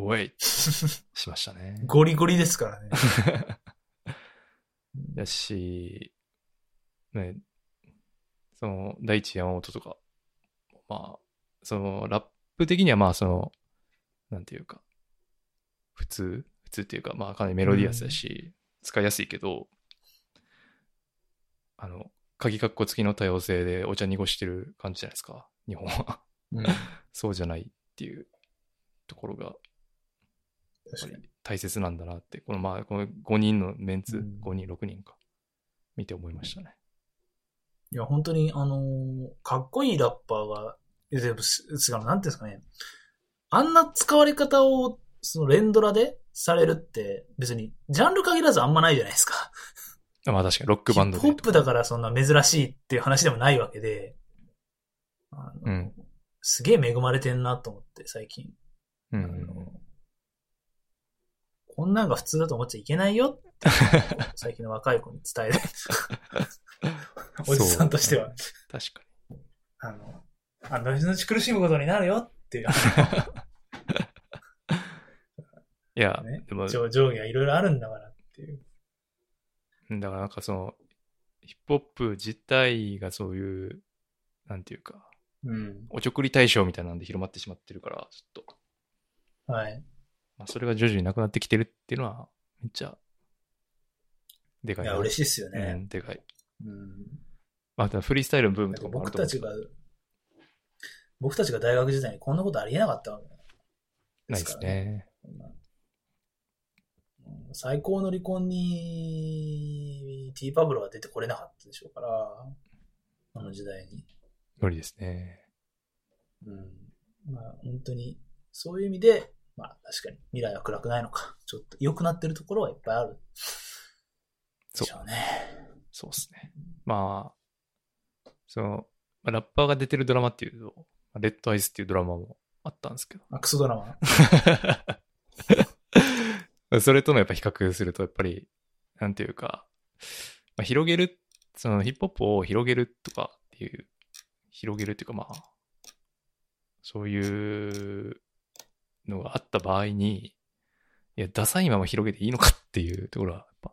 [SPEAKER 2] おえいしました ね
[SPEAKER 3] ゴリゴリですからね。
[SPEAKER 2] だし、ね、その、第一山本とか、まあ、その、ラップ的にはまあ、その、なんていうか、普通、普通っていうか、まあ、かなりメロディアスだし、使いやすいけど、あの、鍵括弧付きの多様性でお茶濁してる感じじゃないですか、日本は。
[SPEAKER 3] うん。
[SPEAKER 2] そうじゃないっていうところが、やっ
[SPEAKER 3] 確
[SPEAKER 2] ぱ
[SPEAKER 3] かに。
[SPEAKER 2] り大切なんだなって、このまあ、この5人のメンツ、
[SPEAKER 3] うん
[SPEAKER 2] 5人、6人か、見て思いましたね。
[SPEAKER 3] いや、本当に、あのーかっこいいラッパーが、えでもすすがなんていうんですかね。あんな使われ方を、その連ドラでされるって、別に、ジャンル限らずあんまないじゃないですか。
[SPEAKER 2] あまあ確かにロックバンド
[SPEAKER 3] ヒッ
[SPEAKER 2] で
[SPEAKER 3] プホップだからそんな珍しいっていう話でもないわけで、あの
[SPEAKER 2] うん
[SPEAKER 3] すげえ恵まれてんなと思って、最近。
[SPEAKER 2] うん
[SPEAKER 3] あ
[SPEAKER 2] うんうん
[SPEAKER 3] のこんなんが普通だと思っちゃいけないよって、最近の若い子に伝える。おじさんとしては。
[SPEAKER 2] そう確か
[SPEAKER 3] あの、あの、後々苦しむことになるよっていう、
[SPEAKER 2] に。いや、
[SPEAKER 3] ね
[SPEAKER 2] でも、だか
[SPEAKER 3] 上上下はいろいろあるんだからっていう。
[SPEAKER 2] らなんかその、ヒップホップ自体がそういう、なんていうか、
[SPEAKER 3] うん。
[SPEAKER 2] おちょくり対象みたいなんで広まってしまってるから、ちょっと、
[SPEAKER 3] はい。
[SPEAKER 2] まあ、それが徐々になくなってきてるっていうのは、めっちゃ、でか
[SPEAKER 3] い
[SPEAKER 2] いな。
[SPEAKER 3] や、嬉しいっすよ
[SPEAKER 2] う
[SPEAKER 3] ね。
[SPEAKER 2] ん、でかい。
[SPEAKER 3] うん。
[SPEAKER 2] まあ、ただフリースタイルのブー
[SPEAKER 3] な
[SPEAKER 2] ム
[SPEAKER 3] ん
[SPEAKER 2] と
[SPEAKER 3] か
[SPEAKER 2] かもあ
[SPEAKER 3] 僕
[SPEAKER 2] ると
[SPEAKER 3] た
[SPEAKER 2] 思うけ
[SPEAKER 3] ち
[SPEAKER 2] ど
[SPEAKER 3] が、僕たちが大学時代にこんなことありえなかったわけ
[SPEAKER 2] ないです。ね。
[SPEAKER 3] うん最高の離婚に、ティーパブロは出てこれなかったでしょうから、あの時代に。
[SPEAKER 2] 無理ですね。
[SPEAKER 3] うん。まあ、本当に、そういう意味で、まあ、確かに未来は暗くないのか。ちょっと良くなってるところはいっぱいある。
[SPEAKER 2] そ
[SPEAKER 3] で
[SPEAKER 2] う
[SPEAKER 3] しょうね。
[SPEAKER 2] そうですね。まあ、その、まあラッパーが出てるドラマっていうと、まあレッドアイスっていうドラマもあったんですけど。
[SPEAKER 3] あ、クソドラマ。
[SPEAKER 2] それとのやっぱ比較すると、やっぱり、なんていうか、まあ、広げる、そのヒップホップを広げるとかっていう、広げるっていうかまあ、そういうのがあった場合に、いや、ダサいまま広げていいのかっていうところは、やっぱ、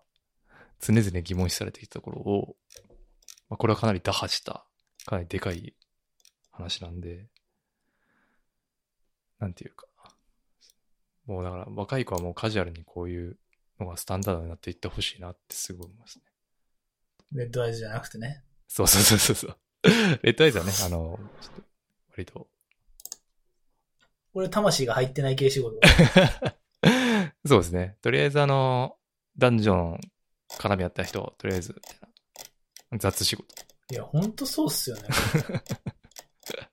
[SPEAKER 2] 常々疑問視されてきたところを、まあ、これはかなり打破した、かなりでかい話なんで、なんていうか、もうだから若い子はもうカジュアルにこういうのがスタンダードになっていってほしいなってすごい思いますね。
[SPEAKER 3] レッドアイズじゃなくてね。
[SPEAKER 2] そうそうそうそう そう。レッドアイズはね、あの、ちょっと割と、
[SPEAKER 3] これ、魂が入ってない系仕事。
[SPEAKER 2] そうですね。とりあえずあの、ダンジョン絡み合った人、とりあえず、みたいな雑仕事。
[SPEAKER 3] いや、ほんとそうっすよね。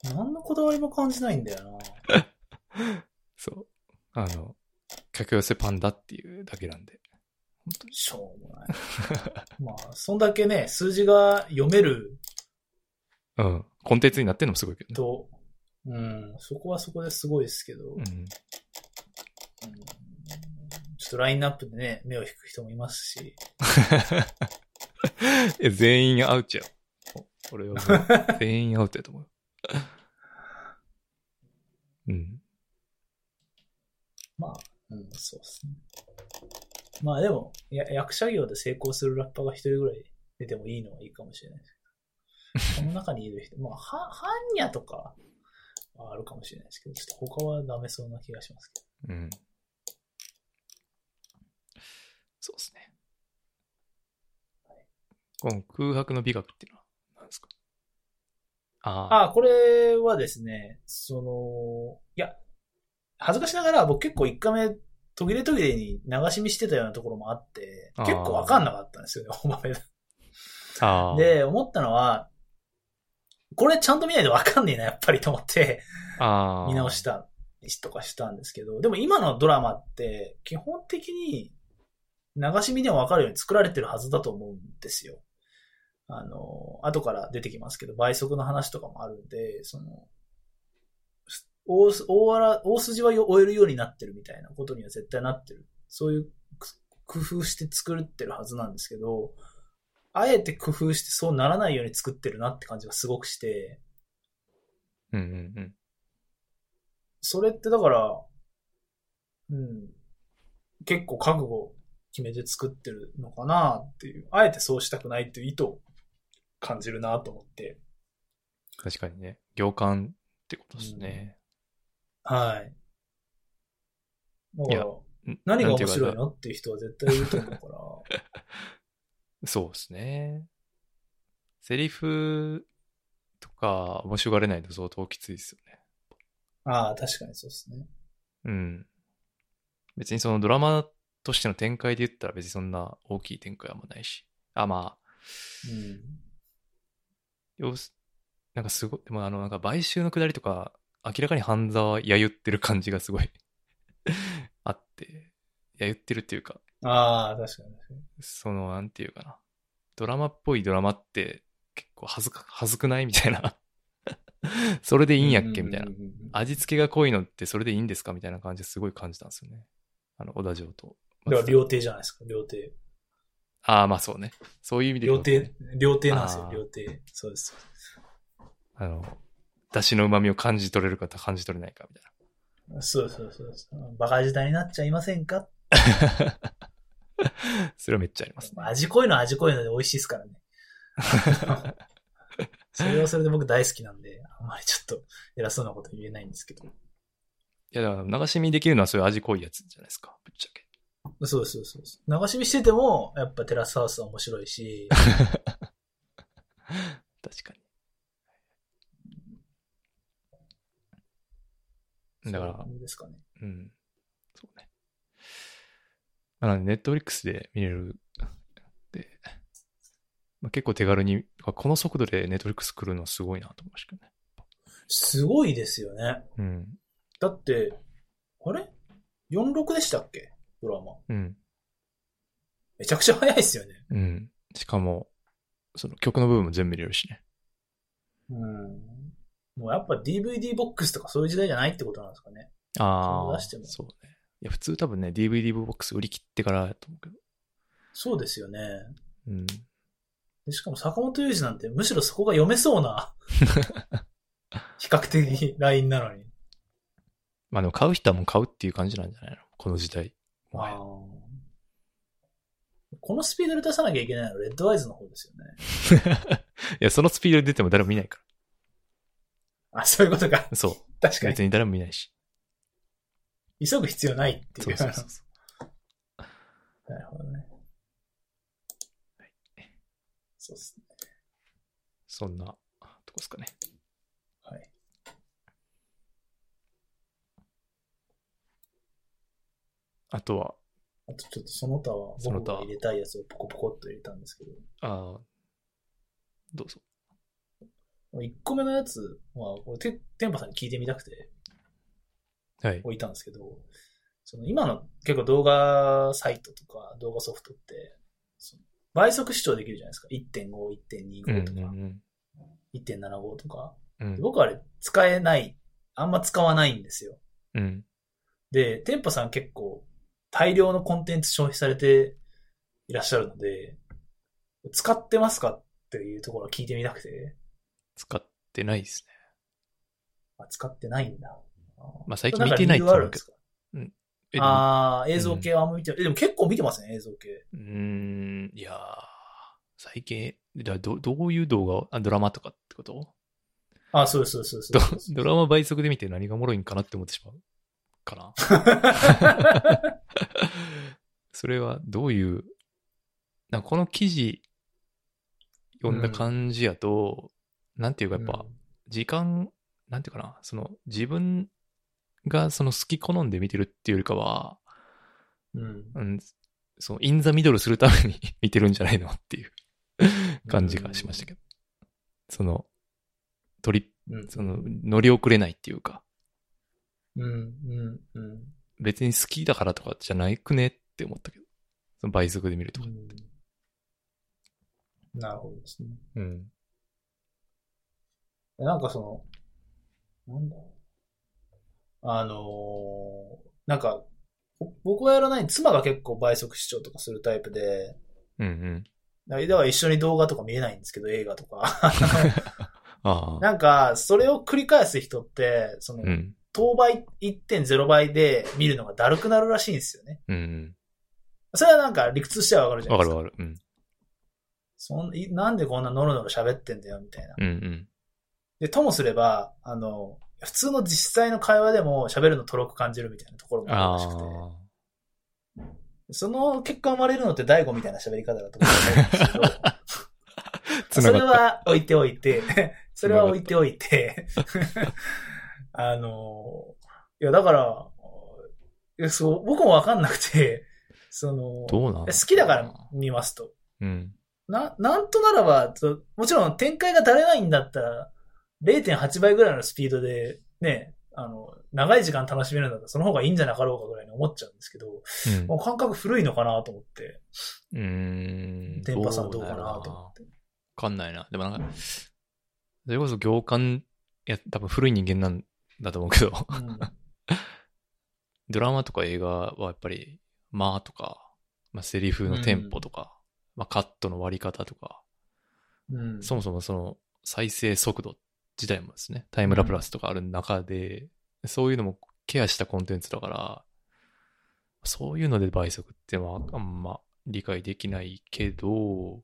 [SPEAKER 3] 何のこだわりも感じないんだよな。
[SPEAKER 2] そう。あの、客寄せパンダっていうだけなんで。
[SPEAKER 3] しょうもない。まあ、そんだけね、数字が読める
[SPEAKER 2] うん。コンテンツになってるのもすごいけどね。
[SPEAKER 3] と、うん、そこはそこですごいですけど、うん
[SPEAKER 2] うん。
[SPEAKER 3] ちょっとラインナップでね、目を引く人もいますし、
[SPEAKER 2] え全員アウトや。俺は もう全員アウトやと思う。 うん。
[SPEAKER 3] まあ、うん、そうですね。まあでも、や役者業で成功するラッパーが一人ぐらい出てもいいのはいいかもしれないですけど、この中にいる人、まあ、は、ハンニャとかはあるかもしれないですけど、ちょっと他はダメそうな気がしますけど。
[SPEAKER 2] うん。そうですね。この空白の美学っていうのは何ですかああ。
[SPEAKER 3] あ、これはですね、その、いや、恥ずかしながら僕結構1回目途切れ途切れに流し見してたようなところもあって、
[SPEAKER 2] あー
[SPEAKER 3] 結構わかんなかったんですよね、お豆
[SPEAKER 2] ああ。
[SPEAKER 3] で、思ったのは、これちゃんと見ないとわかんねえな、やっぱりと思って、
[SPEAKER 2] ああ、
[SPEAKER 3] 見直したとかしたんですけど、でも今のドラマって基本的に流し見でもわかるように作られてるはずだと思うんですよ。あの、後から出てきますけど、倍速の話とかもあるんで、その、大す大あら大筋はよ終えるようになってるみたいなことには絶対なってる。そういうく工夫して作ってるはずなんですけど、あえて工夫してそうならないように作ってるなって感じがすごくして、
[SPEAKER 2] うんうんうん。
[SPEAKER 3] それってだから、うん、結構覚悟を決めて作ってるのかなっていう、あえてそうしたくないっていう意図を感じるなと思って、
[SPEAKER 2] 確かにね。行間ってことですね。
[SPEAKER 3] はい。だか
[SPEAKER 2] いや
[SPEAKER 3] ら、
[SPEAKER 2] ん
[SPEAKER 3] 何が面
[SPEAKER 2] なんてい
[SPEAKER 3] 白
[SPEAKER 2] う
[SPEAKER 3] い
[SPEAKER 2] か
[SPEAKER 3] のっていう人は絶対いると思うから、
[SPEAKER 2] そうですね。セリフとか面白がれないと相当きついですよね。
[SPEAKER 3] ああ、確かにそうですね。
[SPEAKER 2] うん。別にそのドラマとしての展開で言ったら別にそんな大きい展開はあんまないし。あ、まあ、要す、なんかすごい、でもあの、なんか買収のくだりとか、明らかに半沢やゆってる感じがすごい あって、やゆってるっていうか、
[SPEAKER 3] うん。ああ、確かに確かに。
[SPEAKER 2] その、なんていうかな。ドラマっぽいドラマって結構恥ずか、恥ずくないみたいな。 それでいいんやっけみたいな
[SPEAKER 3] うん。うんうんうん
[SPEAKER 2] 味付けが濃いのってそれでいいんですかみたいな感じですごい感じたんですよね。あの、小田城と。
[SPEAKER 3] だから、料亭じゃないですか、料亭。
[SPEAKER 2] ああ、まあそうね。そういう意味で言
[SPEAKER 3] 料
[SPEAKER 2] うとね、
[SPEAKER 3] 亭、料亭なんですよ
[SPEAKER 2] あ、ー
[SPEAKER 3] 料亭。そうです。
[SPEAKER 2] あの、出汁の旨味を感じ取れるか感じ取れないかみたいな。
[SPEAKER 3] そうそうそうそう。バカ時代になっちゃいませんか
[SPEAKER 2] それはめっちゃありますね。
[SPEAKER 3] 味濃いのは味濃いので美味しいですからね。 それはそれで僕大好きなんで、あんまりちょっと偉そうなこと言えないんですけど。
[SPEAKER 2] いや、だから流し見できるのはそういう味濃いやつじゃないですか。ぶっちゃけ。
[SPEAKER 3] そうそうそうそう。流し見してても、やっぱテラスハウスは面白いし、
[SPEAKER 2] 確かに。だか
[SPEAKER 3] そういう
[SPEAKER 2] ら
[SPEAKER 3] 感、じですかね。
[SPEAKER 2] うん。そうね。まあなので、ネットフリックスで見れるで、まあ、結構手軽に、あこの速度でネットフリックス来るのはすごいなと思いましたけどね。
[SPEAKER 3] すごいですよね。
[SPEAKER 2] うん。
[SPEAKER 3] だって、あれ ?46 でしたっけドラマ。
[SPEAKER 2] うん。
[SPEAKER 3] めちゃくちゃ早いですよね。
[SPEAKER 2] うん。しかも、その曲の部分も全部見れるしね。
[SPEAKER 3] うん。もうやっぱ DVD ボックスとかそういう時代じゃないってことなんですかね。
[SPEAKER 2] あ
[SPEAKER 3] そう
[SPEAKER 2] あ、
[SPEAKER 3] 出しても
[SPEAKER 2] そうね。いや、普通多分ね、DVD ボックス売り切ってからやと思うけど。
[SPEAKER 3] そうですよね。
[SPEAKER 2] うん。
[SPEAKER 3] でしかも坂本雄二なんてむしろそこが読めそう な、比較的ラインなのに。
[SPEAKER 2] まあでも買う人はもう買うっていう感じなんじゃないのこの時代。もはや
[SPEAKER 3] このスピードで出さなきゃいけないのレッドアイズの方ですよね。
[SPEAKER 2] いや、そのスピードで出ても誰も見ないか
[SPEAKER 3] あ、そういうことか。
[SPEAKER 2] ら。そう。
[SPEAKER 3] 確かに。
[SPEAKER 2] 別に誰も見ないし。
[SPEAKER 3] 急ぐ必要ないっていう。
[SPEAKER 2] そうそうそう。
[SPEAKER 3] なるほどね。そうですね。
[SPEAKER 2] そんなとこですかね。
[SPEAKER 3] はい。
[SPEAKER 2] あとは、
[SPEAKER 3] あとちょっとその他は
[SPEAKER 2] その
[SPEAKER 3] 僕
[SPEAKER 2] 他
[SPEAKER 3] が入れたいやつをポコポコっと入れたんですけど。
[SPEAKER 2] あーどうぞ。
[SPEAKER 3] 1個目のやつは、これて、テンパさんに聞いてみたくて
[SPEAKER 2] はい。
[SPEAKER 3] 置いたんですけど、その今の結構動画サイトとか動画ソフトって、その倍速視聴できるじゃないですか。
[SPEAKER 2] うん
[SPEAKER 3] 1.5、
[SPEAKER 2] う
[SPEAKER 3] 1.25とか、
[SPEAKER 2] ん
[SPEAKER 3] 1.75とか。
[SPEAKER 2] うん。うん
[SPEAKER 3] で僕はあれ使えない。あんま使わないんですよ。
[SPEAKER 2] うん。
[SPEAKER 3] で、店舗さん結構大量のコンテンツ消費されていらっしゃるので、使ってますかっていうところを聞いてみたくて、
[SPEAKER 2] 使ってないですね。
[SPEAKER 3] あ使ってないんだ。
[SPEAKER 2] まあ最近見てない
[SPEAKER 3] と
[SPEAKER 2] と
[SPEAKER 3] 思
[SPEAKER 2] 思
[SPEAKER 3] う
[SPEAKER 2] う
[SPEAKER 3] け
[SPEAKER 2] け
[SPEAKER 3] ど。
[SPEAKER 2] えでも
[SPEAKER 3] ああ、映像系はあんま見てない。えでも結構見てますね、映像系。
[SPEAKER 2] うーん、いやー最近、だどどういう動画をあ、ドラマとかってこと
[SPEAKER 3] あそうです、そうです、そ
[SPEAKER 2] ド
[SPEAKER 3] うです。
[SPEAKER 2] ドラマ倍速で見て何がおもろいんかなって思ってしまうかな。 それはどういう、なんかこの記事読んだ感じやと、なんていうかやっぱ、時間、なんていうかな、その自分がその好き好んで見てるっていうよりかは、
[SPEAKER 3] うん、うん。
[SPEAKER 2] うん、そう、インザミドルするために 見てるんじゃないのっていう 感じがしましたけど。その、取り、
[SPEAKER 3] うん
[SPEAKER 2] その、乗り遅れないっていうか、
[SPEAKER 3] うん、うん、うん。
[SPEAKER 2] 別に好きだからとかじゃないくねって思ったけど。その倍速で見るとか。
[SPEAKER 3] うんなるほどですね。
[SPEAKER 2] うん。
[SPEAKER 3] なんかその、なんだろう。あのーなんか、ぼ僕はやらない、妻が結構倍速視聴とかするタイプで、
[SPEAKER 2] うん うん。
[SPEAKER 3] だからだから一緒に動画とか見えないんですけど、映画とか。
[SPEAKER 2] ああ。
[SPEAKER 3] なんか、それを繰り返す人って、その、
[SPEAKER 2] うん。
[SPEAKER 3] 当倍、1.0倍で見るのがだるくなるらしいんですよね。
[SPEAKER 2] うん
[SPEAKER 3] それはなんか理屈としてはわかる
[SPEAKER 2] う
[SPEAKER 3] じ
[SPEAKER 2] ん。
[SPEAKER 3] ゃな
[SPEAKER 2] わ
[SPEAKER 3] い
[SPEAKER 2] か
[SPEAKER 3] で
[SPEAKER 2] る
[SPEAKER 3] すか。
[SPEAKER 2] わかる。うん。
[SPEAKER 3] そんいなんでこんなノロノロ喋ってんだよ、みたいな。
[SPEAKER 2] うんうん。
[SPEAKER 3] で、ともすれば、あの、普通の実際の会話でも喋るのとろく感じるみたいなところもあ
[SPEAKER 2] あ
[SPEAKER 3] るらしくて。
[SPEAKER 2] あ。
[SPEAKER 3] その結果生まれるのって大悟みたいな喋り方だと思うんですけど
[SPEAKER 2] つな
[SPEAKER 3] それ
[SPEAKER 2] がった。
[SPEAKER 3] は置いておいて、 それは置いておいて、 あの、いや、だから、いやそう僕もわかんなくて、その、
[SPEAKER 2] どうなん
[SPEAKER 3] 好きだから見ますと。
[SPEAKER 2] うん。
[SPEAKER 3] な、なんとならば、そもちろん展開がだれないんだったら、0.8倍ぐらいのスピードで、ね、あの、長い時間楽しめるんだったら、その方がいいんじゃなかろうかぐらいに思っちゃうんですけど、もう感覚古いのかなと思って。
[SPEAKER 2] うん。うん。
[SPEAKER 3] 電波さんどうかな
[SPEAKER 2] だろ
[SPEAKER 3] と思って。
[SPEAKER 2] わかんないな。でもなんか、それこそ行間、いや、多分古い人間なんだと思うけど、
[SPEAKER 3] うん
[SPEAKER 2] ドラマとか映画はやっぱり、まあとか、まあセリフのテンポとか、まあカットの割り方とか、
[SPEAKER 3] うん。
[SPEAKER 2] そもそもその再生速度自体もですね、タイムラプラスとかある中で、そういうのもケアしたコンテンツだから、そういうので倍速ってのはあんま理解できないけど、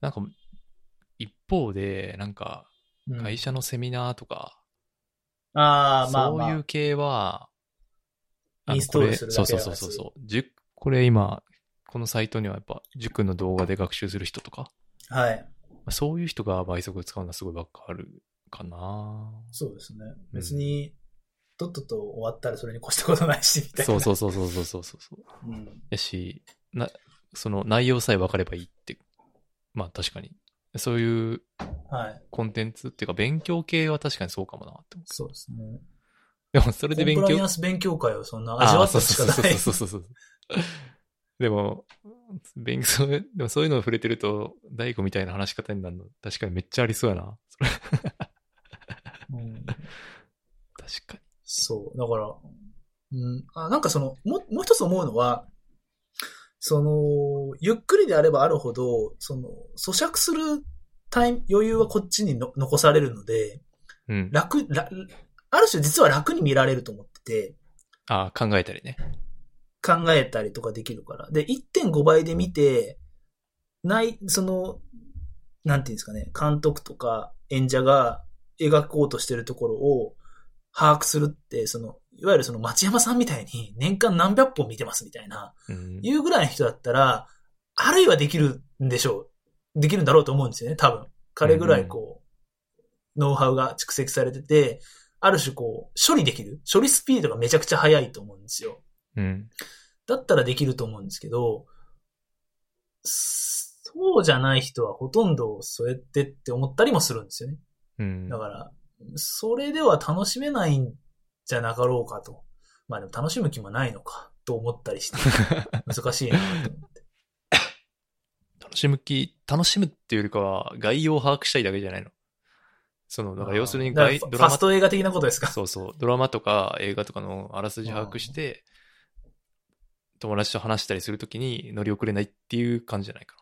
[SPEAKER 2] なんか一方で、なんか
[SPEAKER 3] うん
[SPEAKER 2] 会社のセミナーとか、
[SPEAKER 3] ああ、まあ
[SPEAKER 2] そう
[SPEAKER 3] ま
[SPEAKER 2] いう
[SPEAKER 3] あ。
[SPEAKER 2] 系は、あの
[SPEAKER 3] インストールするだけ
[SPEAKER 2] これ
[SPEAKER 3] のやつ
[SPEAKER 2] そうそうそうそう。塾これ今、このサイトにはやっぱ塾の動画で学習する人とか、
[SPEAKER 3] はい。
[SPEAKER 2] そういう人が倍速使うのはすごいわかるかな。
[SPEAKER 3] そうですね。別に、とっとと終わったらそれに越したことないし、みたいな。
[SPEAKER 2] そうそうそうそうそうそうそうそう。
[SPEAKER 3] うん。
[SPEAKER 2] やし、な、その内容さえ分かればいいって、まあ確かに。そういう
[SPEAKER 3] はい。
[SPEAKER 2] コンテンツっていうか勉強系は確かにそうかもなって思
[SPEAKER 3] そうですね。
[SPEAKER 2] う。でもそれ
[SPEAKER 3] コ
[SPEAKER 2] で
[SPEAKER 3] ンプラ
[SPEAKER 2] 勉
[SPEAKER 3] イ
[SPEAKER 2] 強
[SPEAKER 3] アンス勉強会をそんな味
[SPEAKER 2] あ
[SPEAKER 3] わ
[SPEAKER 2] あ
[SPEAKER 3] ったしかない。
[SPEAKER 2] そうそうそうそうそうそう。でも、勉強、 でもそういうのを触れてると、大悟みたいな話し方になるの、確かにめっちゃありそうやな。それ
[SPEAKER 3] うん
[SPEAKER 2] 確か
[SPEAKER 3] そう。だから、うん。あなんかその、も、もう一つ思うのは、その、ゆっくりであればあるほど、その、咀嚼するタイム、余裕はこっちにの残されるので、
[SPEAKER 2] に。うん。
[SPEAKER 3] 楽、らある種実は楽に見られると思ってて、
[SPEAKER 2] ああ、考えたりね。
[SPEAKER 3] 考えたりとかできるから。で、1.5倍で見て、ない、その、なんていうんですかね、監督とか演者が描こうとしてるところを把握するって、その、いわゆるその町山さんみたいに年間何百本見てますみたいな、
[SPEAKER 2] うん。
[SPEAKER 3] いうぐらいの人だったら、あるいはできるんでしょう。できるんだろうと思うんですよね、多分。彼ぐらいこう、ノウハウが蓄積されてて、ある種こう、処理できる。処理スピードがめちゃくちゃ速いと思うんですよ。
[SPEAKER 2] うん。
[SPEAKER 3] だったらできると思うんですけど、そうじゃない人はほとんどそうやってって思ったりもするんですよね。
[SPEAKER 2] うん。
[SPEAKER 3] だから、それでは楽しめないんじゃなかろうかと。まあでも楽しむ気もないのかと思ったり して、難しいなと思って。
[SPEAKER 2] 楽しむ気、楽しむっていうよりかは、概要を把握したいだけじゃないの。その、だから要するに
[SPEAKER 3] だから
[SPEAKER 2] 概、
[SPEAKER 3] ファ
[SPEAKER 2] ド
[SPEAKER 3] ファ
[SPEAKER 2] ラマ
[SPEAKER 3] ス、ト映画的なことですか。
[SPEAKER 2] そうそう、ドラマとか映画とかのあらすじ把握して、友達と話したりするときに乗り遅れないっていう感じじゃないか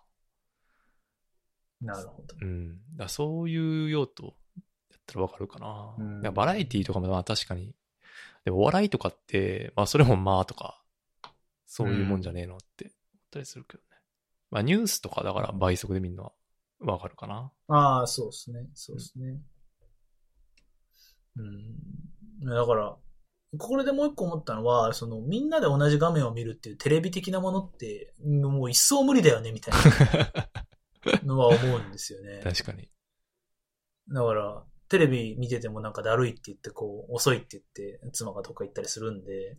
[SPEAKER 2] な。
[SPEAKER 3] なるほど。
[SPEAKER 2] うん、だからそういう用途やったらわかるかな。
[SPEAKER 3] うん
[SPEAKER 2] だからバラエティとかもまあ確かに。でもお笑いとかって、まあそれもまあとか、そういうもんじゃねえのって思ったりするけどね。まあニュースとかだから倍速で見るのはわかるかな。
[SPEAKER 3] ああ、そうですね。そうですね。うん。だから、これでもう一個思ったのは、その、みんなで同じ画面を見るっていうテレビ的なものって、もう一層無理だよね、みたいなのは思うんですよ ね。
[SPEAKER 2] 確かに。
[SPEAKER 3] だから、テレビ見ててもなんかだるいって言って、こう、遅いって言って、妻がどっか行ったりするんで、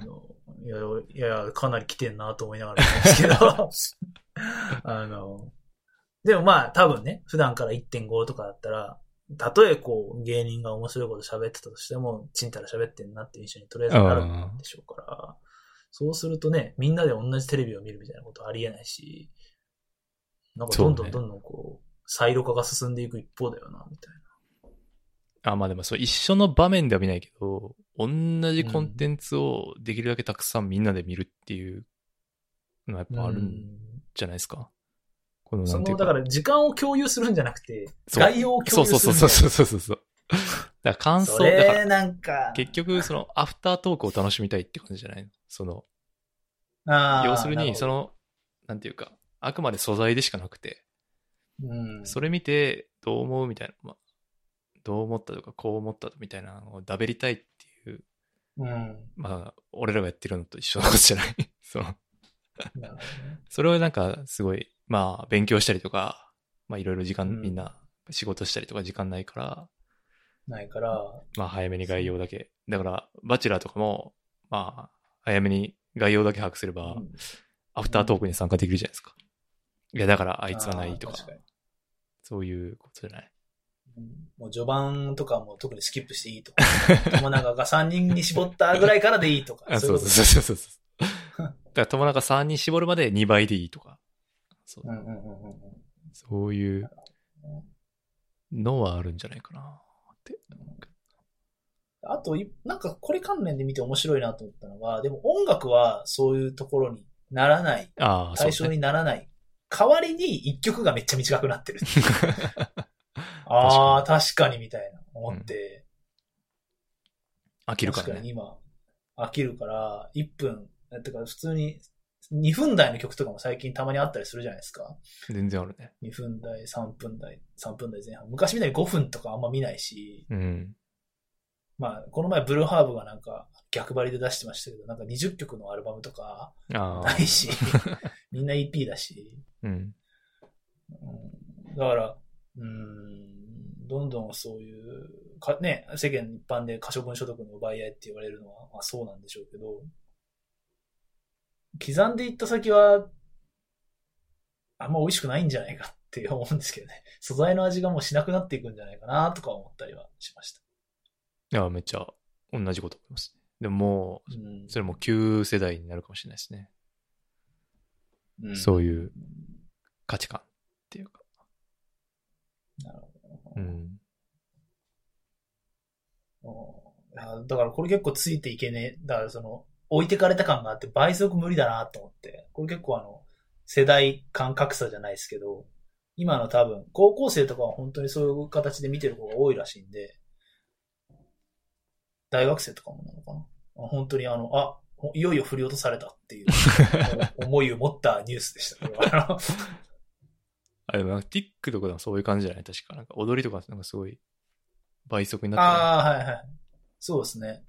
[SPEAKER 3] あの、いや、いや、かなり来てんなと思いながらなんですけど、あの、でもまあ、多分ね、普段から1.5とかだったら、たとえこう、芸人が面白いこと喋ってたとしても、ちんたら喋ってんなっていう印象にとりあえずなるんでしょうから、そうするとね、みんなで同じテレビを見るみたいなことはありえないし、なんかどんどん
[SPEAKER 2] そ
[SPEAKER 3] どんどんこう、サイロ化が進んでいく一方だよな、みたいな。
[SPEAKER 2] あ、まあでもそう、一緒の場面では見ないけど、同じコンテンツをできるだけたくさんみんなで見るっていうのはやっぱある
[SPEAKER 3] うんん
[SPEAKER 2] じゃないですか。このな
[SPEAKER 3] そ
[SPEAKER 2] んてい
[SPEAKER 3] の、
[SPEAKER 2] う
[SPEAKER 3] だ
[SPEAKER 2] か。
[SPEAKER 3] から時間を共有するんじゃなくて、
[SPEAKER 2] そう
[SPEAKER 3] 概要を共有するんだよ。
[SPEAKER 2] そうそうそうそうそうそう。だから感想、
[SPEAKER 3] そ
[SPEAKER 2] だから
[SPEAKER 3] れ、なんか、
[SPEAKER 2] 結局、その、アフタートークを楽しみたいって感じじゃないのその、
[SPEAKER 3] あー
[SPEAKER 2] 要するに、そ、
[SPEAKER 3] な
[SPEAKER 2] の、なんていうか、あくまで素材でしかなくて、
[SPEAKER 3] ほどうん、
[SPEAKER 2] それ見て、どう思うみたいな、まあ、どう思ったとか、こう思ったみたいなのをだべりたいっていう、
[SPEAKER 3] うん。
[SPEAKER 2] まあ、俺らがやってるのと一緒のことじゃない。 その、
[SPEAKER 3] なるほどね
[SPEAKER 2] それをなんか、すごい、まあ、勉強したりとか、まあ、いろいろ時間、
[SPEAKER 3] うん
[SPEAKER 2] みんな、仕事したりとか時間ないから、
[SPEAKER 3] ないから、
[SPEAKER 2] まあ、早めに概要だけ。だから、バチェラーとかも、まあ、早めに概要だけ把握すれば、
[SPEAKER 3] うん
[SPEAKER 2] アフタートークに参加できるじゃないですか。いや、だからあいつはないと
[SPEAKER 3] あー
[SPEAKER 2] か、
[SPEAKER 3] 確に
[SPEAKER 2] そういうことじゃない。
[SPEAKER 3] うんもう序盤とかも特にスキップしていいとか、 友永が3人に絞ったぐらいからでいいとか、
[SPEAKER 2] あ
[SPEAKER 3] そういうう
[SPEAKER 2] そ
[SPEAKER 3] ことで
[SPEAKER 2] そう
[SPEAKER 3] す
[SPEAKER 2] そうそうそう。 だから友中3に絞るまで2倍でいいとか、そう
[SPEAKER 3] うんうんうんうんうん
[SPEAKER 2] そういうのはあるんじゃないかなって。
[SPEAKER 3] あとい、なんかこれ関連で見て面白いなと思ったのは、でも音楽はそういうところにならない、
[SPEAKER 2] ああ、そう
[SPEAKER 3] 対
[SPEAKER 2] です
[SPEAKER 3] 象
[SPEAKER 2] ね。
[SPEAKER 3] にならない。代わりに一曲がめっちゃ短くな ってる。あ
[SPEAKER 2] か
[SPEAKER 3] あ、確かにみたいな思って、
[SPEAKER 2] 飽きるか
[SPEAKER 3] 確
[SPEAKER 2] ら
[SPEAKER 3] かに
[SPEAKER 2] ね。
[SPEAKER 3] 今飽きるから、1分、てか普通に2分台の曲とかも最近たまにあったりするじゃないですか。
[SPEAKER 2] 全然あるね。
[SPEAKER 3] 2分台、3分台、3分台前半。昔みたいに5分とかあんま見ないし、
[SPEAKER 2] うん。
[SPEAKER 3] まあ、この前ブルーハーブがなんか逆張りで出してましたけど、なんか20曲のアルバムとか
[SPEAKER 2] ああ
[SPEAKER 3] な。い し、みんな EP だし、
[SPEAKER 2] うん。
[SPEAKER 3] うんだから、うん、どんどんそういう、かね、世間一般で可処分所得の奪い合いって言われるのは、まあ、そうなんでしょうけど、刻んでいった先は、あんま美味しくないんじゃないかって思うんですけどね。素材の味がもうしなくなっていくんじゃないかなとか思ったりはしました。
[SPEAKER 2] いや、めっちゃ同じこと思います。でもも
[SPEAKER 3] うん
[SPEAKER 2] う、それも旧世代になるかもしれないですね。
[SPEAKER 3] うん
[SPEAKER 2] そういう価値観っていうか。
[SPEAKER 3] なるほ
[SPEAKER 2] うん。
[SPEAKER 3] どうんいやだからこれ結構ついていけねえ。だからその、置いてかれた感があって倍速無理だなと思って。これ結構あの、世代間格差じゃないですけど、今の多分、高校生とかは本当にそういう形で見てる子が多いらしいんで、大学生とかもなのかな。あ本当にあの、あ、ほいよいよ振り落とされたっていうお思いを持ったニュースでした。これはあの
[SPEAKER 2] あ、でもなんか TikTok でもそういう感じじゃない確か。なんか踊りとかなんかすごい倍速になっ
[SPEAKER 3] ああ、はいはい。そうですね。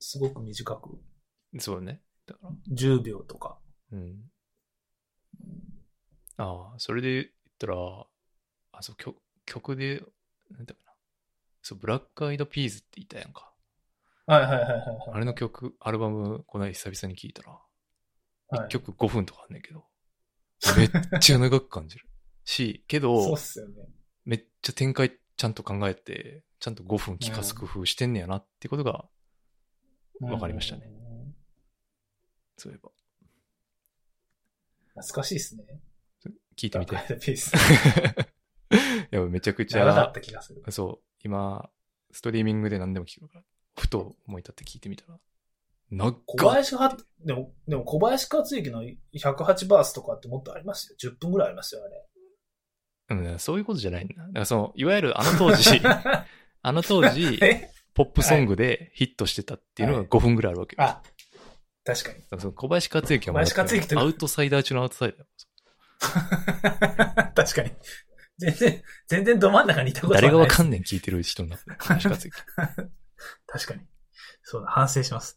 [SPEAKER 3] すごく短く。
[SPEAKER 2] てる。そうね。だから。
[SPEAKER 3] 10秒とか。
[SPEAKER 2] うん。ああ、それで言ったら、あ、そう、曲曲で、なんだっけな。そう、ブラックアイドピーズって言ったやんか。
[SPEAKER 3] はいはいはいはい
[SPEAKER 2] あれの曲、アルバム、この間久々に聴いたら、
[SPEAKER 3] はい。
[SPEAKER 2] 1曲5分とかあんねんけど、めっちゃ長く感じる。 し、け
[SPEAKER 3] そう
[SPEAKER 2] ど
[SPEAKER 3] っ、すよね。
[SPEAKER 2] めっちゃ展開ちゃんと考えて、ちゃんと5分聴かす工夫してんねやなってことが、わかりましたね
[SPEAKER 3] うん。
[SPEAKER 2] そういえば、
[SPEAKER 3] 懐かしいですね。
[SPEAKER 2] 聞いてみて
[SPEAKER 3] ダー。クアイドピー ス。
[SPEAKER 2] いや、めちゃくち
[SPEAKER 3] 長か
[SPEAKER 2] ゃ
[SPEAKER 3] っ、た気がする。
[SPEAKER 2] そう、今、ストリーミングで何でも聞くから、ふと思い立って聞いてみたら、なっ
[SPEAKER 3] 小
[SPEAKER 2] か
[SPEAKER 3] 林は、でも、でも小林克之の108バースとかってもっとありますよ。10分ぐらいありますよ、あれ。
[SPEAKER 2] うん、そういうことじゃないんだ。だからその、いわゆるあの当 時、あの当時、
[SPEAKER 3] え
[SPEAKER 2] ポップソングでヒットしてたっていうのが5分ぐらいあるわけよ。だか
[SPEAKER 3] あ、確かに。
[SPEAKER 2] らその小林克之はもう
[SPEAKER 3] 小林克之という
[SPEAKER 2] アウトサイダー中のアウトサイダー。
[SPEAKER 3] 確かに。全然、全然ど真ん中にいたことはな
[SPEAKER 2] 誰
[SPEAKER 3] い。
[SPEAKER 2] がわかんねん聞いてる人になってる小林克之。
[SPEAKER 3] 確かに。そうだ、反省します。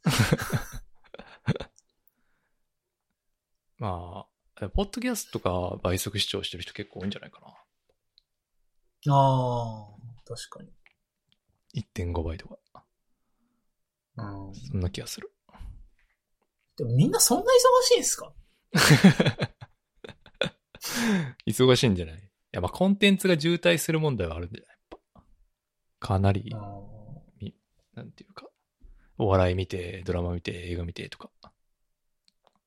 [SPEAKER 2] まあ、ポッドキャストとか倍速視聴してる人結構多いんじゃないかな。
[SPEAKER 3] ああ、確かに。
[SPEAKER 2] 1.5倍とか。
[SPEAKER 3] うん。
[SPEAKER 2] そんな気がする。
[SPEAKER 3] でもみんなそんな忙しいんですか
[SPEAKER 2] 忙しいんじゃないいや、まあ、コンテンツが渋滞する問題はあるんじゃないかなり
[SPEAKER 3] あ、ー
[SPEAKER 2] なんていうか、お笑い見て、ドラマ見て、映画見てとか。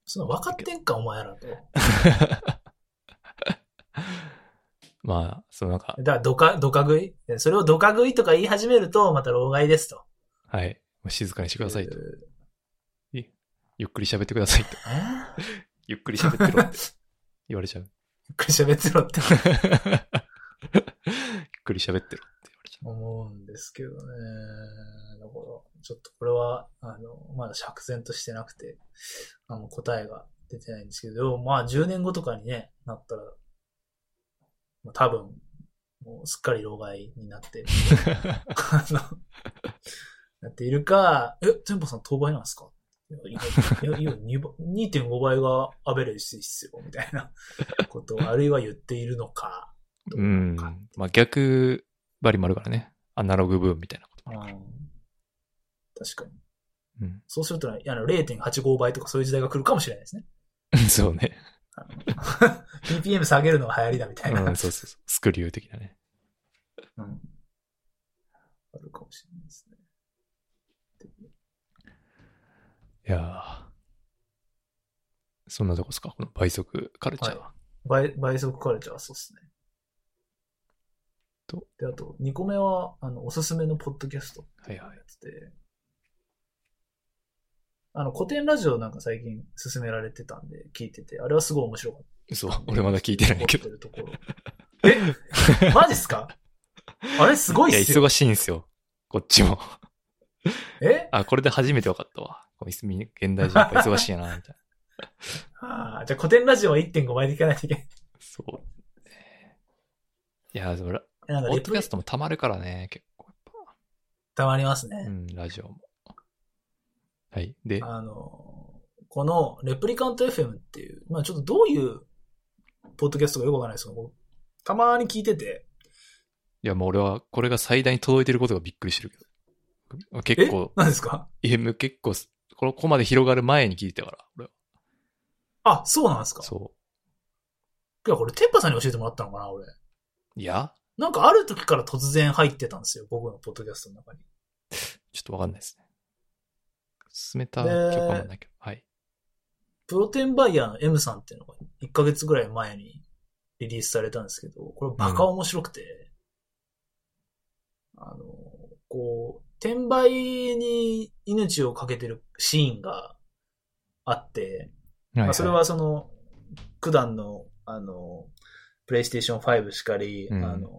[SPEAKER 3] その分かってんか、お前らと。だか、
[SPEAKER 2] まあ、そのなんから
[SPEAKER 3] どか、どか食い。それをどか食いとか言い始めると、また老害ですと。
[SPEAKER 2] はい。静かにしてくださいと
[SPEAKER 3] え。
[SPEAKER 2] ゆっくり喋ってくださいと。
[SPEAKER 3] ー え
[SPEAKER 2] ゆっくり喋ってろって言われちゃう。
[SPEAKER 3] ゆっくり喋ってろって
[SPEAKER 2] ゆっくり喋ってろって言われちゃう。
[SPEAKER 3] 思うんですけどね。だから、ちょっとこれは、あの、まだ釈然としてなくて、あの、答えが出てないんですけど、まあ、10年後とかにね、なったら、まあ、多分、もうすっかり老害になって、あの、なっているか、え、店舗さん当倍なんですかいや、いやいや2倍2.5倍がアベレージですよ、みたいなことを、あるいは言っているのか、ど
[SPEAKER 2] う
[SPEAKER 3] なの
[SPEAKER 2] ん
[SPEAKER 3] か。。
[SPEAKER 2] まあ逆ばりもあるからね。アナログブームみたいなこともあ
[SPEAKER 3] う
[SPEAKER 2] る
[SPEAKER 3] ん
[SPEAKER 2] から。
[SPEAKER 3] 確かに。
[SPEAKER 2] うん。
[SPEAKER 3] そうするとね、あの0.85倍とかそういう時代が来るかもしれないですね。
[SPEAKER 2] そうね。
[SPEAKER 3] BPM 下げるのが流行りだみた
[SPEAKER 2] う
[SPEAKER 3] いな。
[SPEAKER 2] ん、そうそうそう。スクリュー的なね。
[SPEAKER 3] うんあるかもしれないですね。
[SPEAKER 2] いやーそんなとこですかこの倍速カルチャーは。
[SPEAKER 3] 倍倍速カルチャーはそうですね。
[SPEAKER 2] と
[SPEAKER 3] で、あと、2個目は、あの、おすすめのポッドキャストっていうのを
[SPEAKER 2] はい
[SPEAKER 3] やってて、あの、古典ラジオなんか最近勧められてたんで、聞いてて、あれはすごい面白かった。
[SPEAKER 2] そう。俺まだ聞いてない けど。
[SPEAKER 3] 残ってるところ。え マジっすかあれすご
[SPEAKER 2] いや、
[SPEAKER 3] いっすよ。
[SPEAKER 2] 忙しいんですよ。こっちも。
[SPEAKER 3] え
[SPEAKER 2] あ、これで初めて分かったわ。この現代人やっぱ忙しいやな、みたいな。
[SPEAKER 3] ああ、じゃあ古典ラジオは1.5倍でいかないといけない。
[SPEAKER 2] そう。いや、そら、
[SPEAKER 3] なん
[SPEAKER 2] ポ
[SPEAKER 3] か
[SPEAKER 2] ッ
[SPEAKER 3] レ
[SPEAKER 2] ド
[SPEAKER 3] プ
[SPEAKER 2] キャストもたまるからね、結構やった
[SPEAKER 3] まりますね
[SPEAKER 2] ぱ。う。ん、ラジオも。はい。で、
[SPEAKER 3] あの、このレプリカント FM っていう、まあちょっとどういうポッドキャストかよくわかんないですけど、たまに聞いてて、
[SPEAKER 2] いや、もう俺は、これが最大に届いてることがびっくりしてるけど。結構、
[SPEAKER 3] 何ですか
[SPEAKER 2] いや、もう結構、このここまで広がる前に聞いてたから、俺は。
[SPEAKER 3] あ、そうなんですか
[SPEAKER 2] そ
[SPEAKER 3] いや、これ、テンパさんに教えてもらったのかな、俺。
[SPEAKER 2] う。いや、
[SPEAKER 3] なんかある時から突然入ってたんですよ、僕のポッドキャストの中に。
[SPEAKER 2] ちょっとわかんないですね。進めた曲はわかんないけど。はい。
[SPEAKER 3] プロテンバイヤーの M さんっていうのが1ヶ月ぐらい前にリリースされたんですけど、これバカ面白くて、あの、こう、転売に命をかけてるシーンがあって、
[SPEAKER 2] ま
[SPEAKER 3] まあ、それはその、九段の、あの、プレイステーション5しかり、
[SPEAKER 2] うん
[SPEAKER 3] あの、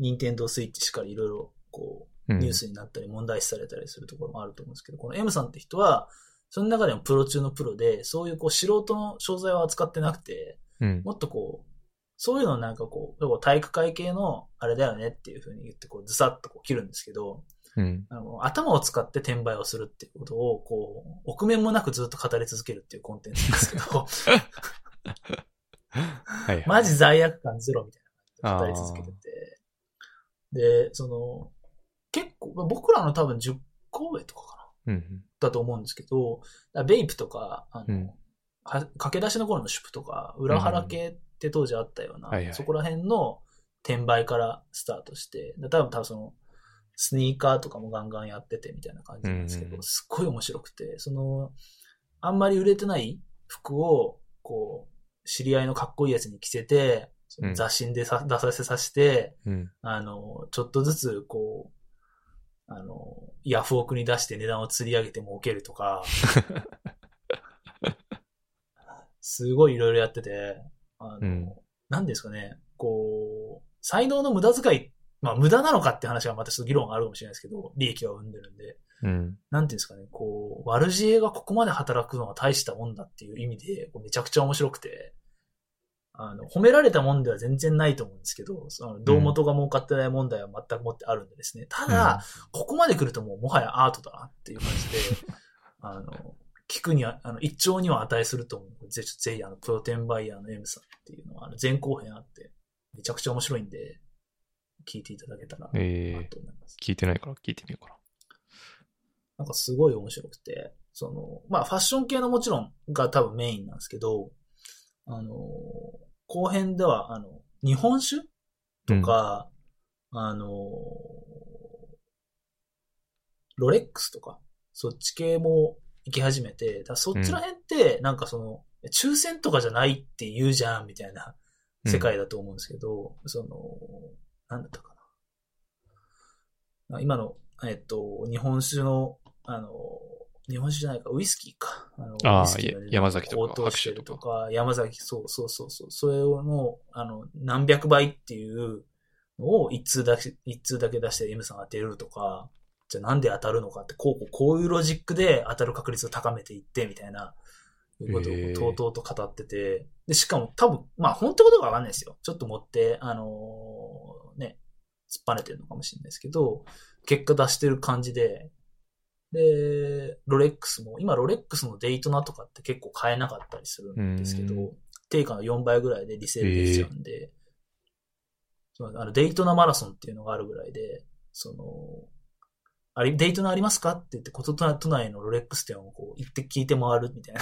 [SPEAKER 3] ニンテンドースイッチしかり、いろいろ、こう、ニュースになったり問題視されたりするところもあると思うんですけど、この M さんって人は、その中でもプロ中のプロで、そういうこう素人の商材を扱ってなくて、
[SPEAKER 2] うん。
[SPEAKER 3] もっとこう、そういうのをなんかこう、要は体育会系のあれだよねっていうふうに言って、こう、ずさっとこう切るんですけど、
[SPEAKER 2] うん。
[SPEAKER 3] あの頭を使って転売をするっていうことを、こう、臆面もなくずっと語り続けるっていうコンテンツなんですけど、
[SPEAKER 2] はいはい。
[SPEAKER 3] マジ罪悪感ゼロみたいな感じで語り続けてて。で、その、結構、まあ僕らの多分10個上とかかな。
[SPEAKER 2] うん。
[SPEAKER 3] だと思うんですけど、だからベイプとか、あの、
[SPEAKER 2] うん
[SPEAKER 3] は駆け出しの頃のシュプとか、裏腹系って当時あったような、
[SPEAKER 2] うんはいはい
[SPEAKER 3] そこら辺の転売からスタートして、だ多分多分その、スニーカーとかもガンガンやっててみたいな感じなんですけ
[SPEAKER 2] うん
[SPEAKER 3] ど、
[SPEAKER 2] うん
[SPEAKER 3] すっごい面白くて、その、あんまり売れてない服を、こう、知り合いのかっこいいやつに着せて、その雑誌でさ、出させさせて、
[SPEAKER 2] うん。
[SPEAKER 3] あの、ちょっとずつ、こう、あの、ヤフオクに出して値段を釣り上げて儲けると か、すごいいろいろやってて、あ
[SPEAKER 2] う
[SPEAKER 3] の、
[SPEAKER 2] ん
[SPEAKER 3] なんですかね、こう、才能の無駄遣い、まあ無駄なのかって話はまたちょっと議論があるかもしれないですけど、利益は生んでるんで、
[SPEAKER 2] うん。
[SPEAKER 3] なんていうんですかね、こう、悪知恵がここまで働くのは大したもんだっていう意味で、こうめちゃくちゃ面白くて、あの、褒められたもんでは全然ないと思うんですけど、その、胴元が儲かってない問題は全くもってあるんでですね。ただ、ここまで来るともうもはやアートだなっていう感じで、 あの、聞くには、あの、一丁には値すると思う。ぜひ、ぜひ、あの、プロテンバイヤーの M さんっていうのは、あの、前後編あって、めちゃくちゃ面白いんで、聞いていただけたら、な
[SPEAKER 2] えー
[SPEAKER 3] と思います。
[SPEAKER 2] 聞いてないから聞いてみようか
[SPEAKER 3] なんかすごい面白くて、その、まあファッション系のもちろんが多分メインなんですけど、あの、後編では、あの、日本酒
[SPEAKER 2] な。
[SPEAKER 3] とか、あのーロレックスとか、そっち系も行き始めて、だからそっちら辺って、なんかその、抽選とかじゃないって言うじゃん、みたいな世界だと思うんですけど、その、なんだったかな。あ今の、えっと、日本酒の、あの、日本酒じゃないか、ウイスキーか。あの
[SPEAKER 2] あー
[SPEAKER 3] ウイスキーが
[SPEAKER 2] や山崎とか
[SPEAKER 3] 高騰してると
[SPEAKER 2] 白
[SPEAKER 3] か、山崎、そうそうそうそう。それをの、あの、何百倍っていうのを一通だけ、一通だけ出して M さん当てるとか、じゃあなんで当たるのかって、こうこう、こういうロジックで当たる確率を高めていって、みたいな、いうこと
[SPEAKER 2] へー
[SPEAKER 3] をとうとうと語ってて、で、しかも多分、まあ本当のことかわかんないですよ。ちょっと持って、あのーね、突っぱねてるのかもしれないですけど、結果出してる感じで、で、ロレックスも、今ロレックスのデイトナとかって結構買えなかったりするんですけど
[SPEAKER 2] うん、
[SPEAKER 3] 定価の4倍ぐらいでリセールできちゃうんで、そうあのデイトナマラソンっていうのがあるぐらいで、その、あれ、デイトナありますかって言って、こと都内のロレックス店をこう行って聞いて回るみたい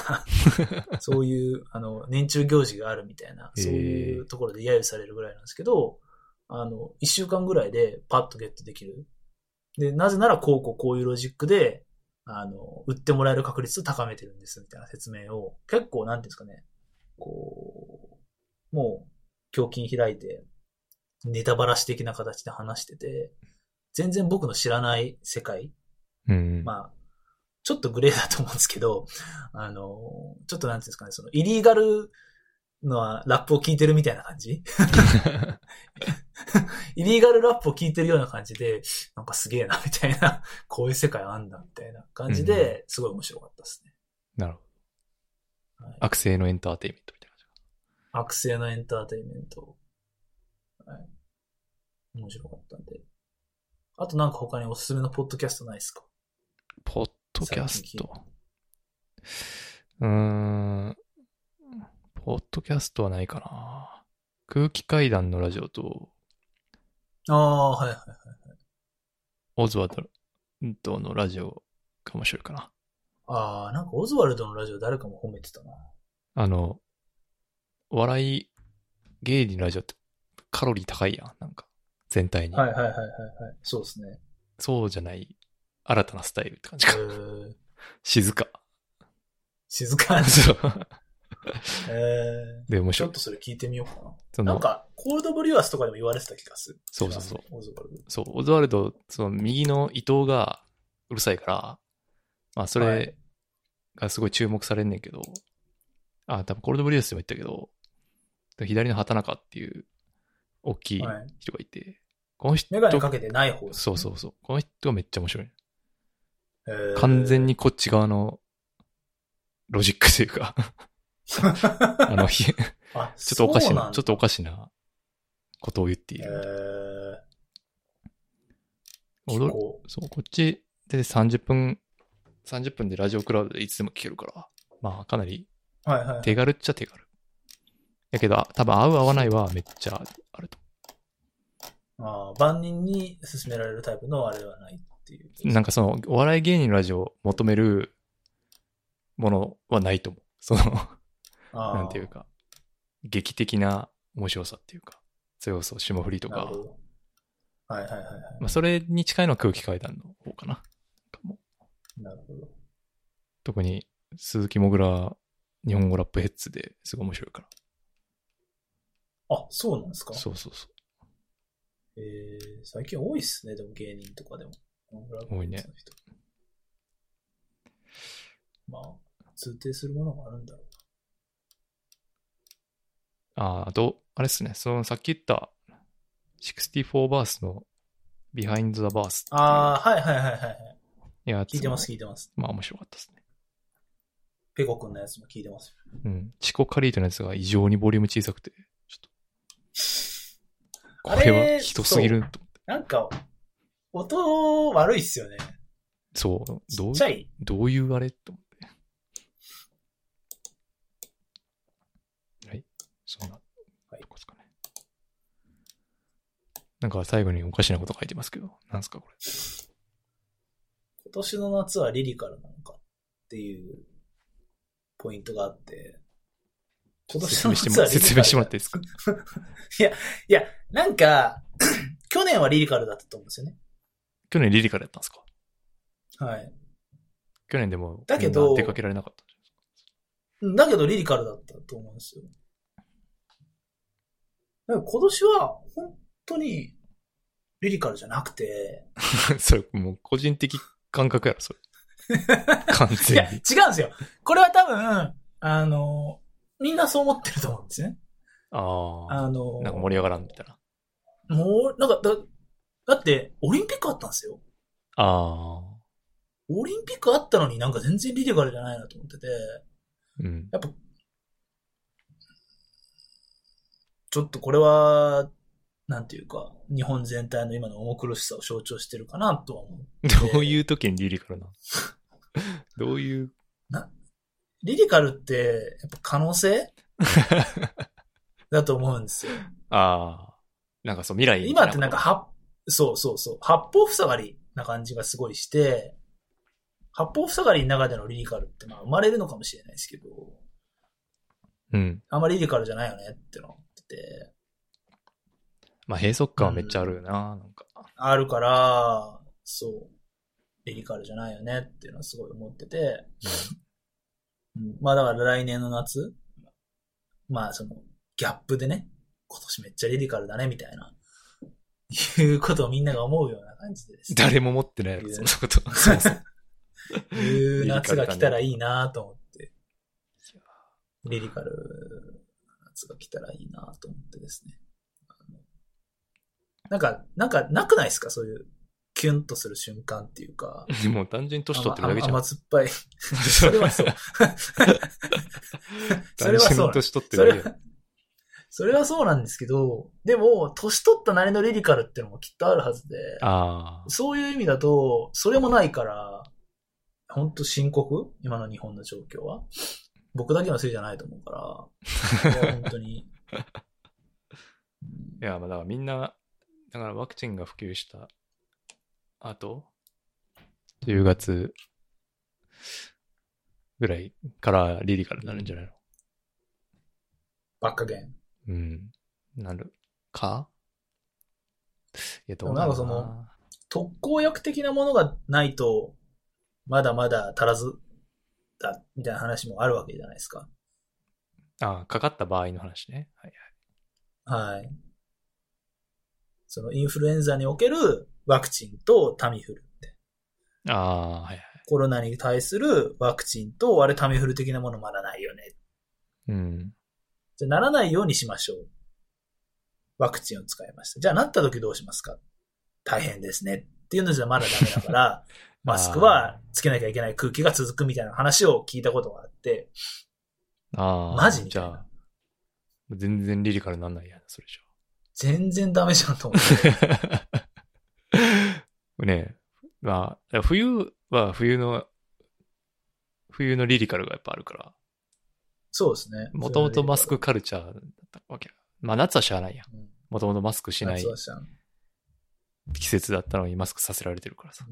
[SPEAKER 3] な、 そういう、あの、年中行事があるみたいな、
[SPEAKER 2] へー
[SPEAKER 3] そういうところで揶揄されるぐらいなんですけど、あの、一週間ぐらいでパッとゲットできる。で、なぜならこうこうこういうロジックで、あの、売ってもらえる確率を高めてるんですみたいな説明を、結構なんていうんですかね、こう、もう、胸筋開いて、ネタバラシ的な形で話してて、全然僕の知らない世界
[SPEAKER 2] うん。
[SPEAKER 3] まあ、ちょっとグレーだと思うんですけど、あの、ちょっとなんていうんですかね、その、イリーガルのはラップを聞いてるみたいな感じ イリーガルラップを聞いてるような感じで、なんかすげえな、みたいな、 こういう世界あんだ、みたいな感じ
[SPEAKER 2] うん
[SPEAKER 3] で、すごい面白かったですね。
[SPEAKER 2] なるほど
[SPEAKER 3] はい。
[SPEAKER 2] 悪性のエンターテインメントみたいな感じ
[SPEAKER 3] 悪性のエンターテインメント。はい。面白かったんで。あとなんか他におすすめのポッドキャストないですか
[SPEAKER 2] ポッドキャス
[SPEAKER 3] 最近聞い
[SPEAKER 2] ト。うーん。ポッドキャストはないかな。空気階段のラジオと、
[SPEAKER 3] ああ、はいはい。
[SPEAKER 2] オズワルドのラジオかもしれないかな。
[SPEAKER 3] ああ、なんかオズワルドのラジオ誰かも褒めてたな。
[SPEAKER 2] あの、お笑い芸人のラジオってカロリー高いやん、なんか。全体に。
[SPEAKER 3] はいはいはいはいはい。そうですね。
[SPEAKER 2] そうじゃない、新たなスタイルって感じ
[SPEAKER 3] え
[SPEAKER 2] か。
[SPEAKER 3] ー、
[SPEAKER 2] 静か。
[SPEAKER 3] 静かに。
[SPEAKER 2] そう。
[SPEAKER 3] え
[SPEAKER 2] で、面
[SPEAKER 3] ー、ちょ
[SPEAKER 2] 白
[SPEAKER 3] っ
[SPEAKER 2] い
[SPEAKER 3] と。それ聞いてみようか
[SPEAKER 2] そ
[SPEAKER 3] な。な
[SPEAKER 2] の
[SPEAKER 3] ん、か、コールドブリュワースとかでも言われてた気がする。
[SPEAKER 2] そうそうそう。
[SPEAKER 3] オズワルド。
[SPEAKER 2] そう、オズワルド、その右の伊藤がうるさいから、まあそ
[SPEAKER 3] は
[SPEAKER 2] れ
[SPEAKER 3] い
[SPEAKER 2] がすごい注目されんねんけど、あ、多分コールドブリュースでも言ったけど、左の畑中っていう大きい
[SPEAKER 3] はい
[SPEAKER 2] 人がいて、この人、
[SPEAKER 3] メガネかけてない方です
[SPEAKER 2] そうそうそう、この人がめっちゃ面白い。
[SPEAKER 3] えー
[SPEAKER 2] 完全。にこっち側のロジックというか、あの、ひ ちょ
[SPEAKER 3] あ、
[SPEAKER 2] っとおかし
[SPEAKER 3] そう
[SPEAKER 2] い
[SPEAKER 3] な
[SPEAKER 2] な、
[SPEAKER 3] んだ
[SPEAKER 2] ちょっとおかしなことを言ってい
[SPEAKER 3] え
[SPEAKER 2] る。
[SPEAKER 3] ー、
[SPEAKER 2] 驚
[SPEAKER 3] 聞こ
[SPEAKER 2] そう、こっちで30分、30分でラジオクラウドでいつでも聞けるから、まあかなり
[SPEAKER 3] うはいはい。
[SPEAKER 2] 手軽っちゃ手軽。やけど、あ多分合う合わないはめっちゃあると。
[SPEAKER 3] あー万人に勧められるタイプのあれはないっていう。
[SPEAKER 2] なんかその、お笑い芸人のラジオを求めるものはないと思う。その、
[SPEAKER 3] あー
[SPEAKER 2] なんていうか、劇的な面白さっていうか、それこそ霜降りと
[SPEAKER 3] なる
[SPEAKER 2] か
[SPEAKER 3] ほ、どはいはいはいは
[SPEAKER 2] まあそれに近いのは空気階段の方かな。なんかもう
[SPEAKER 3] い。なるほど。
[SPEAKER 2] 特に鈴木もぐら日本語ラップヘッズですごい面白いから。
[SPEAKER 3] あ、そうなんですか
[SPEAKER 2] そうそうそう。
[SPEAKER 3] えー、最近多いっすね、でも芸人とかでも。
[SPEAKER 2] 多いね。
[SPEAKER 3] まあ、通底するものがあるんだろう
[SPEAKER 2] あーあと、あれっすね、そのさっき言った64バースの Behind the Verse
[SPEAKER 3] な。ああ、はいはいはいはいはい。
[SPEAKER 2] いやつ
[SPEAKER 3] 聞いてます、
[SPEAKER 2] も
[SPEAKER 3] 聞いてます。
[SPEAKER 2] まあ面白かったですね。
[SPEAKER 3] ペコくんのやつも聞いてます。
[SPEAKER 2] うん。チコカリートのやつが異常にボリューム小さくて、ちょっと。
[SPEAKER 3] あ
[SPEAKER 2] こ
[SPEAKER 3] れ
[SPEAKER 2] れはひどすぎると。
[SPEAKER 3] なんか、音悪いっすよね。
[SPEAKER 2] そう。
[SPEAKER 3] ち
[SPEAKER 2] ど
[SPEAKER 3] っ
[SPEAKER 2] う
[SPEAKER 3] ちゃい。
[SPEAKER 2] どういうあれと思って。はい。そんな、
[SPEAKER 3] はい
[SPEAKER 2] とこですかね。なんか最後におかしなこと書いてますけど、なんすかこれ。
[SPEAKER 3] 今年の夏はリリカルなのかっていうポイントがあって、今年
[SPEAKER 2] 説
[SPEAKER 3] の
[SPEAKER 2] 明して
[SPEAKER 3] 夏はリ
[SPEAKER 2] も
[SPEAKER 3] リカル
[SPEAKER 2] 説明してもらっていいですか
[SPEAKER 3] いや、なんか、 去年はリリカルだったと思うんですよね。
[SPEAKER 2] 去年リリカルやったんですか
[SPEAKER 3] はい。
[SPEAKER 2] 去年でも、
[SPEAKER 3] だけど
[SPEAKER 2] みんな出かけられなかったん じゃないですか。
[SPEAKER 3] うんだけどリリカルだったと思うんですよ。だから今年は本当にリリカルじゃなくて、
[SPEAKER 2] それ、もう個人的感覚やろ、そ れ。完
[SPEAKER 3] いや、違うん
[SPEAKER 2] 全に。
[SPEAKER 3] ですよ。これは多分、あの、みんなそう思ってると思うんですね。
[SPEAKER 2] ああ。
[SPEAKER 3] あの、
[SPEAKER 2] なんか盛り上がらんみたいな。
[SPEAKER 3] もう、なんかだ、だって、オリンピックあったんですよ。
[SPEAKER 2] ああ。
[SPEAKER 3] オリンピックあったのになんか全然リリカルじゃないなと思ってて、
[SPEAKER 2] うん。
[SPEAKER 3] やっぱ、ちょっとこれは、なんていうか、日本全体の今の重苦しさを象徴してるかなとは思う。
[SPEAKER 2] どういう時にリリカルなの どういう。
[SPEAKER 3] リリカルって、やっぱ可能性だと思うんですよ。
[SPEAKER 2] ああ。なんかそう、未来みた
[SPEAKER 3] 今
[SPEAKER 2] い
[SPEAKER 3] ってなんか、は、そうそうそう、八方塞がりな感じがすごいして、八方塞がりの中でのリリカルってまあ生まれるのかもしれないですけど、
[SPEAKER 2] うん。
[SPEAKER 3] あんまりリリカルじゃないよねってのは思ってて、
[SPEAKER 2] まあ、閉塞感はめっちゃあるよな、なんか。
[SPEAKER 3] あるから、そう、リリカルじゃないよねっていうのはすごい思ってて、うんまあだから来年の夏、まあその、ギャップでね、今年めっちゃリリカルだねみたいな、いうことをみんなが思うような感じでですね。
[SPEAKER 2] 誰も持ってないやろ、そんなこと。そうそう
[SPEAKER 3] いう夏が来たらいいなと思って。リリカル夏が来たらいいなと思ってですね。あのなんか、なんか、なくないですかそういう、キュンとする瞬間っていうか。
[SPEAKER 2] もう単純に年取ってるだけじゃん。
[SPEAKER 3] 甘甘甘酸っぱい。 それは そう。それは
[SPEAKER 2] 単純
[SPEAKER 3] そう
[SPEAKER 2] に年取って
[SPEAKER 3] そ
[SPEAKER 2] るだ
[SPEAKER 3] れ
[SPEAKER 2] けじゃん
[SPEAKER 3] は、それはそうなんですけど、でも、年取ったなりのリリカルってのもきっとあるはずで。
[SPEAKER 2] ああ。
[SPEAKER 3] そういう意味だと、それもないから、ほんと深刻今の日本の状況は。僕だけのせいじゃないと思うから、これは本当に。
[SPEAKER 2] いや、まあ、だからみんな、だからワクチンが普及した後、10月ぐらいからリリカルになるんじゃないの
[SPEAKER 3] ばっかげん。
[SPEAKER 2] うん。なるかいや、ど
[SPEAKER 3] でも
[SPEAKER 2] うな
[SPEAKER 3] なん
[SPEAKER 2] る
[SPEAKER 3] か
[SPEAKER 2] か
[SPEAKER 3] そ
[SPEAKER 2] な
[SPEAKER 3] の特効薬的なものがないと、まだまだ足らずだ、みたいな話もあるわけじゃないですか。
[SPEAKER 2] ああ、かかった場合の話ね。はい
[SPEAKER 3] はい。そのインフルエンザにおけるワクチンとタミフルって。
[SPEAKER 2] はい。ああ、はいはい。
[SPEAKER 3] コロナに対するワクチンと、あれタミフル的なものまだないよね
[SPEAKER 2] うん。
[SPEAKER 3] じゃあならないようにしましょう。ワクチンを使いました。じゃあなった時どうしますか大変ですね。っていうのじゃまだダメだ から、マスクはつけなきゃいけない空気が続くみたいな話を聞いたことがあって、
[SPEAKER 2] ああ。
[SPEAKER 3] マジみ
[SPEAKER 2] じ
[SPEAKER 3] たい
[SPEAKER 2] ゃ
[SPEAKER 3] な
[SPEAKER 2] あ、全然リリカルなんないやん、それじゃ。
[SPEAKER 3] 全然ダメじゃんと思って。
[SPEAKER 2] ねえ。まあ、冬は冬の、冬のリリカルがやっぱあるから、
[SPEAKER 3] そうですね。
[SPEAKER 2] もともとマスクカルチャーだったわけや。まあ夏はしゃあないやん。
[SPEAKER 3] うん
[SPEAKER 2] もともとマスクしない
[SPEAKER 3] 夏はしたうん
[SPEAKER 2] 季節だったのにマスクさせられてるからさ。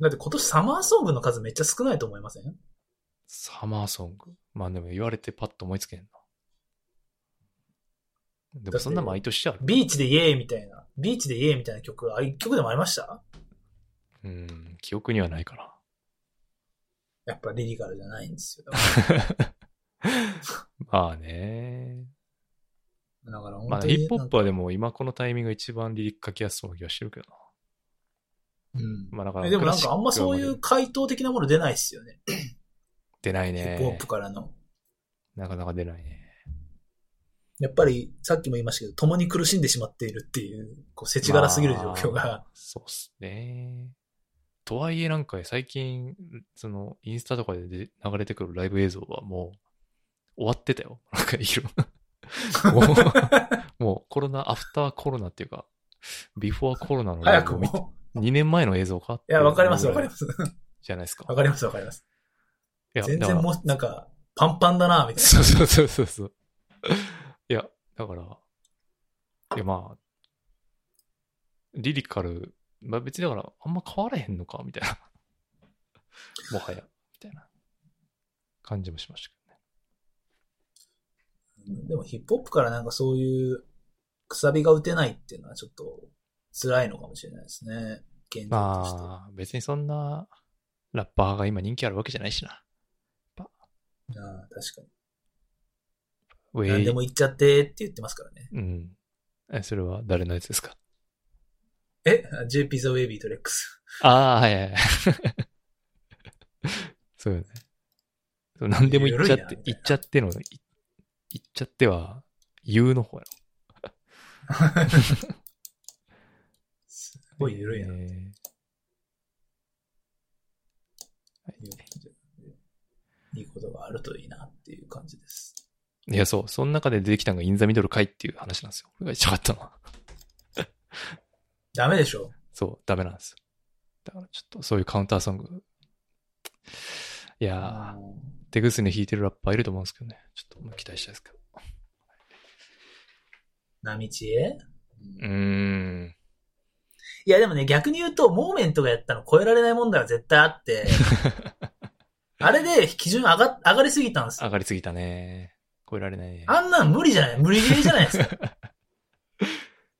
[SPEAKER 3] だって今年サマーソングの数めっちゃ少ないと思いません
[SPEAKER 2] サマーソング。まあでも言われてパッと思いつけへんな。でもそんな毎年ある。
[SPEAKER 3] ビーチでイエーイみたいな、ビーチでイエーイみたいな曲、あ、一曲でもありました
[SPEAKER 2] うん、記憶にはないから。
[SPEAKER 3] やっぱリリカルじゃないんですよ。
[SPEAKER 2] まあね。
[SPEAKER 3] だから
[SPEAKER 2] ま
[SPEAKER 3] 本
[SPEAKER 2] あ
[SPEAKER 3] 当
[SPEAKER 2] ヒ
[SPEAKER 3] に
[SPEAKER 2] ップホップはでも今このタイミングが一番リリック書きやすそうな気がしてるけどな。
[SPEAKER 3] うん
[SPEAKER 2] まあだから
[SPEAKER 3] えでもなん
[SPEAKER 2] クラシッ
[SPEAKER 3] か
[SPEAKER 2] ク
[SPEAKER 3] あんまそうい
[SPEAKER 2] は
[SPEAKER 3] う回答的なもの出ないっすよね。
[SPEAKER 2] 出ない
[SPEAKER 3] ヒップホッ
[SPEAKER 2] ね
[SPEAKER 3] プ。からの。
[SPEAKER 2] なかなか出ないね。
[SPEAKER 3] やっぱりさっきも言いましたけど、共に苦しんでしまっているっていう、こう、せちがらすぎる状況
[SPEAKER 2] ま
[SPEAKER 3] が。
[SPEAKER 2] そうっすね。とはいえなんか最近、そのインスタとかで流れてくるライブ映像はもう終わってたよ。 なんかいろもう、もうコロナ、アフターコロナっていうか、ビフォーコロナのライ
[SPEAKER 3] 早く
[SPEAKER 2] ブを見て
[SPEAKER 3] も。
[SPEAKER 2] 2年前の映像か
[SPEAKER 3] いや、わかりますわかり
[SPEAKER 2] す。
[SPEAKER 3] ます。
[SPEAKER 2] じゃないですか。
[SPEAKER 3] わかりますわかります。
[SPEAKER 2] いや
[SPEAKER 3] 全
[SPEAKER 2] だか
[SPEAKER 3] 然
[SPEAKER 2] ら
[SPEAKER 3] もう、なんか、パンパンだな、みたい
[SPEAKER 2] そうそうそうそうそう。いや、だから、いやまあ、リリカル、まあ別にだから、あんま変わらへんのか、みたいな。もはや、みたいな感じもしましたけどね。
[SPEAKER 3] な。でもヒップホップからなんかそういう、くさびが打てないっていうのはちょっと、辛いのかもしれないですね。現状として。
[SPEAKER 2] まあ、別にそんなラッパーが今人気あるわけじゃないしな。
[SPEAKER 3] ああ確か
[SPEAKER 2] ウ
[SPEAKER 3] に。
[SPEAKER 2] ェ
[SPEAKER 3] 何でも
[SPEAKER 2] イ。
[SPEAKER 3] 言っちゃってって言ってますからね。
[SPEAKER 2] うん。え、それは誰のやつですか
[SPEAKER 3] え ?JP ザ・ウェイビーとレックス。
[SPEAKER 2] ああ、はいはいはい。 そうよね。そう何でも言っちゃっ
[SPEAKER 3] 緩い
[SPEAKER 2] て
[SPEAKER 3] な、
[SPEAKER 2] 言っちゃっての、い言っちゃっては、言うの方や
[SPEAKER 3] す
[SPEAKER 2] ろ。
[SPEAKER 3] ごい緩いな。
[SPEAKER 2] えー
[SPEAKER 3] いいことがあるといいなっていう感じです。
[SPEAKER 2] いや、そう。その中で出てきたのがインザミドルかいっていう話なんですよ。これが一番あったのは。
[SPEAKER 3] ダメでしょ
[SPEAKER 2] そう、ダメなんですよ。だからちょっとそういうカウンターソング。いやー、手ぐすね弾いてるラッパーいると思うんですけどね。ちょっと期待したいですけど。
[SPEAKER 3] 波知恵、
[SPEAKER 2] うーん。
[SPEAKER 3] いや、でもね、逆に言うと、モーメントがやったの超えられない問題は絶対あって、あれで基準上が、上がりすぎたんですよ。
[SPEAKER 2] 上がりすぎたね。超えられないね。
[SPEAKER 3] あんなん無理じゃない無理ゲーじゃないですか。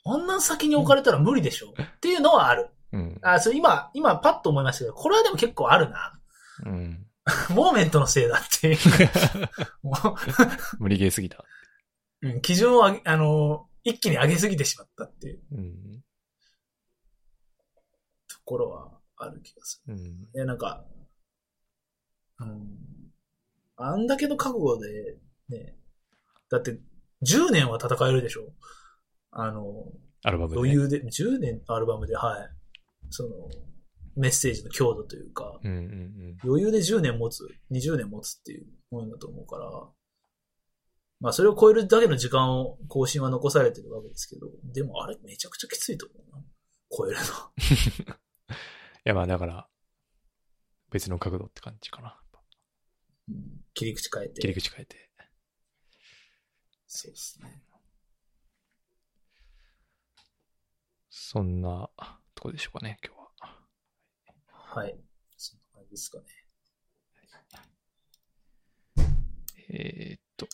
[SPEAKER 3] あんなん先に置かれたら無理でしょっていうのはある。
[SPEAKER 2] うん。
[SPEAKER 3] あ、それ今、今パッと思いましたけど、これはでも結構あるな。
[SPEAKER 2] うん。
[SPEAKER 3] モーメントのせいだっていう。も
[SPEAKER 2] 無理ゲーすぎた。
[SPEAKER 3] ううん基準を上げ、あの、一気に上げすぎてしまったっていう
[SPEAKER 2] うん。
[SPEAKER 3] ところはある気がする。
[SPEAKER 2] うん。
[SPEAKER 3] いや、なんか、うん、あんだけの覚悟で、ね、だって、10年は戦えるでしょあの、
[SPEAKER 2] アルバムで、ね。
[SPEAKER 3] 余裕で、10年アルバムで、はい。その、メッセージの強度というか、
[SPEAKER 2] うんうん
[SPEAKER 3] 余裕で10年持つ、20年持つっていうものだと思うから、まあ、それを超えるだけの時間を、更新は残されてるわけですけど、でも、あれ、めちゃくちゃきついと思うな。超えるの。
[SPEAKER 2] うん。いや、まあだから、別の角度って感じかな。
[SPEAKER 3] うん切り口変えて。
[SPEAKER 2] 切り口変えて。
[SPEAKER 3] そうですね。
[SPEAKER 2] そんなとこでしょうかね、今日は。
[SPEAKER 3] はい。そんな感じですかね。
[SPEAKER 2] えー、っと。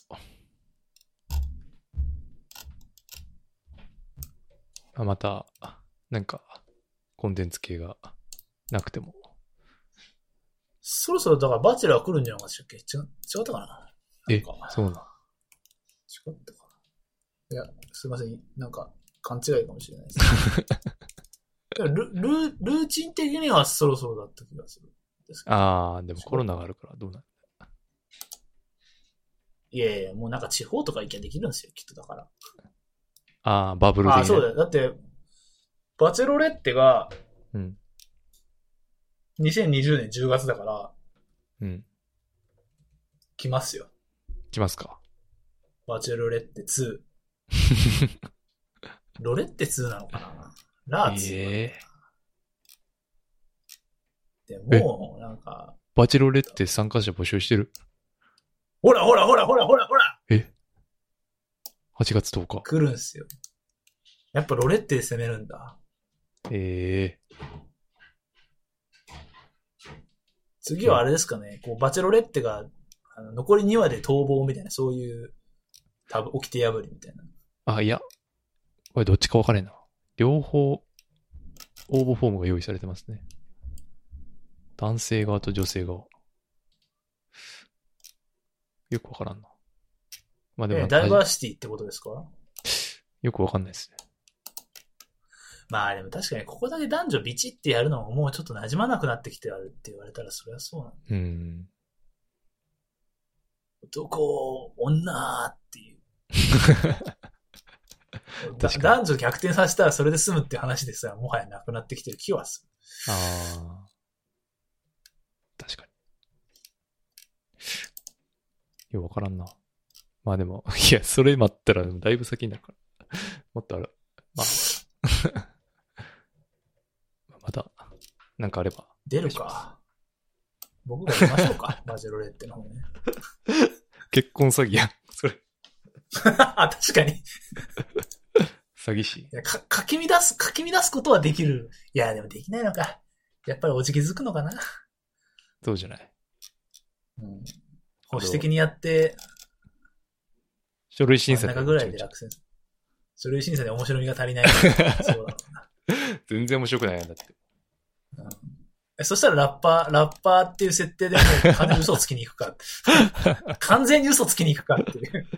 [SPEAKER 2] まあまた、なんか、コンテンツ系がなくても。
[SPEAKER 3] そろそろだからバチェラー来るんじゃなかったっけ違違ったかな
[SPEAKER 2] え
[SPEAKER 3] なんか、
[SPEAKER 2] そうな
[SPEAKER 3] 違ったかないや、すいません。なんか、勘違いかもしれないです。いやルルールーチン的にはそろそろだった気がするんですけ
[SPEAKER 2] の
[SPEAKER 3] ど。
[SPEAKER 2] ああ、でもコロナがあるからどうなる
[SPEAKER 3] いやいや、もうなんか地方とか意見できるんですよ、きっとだから。
[SPEAKER 2] ああ、バブル的
[SPEAKER 3] あ
[SPEAKER 2] な
[SPEAKER 3] あ、そうだよ。だって、バチェロレッテが
[SPEAKER 2] うん。
[SPEAKER 3] 2020年10月だから
[SPEAKER 2] うん。
[SPEAKER 3] 来ますよ。
[SPEAKER 2] 来ますか。
[SPEAKER 3] バチェロレッテ2。ロレッテ2なのかなラー2。
[SPEAKER 2] ええ
[SPEAKER 3] でも、なんか、
[SPEAKER 2] バチェロレって参加者募集してる。
[SPEAKER 3] ほらほらほらほらほらほら
[SPEAKER 2] 8月10日。
[SPEAKER 3] 来るんすよ。やっぱロレッテで攻めるんだ。
[SPEAKER 2] ええ
[SPEAKER 3] 次はあれですかね、こう、バチェロレッテが、あの残り2話で逃亡みたいな、そういう、多分起きて破りみたいな。
[SPEAKER 2] あ、いや。これどっちか分からへんな。両方、応募フォームが用意されてますね。男性側と女性側。よく分からんな。まあでも
[SPEAKER 3] えー
[SPEAKER 2] なんか
[SPEAKER 3] ダイバーシティってことですか
[SPEAKER 2] よく分かんないですね。
[SPEAKER 3] まあでも確かにここだけ男女ビチってやるのももうちょっと馴染まなくなってきてあるって言われたらそりゃそうなんだ。
[SPEAKER 2] うん。。
[SPEAKER 3] 男、女っていう
[SPEAKER 2] 確かに
[SPEAKER 3] だ男女逆転させたらそれで済むって話ですらもはやなくなってきてる気はする。
[SPEAKER 2] ああ。確かに。よくわからんな。まあでも、 いや、それ待ったらだいぶ先になるから。 もっとある。まあ。 また、なんかあれば。
[SPEAKER 3] 出るか。僕が出ましょうか。バジェロレっての方ね。
[SPEAKER 2] 結婚詐欺やん。 それ、
[SPEAKER 3] あ確かに。い
[SPEAKER 2] 詐欺師。
[SPEAKER 3] やか、かき乱す、かき乱すことはできる。いや、でもできないのか。やっぱりおじきづくのかな。
[SPEAKER 2] そうじゃない。
[SPEAKER 3] うん。保守的にやって、
[SPEAKER 2] 書類審査
[SPEAKER 3] 真ん中ぐらいで落選する。書類審査で面白みが足りない。そうだろうな。
[SPEAKER 2] 全然面白くないやんだって。
[SPEAKER 3] えそしたらラッパー、ラッパーっていう設定でもう完全に嘘をつきに行くか。完全に嘘つきに行くかっていう。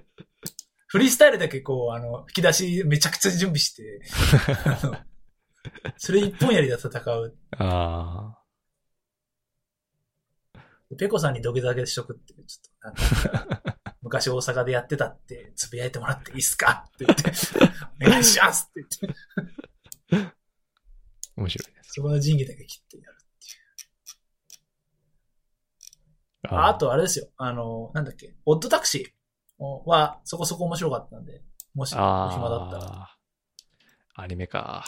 [SPEAKER 3] フリースタイルだけこう、あの、吹き出しめちゃくちゃ準備して、あのそれ一本やりで戦う。
[SPEAKER 2] あ
[SPEAKER 3] ペコさんに土下座だけしとくっていう、ちょっとなんか、昔大阪でやってたって、つぶやいてもらっていいっすかって言って、お願いしますって言って、
[SPEAKER 2] あ、面白いです。
[SPEAKER 3] そこの仁義だけ切ってやる。ああとあれですよ、あの、なんだっけ、オッドタクシーはそこそこ面白かったんで、もし、お
[SPEAKER 2] あー、
[SPEAKER 3] 暇だったら。
[SPEAKER 2] アニメか。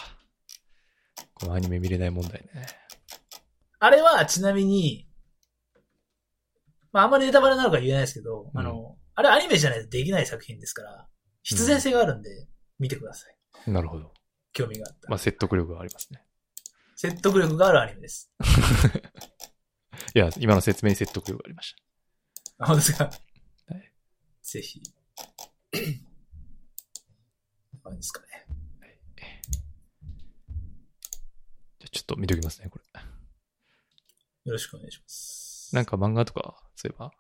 [SPEAKER 2] このアニメ見れない問題ね。
[SPEAKER 3] あれは、ちなみに、まあ、あんまりネタバレなのか言えないですけど、
[SPEAKER 2] うん
[SPEAKER 3] あの、あれアニメじゃないとできない作品ですから、必然性があるんで、見てください。
[SPEAKER 2] なるほど。
[SPEAKER 3] 興味があったら。
[SPEAKER 2] まあ、説得力がありますね。
[SPEAKER 3] 説得力があるアニメです。
[SPEAKER 2] いや、今の説明に説得力がありまし
[SPEAKER 3] あ、本当ですか。
[SPEAKER 2] はい
[SPEAKER 3] ぜ ひ。こんな感じですかね。
[SPEAKER 2] た。じゃあちょっと見ときますね、これ。
[SPEAKER 3] よろしくお願いします。
[SPEAKER 2] なんか漫画とか、そういえば、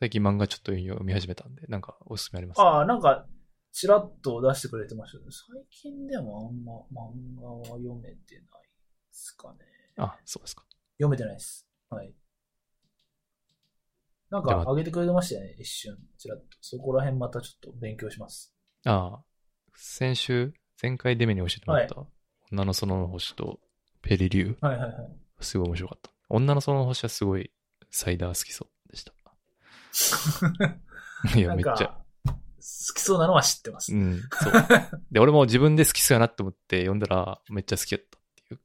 [SPEAKER 2] 最近漫画ちょっと読み始めたんで、なんかおすすめあります
[SPEAKER 3] ああ、なんか、ちらっと出してくれてましたね。最近でもあんま漫画は読めてないですかね。
[SPEAKER 2] あ、そうですか。
[SPEAKER 3] 読めてないです。はい。なん
[SPEAKER 2] で
[SPEAKER 3] か、
[SPEAKER 2] は
[SPEAKER 3] 上げてくれてましたよね、一瞬。ちらっと。そこら辺またちょっと勉強します。
[SPEAKER 2] ああ、先週、前回デメに教えてもらった、女の園の星とペリリュー、
[SPEAKER 3] はいはいはい。
[SPEAKER 2] すごい面白かった。女の園の星はすごいサイダー好きそうでした。いや、
[SPEAKER 3] なん
[SPEAKER 2] めっ
[SPEAKER 3] か、
[SPEAKER 2] ちゃ。
[SPEAKER 3] 好きそうなのは知ってます。
[SPEAKER 2] うん、 そう。で、俺も自分で好きそうやなって思って読んだら、めっちゃ好きやったっていう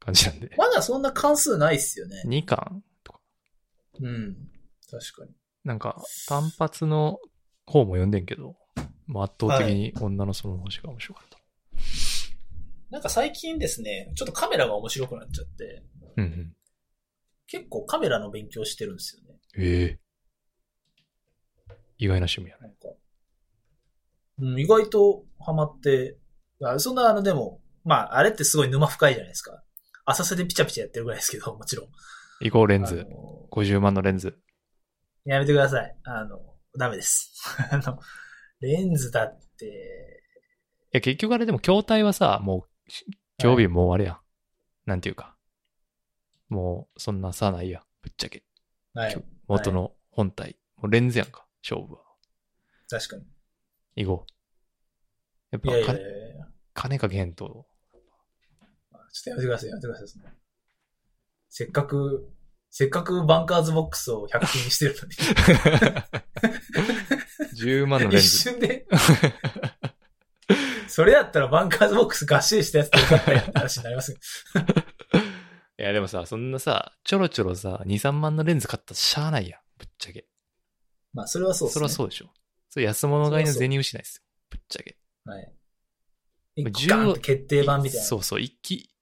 [SPEAKER 2] 感じなんで。
[SPEAKER 3] まだそんな関数ないっすよね。
[SPEAKER 2] 2巻とか、
[SPEAKER 3] うん。確かに。
[SPEAKER 2] なんか単発の方も読んでんけど、もう圧倒的に女の園の星が面白かった。
[SPEAKER 3] なんか最近ですね、ちょっとカメラが面白くなっちゃって、
[SPEAKER 2] うんうん。
[SPEAKER 3] 結構カメラの勉強してるんですよね。
[SPEAKER 2] ええ意外な趣味やね。
[SPEAKER 3] なんか。うん、意外とハマって、あそんなあのでも、まあ、あれってすごい沼深いじゃないですか。浅瀬でピチャピチャやってるぐらいですけど、も ちろん。
[SPEAKER 2] 移行レン
[SPEAKER 3] あ
[SPEAKER 2] ズ。
[SPEAKER 3] の
[SPEAKER 2] 50万のレンズ。
[SPEAKER 3] やめてください。あの、ダメです。 あの、レンズだって、
[SPEAKER 2] いや、結局あれでも、筐体はさ、もう、し興味もうあれやん。なんていうか。もう、そんな差ないやん。ぶっちゃけ。
[SPEAKER 3] はい。
[SPEAKER 2] 元の本体。もうレンズやんか、勝負は。
[SPEAKER 3] 確かに。
[SPEAKER 2] 移行。やっぱ
[SPEAKER 3] いやいやいやい
[SPEAKER 2] 金
[SPEAKER 3] や
[SPEAKER 2] 金かけへ んと。
[SPEAKER 3] ちょっとやめてください、やめてください。そのせっかく、せっかくバンカーズボックスを100均にしてる
[SPEAKER 2] 10
[SPEAKER 3] の
[SPEAKER 2] 万の
[SPEAKER 3] に、
[SPEAKER 2] レ
[SPEAKER 3] 一
[SPEAKER 2] ンズ。
[SPEAKER 3] 瞬で、それだったらバンカーズボックスがっしりしたやつでよかったよって話になり ますよ
[SPEAKER 2] いや、でもさ、そんなさ、ちょろちょろさ、2、3万のレンズ買ったらしゃあないやん。ぶっちゃけ。
[SPEAKER 3] まあ、それはそうです
[SPEAKER 2] そ
[SPEAKER 3] ね。
[SPEAKER 2] りゃそうでしょ。それ安物買いの銭失いですよ。ぶっちゃけ。
[SPEAKER 3] はい。
[SPEAKER 2] まあ
[SPEAKER 3] 一個ガンって決定版みたいな。
[SPEAKER 2] そうそう、一気、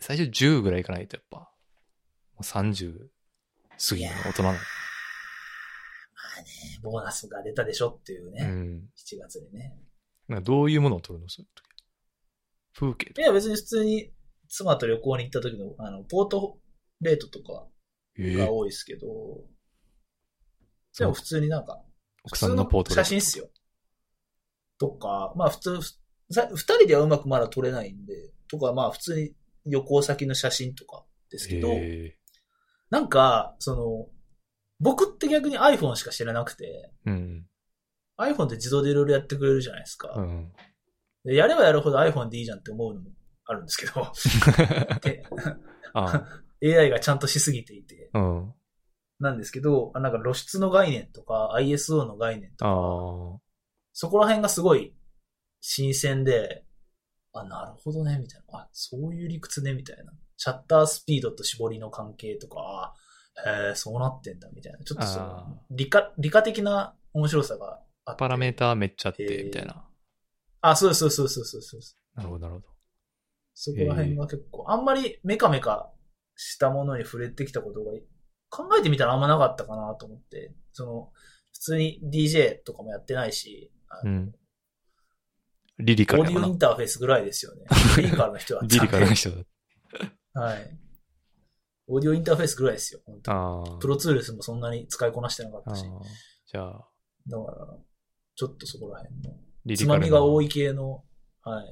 [SPEAKER 2] 最初10ぐらいいかないとやっぱ、もう30過ぎの大人なの。
[SPEAKER 3] ボーナスが出たでしょっていう
[SPEAKER 2] う
[SPEAKER 3] ね。
[SPEAKER 2] ん。
[SPEAKER 3] 7月にね。
[SPEAKER 2] なんかどういうものを撮るのそういう時。風景
[SPEAKER 3] い
[SPEAKER 2] とか。
[SPEAKER 3] や、別に普通に妻と旅行に行った時の、あの、ポートレートとか
[SPEAKER 2] え
[SPEAKER 3] が
[SPEAKER 2] え
[SPEAKER 3] 多いですけど、でも普通になんか、
[SPEAKER 2] 奥さんのポートレ
[SPEAKER 3] 普
[SPEAKER 2] ート
[SPEAKER 3] 通の写真っすよ。とか、まあ普通、ふさ二人ではうまくまだ撮れないんで、とか、まあ普通に旅行先の写真とかですけど、
[SPEAKER 2] え
[SPEAKER 3] なんか、その、僕って逆に iPhone しか知らなくて、
[SPEAKER 2] えうん。
[SPEAKER 3] iPhone って自動でいろいろやってくれるじゃないですか。
[SPEAKER 2] うん。
[SPEAKER 3] でやればやるほど iPhone でいいじゃんって思うのもあるんですけど、 で
[SPEAKER 2] あ
[SPEAKER 3] AI がちゃんとしすぎていて、
[SPEAKER 2] あ、うん。
[SPEAKER 3] なんですけど、あなんか露出の概念とか ISO の概念と
[SPEAKER 2] あ
[SPEAKER 3] か、
[SPEAKER 2] あ。
[SPEAKER 3] そこら辺がすごい新鮮で、あ、なるほどね、みたいな。あ、そういう理屈ね、みたいな。シャッタースピードと絞りの関係とか、あへえ、そうなってんだ、みたいな。ちょっとそ
[SPEAKER 2] あー
[SPEAKER 3] の理科、理科的な面白さがあって。
[SPEAKER 2] パラメーターめっちゃあっ
[SPEAKER 3] え
[SPEAKER 2] て
[SPEAKER 3] え、
[SPEAKER 2] みたいな。
[SPEAKER 3] あ、そうですそうですそうですそうです。
[SPEAKER 2] なるほど、なるほど。
[SPEAKER 3] そこら辺が結構、あんまりメカメカしたものに触れてきたことが、考えてみたらあんまなかったかなと思って、その、普通に DJ とかもやってないし、あ
[SPEAKER 2] うん。リリ
[SPEAKER 3] オ
[SPEAKER 2] カル
[SPEAKER 3] ー
[SPEAKER 2] や
[SPEAKER 3] ディ
[SPEAKER 2] も
[SPEAKER 3] オイ
[SPEAKER 2] な
[SPEAKER 3] ン。ターフェースぐらいですよね。リリカルの人だったんで
[SPEAKER 2] リリカルの人だっ
[SPEAKER 3] はい。オーディオインターフェースぐらいですよ、本当
[SPEAKER 2] た。あー
[SPEAKER 3] プロツールスもそんなに使いこなしてなかっ
[SPEAKER 2] あ
[SPEAKER 3] たし。だ
[SPEAKER 2] ー。じゃあ、
[SPEAKER 3] から、ちょっとそこら辺の。
[SPEAKER 2] リ
[SPEAKER 3] つ
[SPEAKER 2] リ
[SPEAKER 3] ま
[SPEAKER 2] カ
[SPEAKER 3] み
[SPEAKER 2] ル
[SPEAKER 3] が多
[SPEAKER 2] の、
[SPEAKER 3] い系の、はい。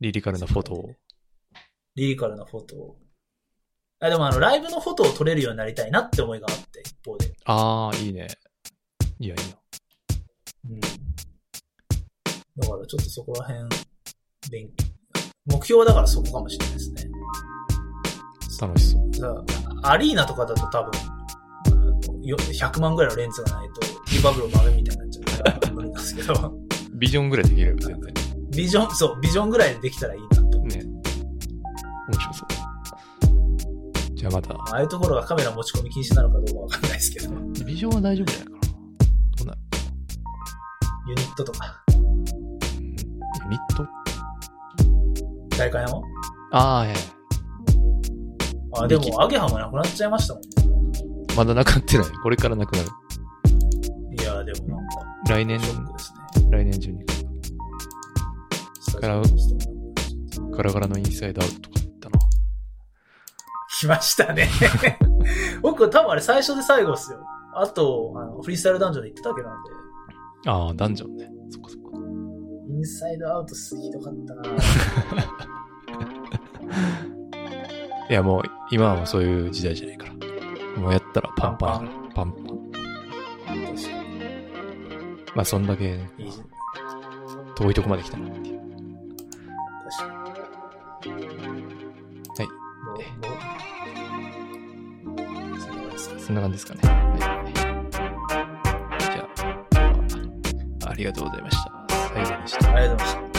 [SPEAKER 2] リリカルなフォトを。
[SPEAKER 3] リリカルなフォトを。あでもあの、ライブのフォトを撮れるようになりたいなって思いがあって、一方で。
[SPEAKER 2] ああ、いいね。いや、いいな。
[SPEAKER 3] うん。だからちょっとそこら辺、勉目標はだからそこかもしれないですね。
[SPEAKER 2] 楽しそう。
[SPEAKER 3] だからアリーナとかだと多分、あのよ100万ぐらいのレンズがないと、リバブル豆みたいになっちゃうから、無理なんですけど、
[SPEAKER 2] ビジョンぐらいできれば全然。
[SPEAKER 3] ビジョン、そう、ビジョンぐらいでできたらいいなと。
[SPEAKER 2] ね。面白そう。じゃあまた、
[SPEAKER 3] ああいうところがカメラ持ち込み禁止なのかどうかわかんないですけど、ユ
[SPEAKER 2] ビジョンは大丈夫じゃないかな。どうなる
[SPEAKER 3] ニットとか、
[SPEAKER 2] うんユニット
[SPEAKER 3] 大会も
[SPEAKER 2] ああ、いやいや
[SPEAKER 3] あ、で
[SPEAKER 2] でき
[SPEAKER 3] も、アゲハもなくなっちゃいましたもん
[SPEAKER 2] まだなくなってない。これからなくなる。
[SPEAKER 3] ね。いやー、でもなんか、
[SPEAKER 2] 来年
[SPEAKER 3] シ、ョックですね。
[SPEAKER 2] 来年中に。
[SPEAKER 3] ス
[SPEAKER 2] から
[SPEAKER 3] タジオの人
[SPEAKER 2] ガラガラのインサイドアウトとか言ったな。
[SPEAKER 3] 来ました ね。僕、多分あれ最初で最後っすよ。あと、あのフリースタイルダンジョンで行ってただけなんで。
[SPEAKER 2] ああ、ダンジョンね。そっかそっか。
[SPEAKER 3] インサイドアウトすひどかったな
[SPEAKER 2] いや、もう、今はもうそういう時代じゃないから。もうやったらパンパンやから。パンパン。
[SPEAKER 3] 確かに
[SPEAKER 2] まあ、そんだけ
[SPEAKER 3] いいじゃん
[SPEAKER 2] 遠いとこまで来たなっていう。
[SPEAKER 3] 確かに。
[SPEAKER 2] は
[SPEAKER 3] も
[SPEAKER 2] い
[SPEAKER 3] う。もう。そうですか
[SPEAKER 2] そんな感じですかね。はい。じゃあ、ありがとうございました。最後でした。
[SPEAKER 3] ありがとうございました。